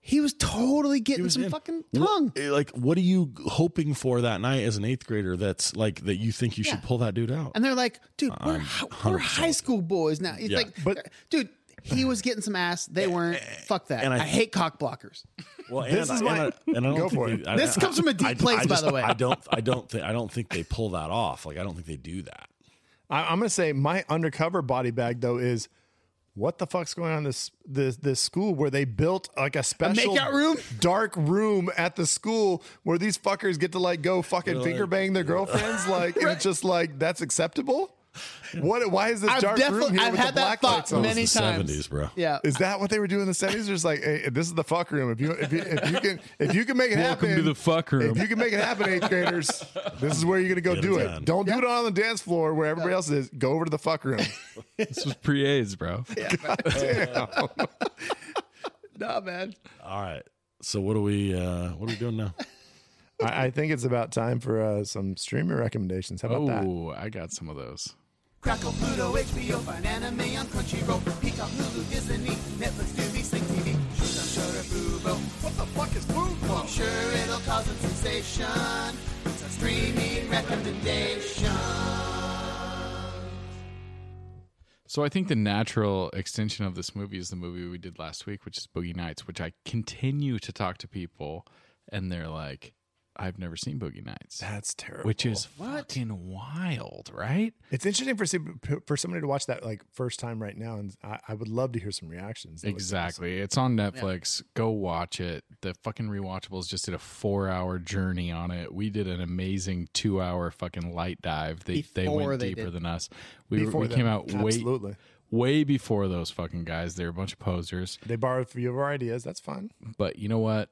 C: He was totally getting
F: was
C: some
F: in.
C: fucking tongue.
F: What- eh, like, what are you hoping for that night as an eighth grader? That's like that you think you should
C: Yeah.
F: pull that dude out.
C: And they're like, dude, we're,
F: I'm
C: hi- we're
F: 100%
C: high school boys now. It's
F: Yeah.
C: like,
E: But-
C: dude, he was getting some ass. They weren't. Fuck that.
F: and I-
C: I, hate cock blockers.
F: Well,
E: This
F: and
E: is
F: I-
E: my-
F: and I- and I don't
E: Go
F: think
E: for it.
F: they- I-
C: This
F: I-
C: comes from a deep place, by the way.
F: I don't, I don't think, I don't think they pull that off. Like, I don't think they do that.
E: I, i'm gonna say my undercover body bag though is what the fuck's going on in this this this school where they built like a special
C: makeout room?
E: dark room at the school where these fuckers get to like go fucking finger bang their girlfriends like and it's just like that's acceptable What? Why is this
C: I've
E: dark room
C: definitely-
E: here
C: I've
E: with
C: had
E: the
C: that
E: black
C: thought
E: lights on?
F: That was
C: Many
F: the
C: times.
F: 70s, bro.
C: Yeah.
E: Is that what they were doing in the seventies? Just like, hey, this is the fuck room. If you if you, if you can if you can make it
B: Welcome
E: happen
B: to the fuck room.
E: If you can make it happen, eighth graders, this is where you're gonna go
F: Get
E: do
F: it
E: it.
F: done.
E: Don't do it on the dance floor where everybody else is. Go over to the fuck room.
B: this was pre-A's, bro.
E: Damn.
C: nah, man.
F: All right. So what are we uh what are we doing now?
E: I, I think it's about time for uh, some streamer recommendations. How about that?
B: Oh, I got some of those.
H: Crackle, Pluto, HBO, find anime on Crunchyroll, Peacock, Hulu, Disney, Netflix, Tubi, Sling TV, Shoots on Shudder, Fubo. What the fuck is Fubo? I'm sure it'll cause some sensation. It's a streaming recommendation.
B: So I think the natural extension of this movie is the movie we did last week, which is Boogie Nights, which I continue to talk to people, and they're like, "I've never seen Boogie Nights,"
E: That's terrible.
B: which is fucking wild, right?
E: It's interesting for some- for somebody to watch that like first time right now, and I, I would love to hear some reactions. That was-
B: Exactly. It's on Netflix. Go watch it. The fucking rewatchables just did a four-hour journey on it. We did an amazing two-hour fucking light dive. They they
C: Before
B: went
C: they
B: deeper
C: did.
B: than us. We,
E: Before
B: we
E: them.
B: came out way
E: Absolutely.
B: way before those fucking guys. They were a bunch of posers.
E: They borrowed three of our ideas. That's fine.
B: but you know what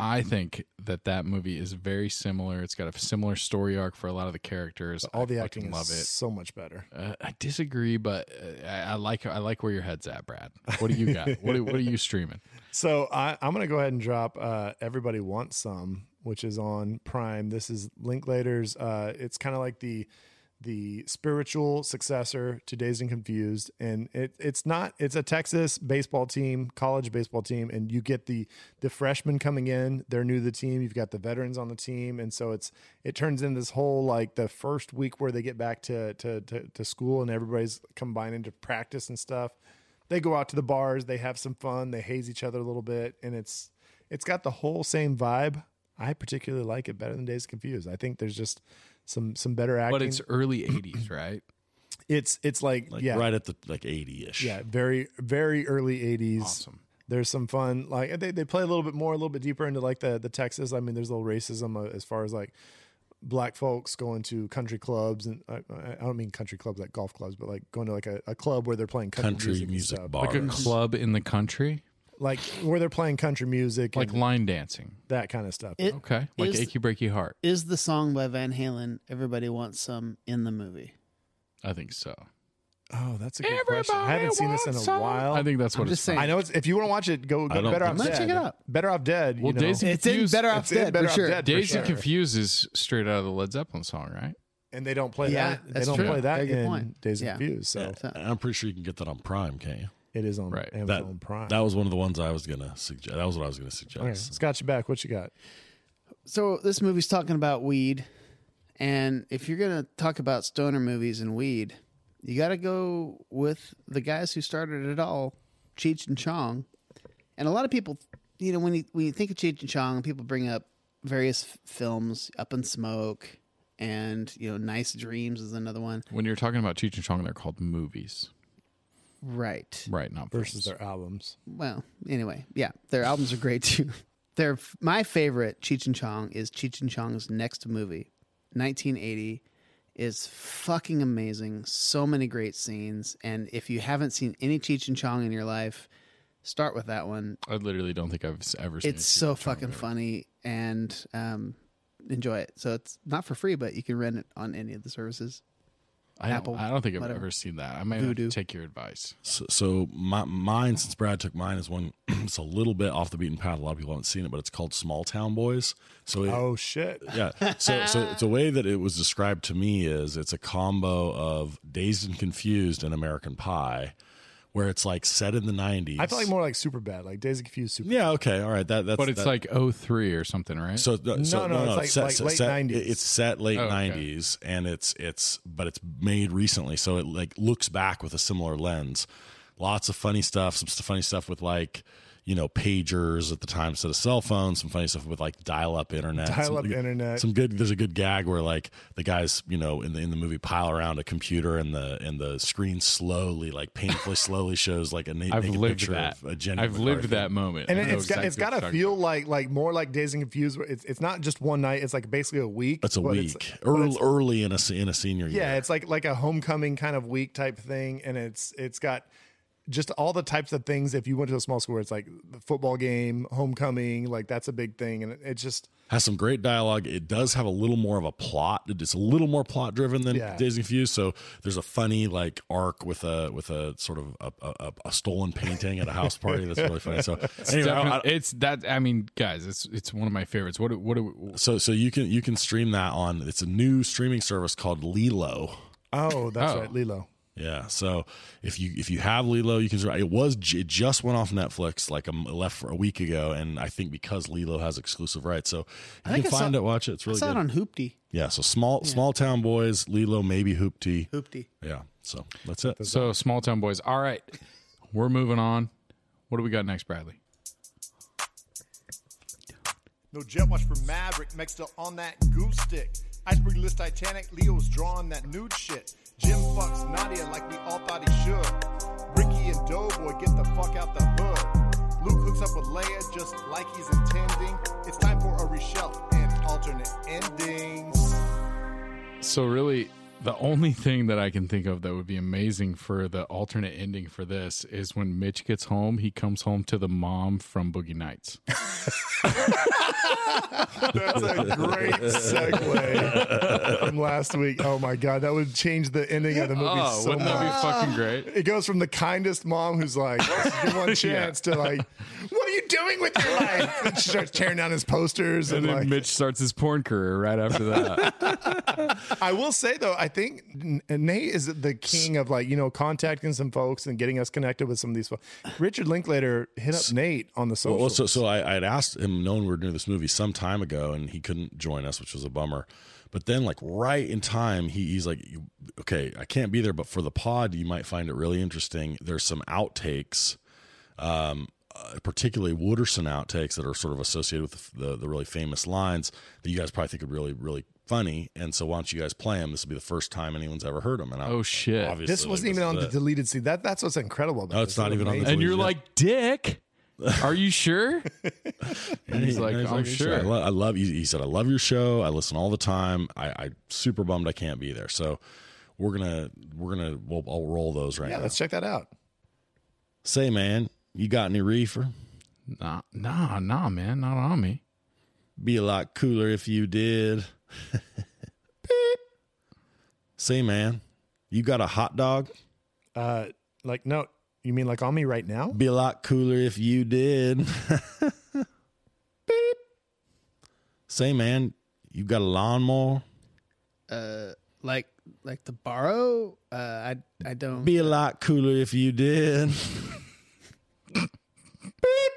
B: i think that that movie is very similar it's got a similar story arc for a lot of the characters
E: All
B: I
E: the
B: fucking
E: acting
B: love
E: is
B: it
E: so much better.
B: uh, i disagree but uh, I, I like i like where your head's at brad what do you got what, do, what are you streaming
E: So I, I'm going to go ahead and drop uh, "Everybody Wants Some," which is on Prime. This is Linklater's. Uh, it's kind of like the the spiritual successor to Dazed and Confused, and it it's not. It's a Texas baseball team, college baseball team, and you get the the freshmen coming in. They're new to the team. You've got the veterans on the team, and so it's it turns into this whole like the first week where they get back to to to, to school, and everybody's combining to practice and stuff they go out to the bars, they have some fun, they haze each other a little bit, and it's it's got the whole same vibe. I particularly like it better than Days Confused. I think there's just some some better acting.
B: but it's early 80s right
E: it's it's like,
F: Like
E: yeah,
F: right at the like 80ish.
E: yeah, very very early '80s. Awesome. There's some fun. Like they, they play a little bit more, a little bit deeper into like the the Texas. I mean, there's a little racism uh, as far as like black folks going to country clubs and I, I don't mean country clubs like golf clubs, but like going to like a, a club where they're playing country,
F: Country
E: music,
F: music,
E: and stuff.
F: bars.
B: like a club in the country
E: like where they're playing country music,
B: like
E: and,
B: line dancing
E: that kind of stuff.
C: It-
B: okay like
C: Is-
B: achy breaky heart
C: Is the song by Van Halen "Everybody Wants Some" in the movie?
B: i think so
E: oh, that's a good question. I haven't seen this in a while.
B: i think that's what
C: I'm
B: it's
C: just
B: from.
E: I know it's. If you want to watch it, go, go
F: don't
E: better off
F: think
E: dead.
C: so. Check it out.
E: Better off dead.
B: Well,
E: you know.
B: Daisy
C: It's in
B: Confused-
C: Better Off
E: It's in
C: Dead
E: Better
C: for
E: Off
C: sure.
E: Dead for
B: Dazed and
E: sure.
B: Confused is straight out of the Led Zeppelin song, right?
E: and they don't play
C: Yeah,
E: that. They
C: that's
E: don't
C: true.
E: play that
C: Very good
E: in
C: point.
E: Days
C: Yeah.
E: and Confused. So
F: I'm pretty sure you can get that on Prime, can't you?
E: it is on
B: Right.
F: That,
E: Amazon Prime.
F: that was one of the ones I was gonna suggest. That was what I was gonna suggest.
E: okay. Scotch you back. What you got?
C: So this movie's talking about weed, and if you're gonna talk about stoner movies and weed, you got to go with the guys who started it all, Cheech and Chong. And a lot of people, you know, when you when you think of Cheech and Chong, people bring up various f- films, Up in Smoke, and you know, Nice Dreams is another one,
B: When you're talking about Cheech and Chong, they're called movies,
C: right?
B: right? Not films.
E: Versus their albums.
C: Well, anyway, yeah, their albums are great too. Their my favorite Cheech and Chong is Cheech and Chong's next movie, 1980, is fucking amazing. So many great scenes, and if you haven't seen any Cheech and Chong in your life, start with that one.
B: I literally don't think I've s- ever seen. a
C: It's
B: Cheech
C: so
B: and Chong
C: fucking
B: movie.
C: funny and um, enjoy it. So it's not for free, but you can rent it on any of the services.
B: I don't,
C: Apple,
B: I don't think I've
C: whatever.
B: ever seen that. I may have
C: Voodoo.
B: to take your advice.
F: So, so my, mine, since Brad took mine, is one. it's a little bit off the beaten path. A lot of people haven't seen it, but it's called Small Town Boys. So it,
E: Oh shit!
F: yeah. So, so the way that it was described to me is it's a combo of Dazed and Confused and American Pie, where it's like set in the '90s.
E: I feel like more like super bad, like Days and Confused. Super.
F: Yeah. Okay. All right. That. That's.
B: But it's
F: that-
B: like 03 or something, right?
F: So, no, so
E: no, it's
F: no, no,
E: like-
F: it's set,
E: like
F: set-
E: late
F: set-
E: 90s.
F: It's set late
B: Oh, okay.
F: '90s, and it's it's but it's made recently, so it like looks back with a similar lens. Lots of funny stuff. Some st- funny stuff with like. you know, pagers at the time instead of cell phones, some funny stuff with like dial up internet. some-
E: Dial-up internet.
F: Some good there's a good gag where like the guys, you know, in the in the movie pile around a computer and the and the screen slowly, like painfully slowly shows like a na-
B: I've
F: naked
B: lived
F: picture
B: that.
F: of a Jenny
B: I've lived
F: McCarthy.
B: that moment.
E: And
B: I
E: it,
B: know
E: has got it's
B: exactly what
E: got
B: you're
E: to
B: talking
E: feel
B: about.
E: like like more like Days and Confused. Where it's it's not just one night. It's like basically a week.
F: It's a
E: but
F: week
E: but
F: early,
E: it's-
F: early in a se- in a senior year.
E: yeah, it's like like a homecoming kind of week type thing, and it's it's got just all the types of things. If you went to a small school, where it's like the football game, homecoming, like that's a big thing, and it, it's just
F: has some great dialogue. It does have a little more of a plot. It's a little more plot driven than
E: Yeah.
F: Days and Confused. So there's a funny like arc with a with a sort of a, a, a stolen painting at a house party. That's really funny. So anyway, I- I-
B: Definitely- it's that. I mean, guys, it's it's one of my favorites. What do- what do we-
F: so so you can you can stream that on. It's a new streaming service called Lilo.
E: oh, that's
B: Oh.
E: right, Lilo.
F: Yeah. So if you if you have Lilo, you can. It was it just went off Netflix like a m left for a week ago, and I think because Lilo has exclusive rights, so if you
C: think
F: can
C: I saw-
F: find it, watch it. It's really
C: it's out
F: good.
C: on Hoopty.
F: yeah. So small small town boys, Lilo, maybe Hoopty.
C: Hoopty.
F: Yeah. So that's it.
B: So small town boys. All right, we're moving on. What do we got next, Bradley?
H: No jet watch for Maverick, Mech still on that goose stick. Iceberg list Titanic, Leo's drawing that nude shit. Jim fucks Nadia like we all thought he should. Ricky and Doughboy get the fuck out the hood. Luke hooks up with Leia just like he's intending. It's time for a reshelf and alternate endings.
B: So really, the only thing that I can think of that would be amazing for the alternate ending for this is when Mitch gets home, he comes home to the mom from Boogie Nights.
E: That's a great segue from last week. Oh my god, that would change the ending of the movie
B: Oh,
E: so
B: wouldn't
E: much.
B: that be fucking great?
E: It goes from the kindest mom who's like, "This is your one chance," to like, "What are you doing with your life?" And she starts tearing down his posters and,
B: And then
E: like.
B: Mitch starts his porn career right after that.
E: I will say though, I think N- Nate is the king of like you know contacting some folks and getting us connected with some of these folks. Richard Linklater hit up Nate on the social.
F: Well, so, so I, I'd asked him, knowing we were doing this movie some time ago, and he couldn't join us, which was a bummer. But then, like right in time, he, he's like, "You- "Okay, I can't be there, but for the pod, you might find it really interesting. There's some outtakes, um, uh, particularly Wooderson outtakes that are sort of associated with the, the, the really famous lines that you guys probably think are really, really funny. And so, why don't you guys play them? This will be the first time anyone's ever heard them. And I,
B: Oh, shit.
F: obviously,
E: this wasn't
F: like,
E: even
F: is
E: on the
F: it.
E: deleted scene. That that's what's incredible. About
F: No, it's
E: this.
F: not even on the
E: Amazing.
B: and you're
F: Yeah.
B: like, Dick, are you sure? And he's like, "Oh, I'm
F: I
B: sure.
F: love, I love. He, he said, I love your show. I listen all the time. I, I super bummed I can't be there. So we're gonna we're gonna we'll, I'll roll those right
E: Yeah,
F: now.
E: let's check that out.
F: Say, man, you got any reefer?
B: Nah, nah, nah, man, not on me.
F: Be a lot cooler if you did. Beep. Say, man, you got a hot dog?
E: Uh, Like, no, you mean like on me right now?
F: Be a lot cooler if you did. Beep. Say, man, you got a lawnmower?
C: Like like to borrow? Uh, I I don't.
F: Be a lot cooler if you did. Beep.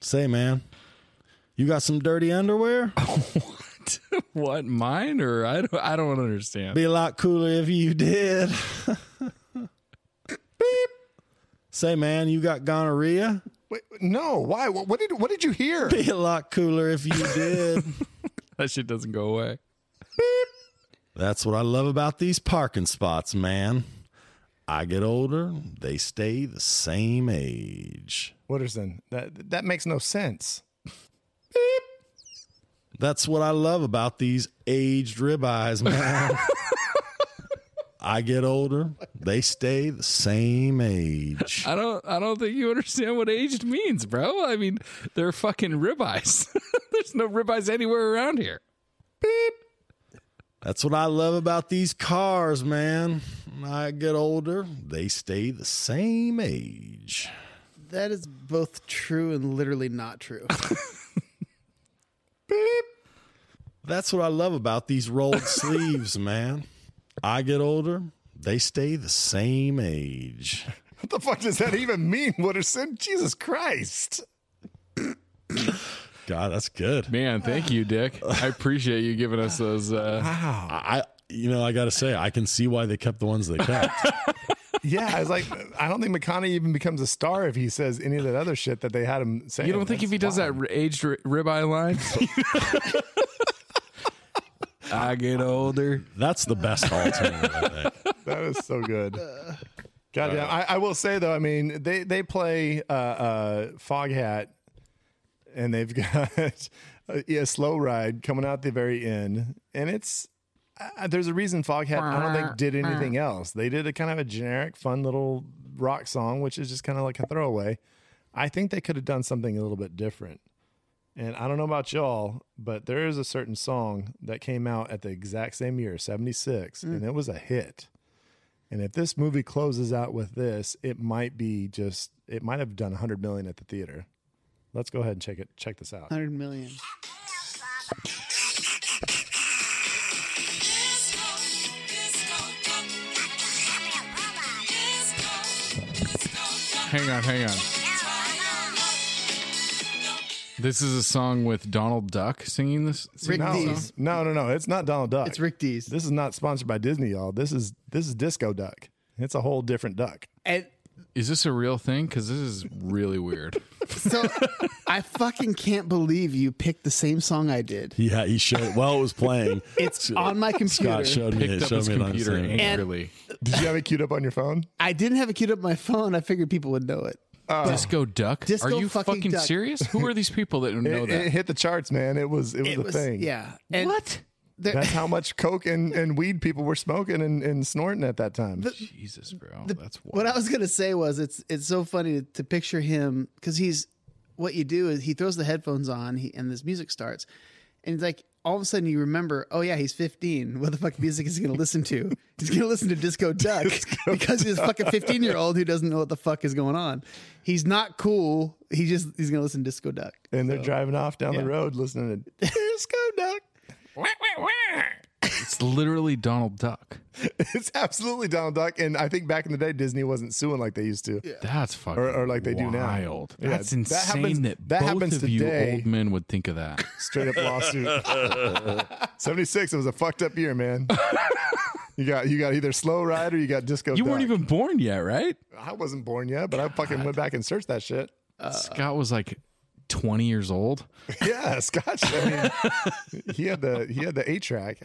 F: Say, man, you got some dirty underwear?
B: What, mine or I don't, I don't understand.
F: Be a lot cooler if you did. Beep. Say, man, you got gonorrhea?
E: Wait, no. Why? What, what did what did you hear?
F: Be a lot cooler if you did.
B: That shit doesn't go away.
F: That's what I love about these parking spots, man. I get older, they stay the same age.
E: Wooderson, that that makes no sense.
F: That's what I love about these aged ribeyes, man. I get older, they stay the same age.
B: I don't I don't think you understand what aged means, bro. I mean, they're fucking ribeyes. There's no ribeyes anywhere around here.
F: That's what I love about these cars, man. I get older, they stay the same age.
C: That is both true and literally not true.
F: That's what I love about these rolled sleeves, man. I get older, they stay the same age.
E: What the fuck does that even mean, Wooderson? Jesus Christ!
F: God, that's good.
B: Man, thank you, Dick. I appreciate you giving us those uh
F: I, you know, I got to say, I can see why they kept the ones they kept.
E: yeah, I was like, I don't think McConaughey even becomes a star if he says any of that other shit that they had him saying.
B: You don't think if he does that aged ri- ribeye line? I get older.
F: That's the best alternative. I think.
E: that is so good. Goddamn. I, I will say though, I mean, they they play uh, uh, Fog Hat, and they've got a, yeah, slow ride coming out the very end, and it's uh, there's a reason Fog Hat I don't think did anything else. They did a kind of a generic, fun little rock song, which is just kind of like a throwaway. I think they could have done something a little bit different. And I don't know about y'all, but there is a certain song that came out at the exact same year, 76, and it was a hit. And if this movie closes out with this, it might be just it might have done 100 million at the theater. Let's go ahead and check it check this out.
C: 100 million.
B: Hang on, hang on. This is a song with Donald Duck singing this. singing
C: Rick
B: this
E: No,
B: song?
C: Dees.
E: no, no, no. It's not Donald Duck.
C: It's Rick Dees.
E: This is not sponsored by Disney, y'all. This is this is Disco Duck. It's a whole different duck.
C: And
B: Is this a real thing? Because this is really weird.
C: so I fucking can't believe you picked the same song I did.
F: Yeah, he showed. While it was playing,
C: It's on my computer.
F: Scott showed me.
B: Picked
F: It,
B: up
F: showed
B: his
F: me it on
B: computer
F: his thing.
B: angrily.
E: Did you have it queued up on your phone?
C: I didn't have it queued up on my phone. I figured people would know it.
E: Oh.
B: Disco Duck?
C: Disco
B: are you
C: fucking
B: fucking,
C: Duck.
B: serious? Who are these people that
E: It,
B: know that?
E: it hit the charts, man. It was it was
C: It
E: a
C: was
E: thing.
C: yeah. And what?
E: That's how much coke and, and weed people were smoking and, and snorting at that time.
B: Jesus, bro. that's wild.
C: What I was gonna say was it's it's so funny to, to picture him because he's what you do is he throws the headphones on he, and this music starts and it's like all of a sudden you remember oh yeah he's 15 what the fuck music is he gonna listen to he's gonna listen to disco duck because he's a fucking 15 year old who doesn't know what the fuck is going on he's not cool he just he's gonna listen to disco duck
E: and they're driving off down the road listening to Disco Duck.
B: It's literally Donald Duck.
E: It's absolutely Donald Duck. And I think back in the day, Disney wasn't suing like they used to.
B: That's fucking
E: Or- or like they do now.
B: wild.
E: Yeah,
B: That's
E: that
B: insane
E: happens-
B: that,
E: that
B: both
E: happens
B: of
E: today.
B: you old men would think of that.
E: Straight up lawsuit. 76, it was a fucked up year, man. You got you got either Slow Ride or you got Disco
B: You weren't
E: Duck.
B: even born yet, right?
E: I wasn't born yet, but I fucking went back and searched that shit.
B: Scott was like 20 years old.
E: Yeah, Scotch. I mean, he had the he had the eight track.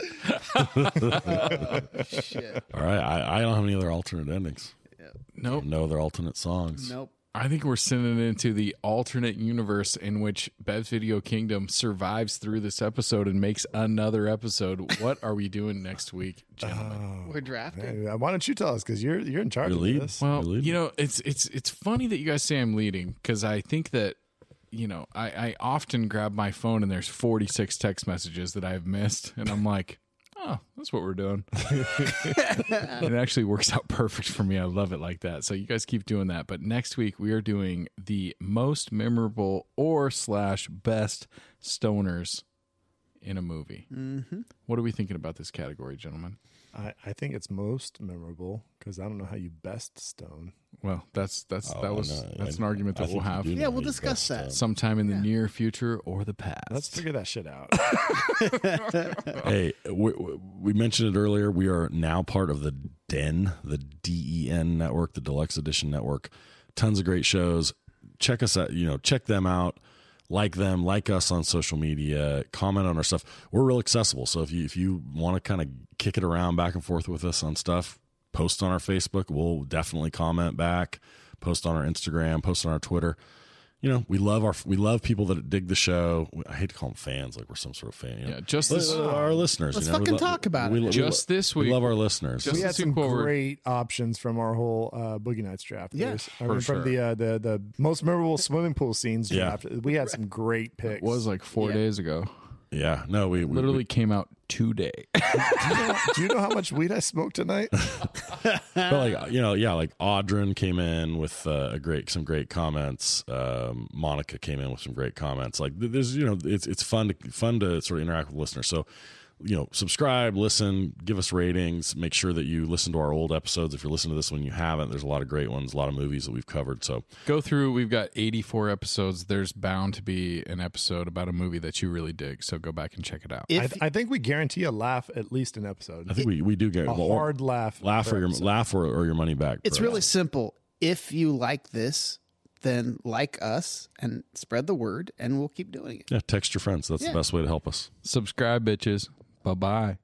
F: All right, I, I don't have any other alternate endings.
B: Nope.
F: No other alternate songs.
C: nope
B: I think we're sending it into the alternate universe in which Bev's Video Kingdom survives through this episode and makes another episode. What are we doing next week, gentlemen?
C: we're drafted
E: Uh, Why don't you tell us? Because you're you're in charge
F: Your
E: of
F: lead.
E: this.
B: Well,
F: You're leading.
B: you know, it's it's it's funny that you guys say I'm leading because I think that you know I, I often grab my phone and there's 46 text messages that I've missed, and I'm like, oh, that's what we're doing. it actually works out perfect for me. I love it like that. So you guys keep doing that. But next week we are doing the most memorable or slash best stoners in a movie. Mm-hmm. What are we thinking about this category, gentlemen?
E: I, I think it's most memorable because I don't know how you best stone.
B: Well, that's that's
F: Oh,
B: that was
F: no, I-
B: that's an argument
F: I
B: that we'll
F: think you
B: have.
F: do
C: yeah
F: know
C: we'll
F: your
C: discuss
F: best,
C: that
B: sometime in the near future or the past.
E: Let's figure that shit out.
F: uh, Hey, we, we we mentioned it earlier. We are now part of the Den, the DEN network, the Deluxe Edition network. Tons of great shows. Check us out. You know, check them out. Like them, like us on social media. Comment on our stuff. We're real accessible. So if you if you want to kind of kick it around back and forth with us on stuff, post on our Facebook. We'll definitely comment back. Post on our Instagram. Post on our Twitter you know, we love our we love people that dig the show. I hate to call them fans, like we're some sort of fan. You know?
B: Yeah, just this-
F: But, uh, our listeners.
C: Let's
F: you know, we
C: fucking
F: lo-
C: talk about it.
B: Just this
F: we
B: week-
F: love our listeners.
B: just-
E: we had
B: Let's
E: some
B: look forward.
E: great options from our whole uh, Boogie Nights draft.
C: Yeah,
E: There's- I
B: for
E: mean,
B: sure.
E: from the, uh, the the most memorable swimming pool scenes
F: Yeah.
E: draft. We had some great picks.
B: It was like four days ago.
F: yeah, no, we, we
B: Literally came out today.
E: Do you know how much weed I smoked tonight?
F: but like you know, yeah, like Audrin came in with uh, a great some great comments. Um, Monica came in with some great comments. Like th- there's you know, it's it's fun to fun to sort of interact with listeners. So you know, subscribe, listen, give us ratings, make sure that you listen to our old episodes. If you're listening to this one, you haven't. There's a lot of great ones, a lot of movies that we've covered. So
B: Go through. We've got 84 episodes. There's bound to be an episode about a movie that you really dig. So go back and check it out.
E: I, I think we guarantee a laugh at least an episode.
F: I think we, we do get
E: a hard laugh.
F: laugh
E: per
F: or your
E: episode.
F: laugh or, or your money back.
C: It's
F: bro.
C: really simple. If you like this, then like us and spread the word, and we'll keep doing it.
F: yeah. Text your friends. That's
C: Yeah.
F: the best way to help us.
B: Subscribe, bitches. Bye bye.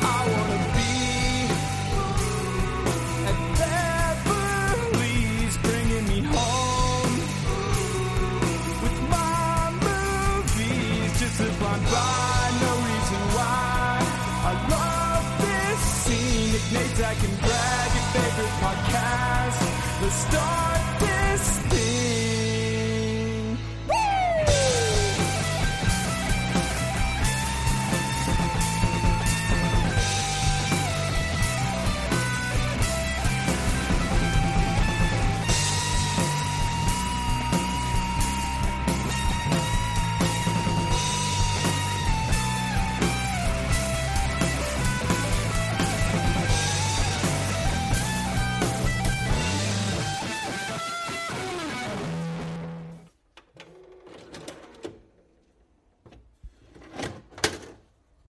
G: I wanna be at Beverly's, bringing me home with my movies. Just a blind by, no reason why. I love this scene. It Nate, I can brag your favorite podcast. Let's start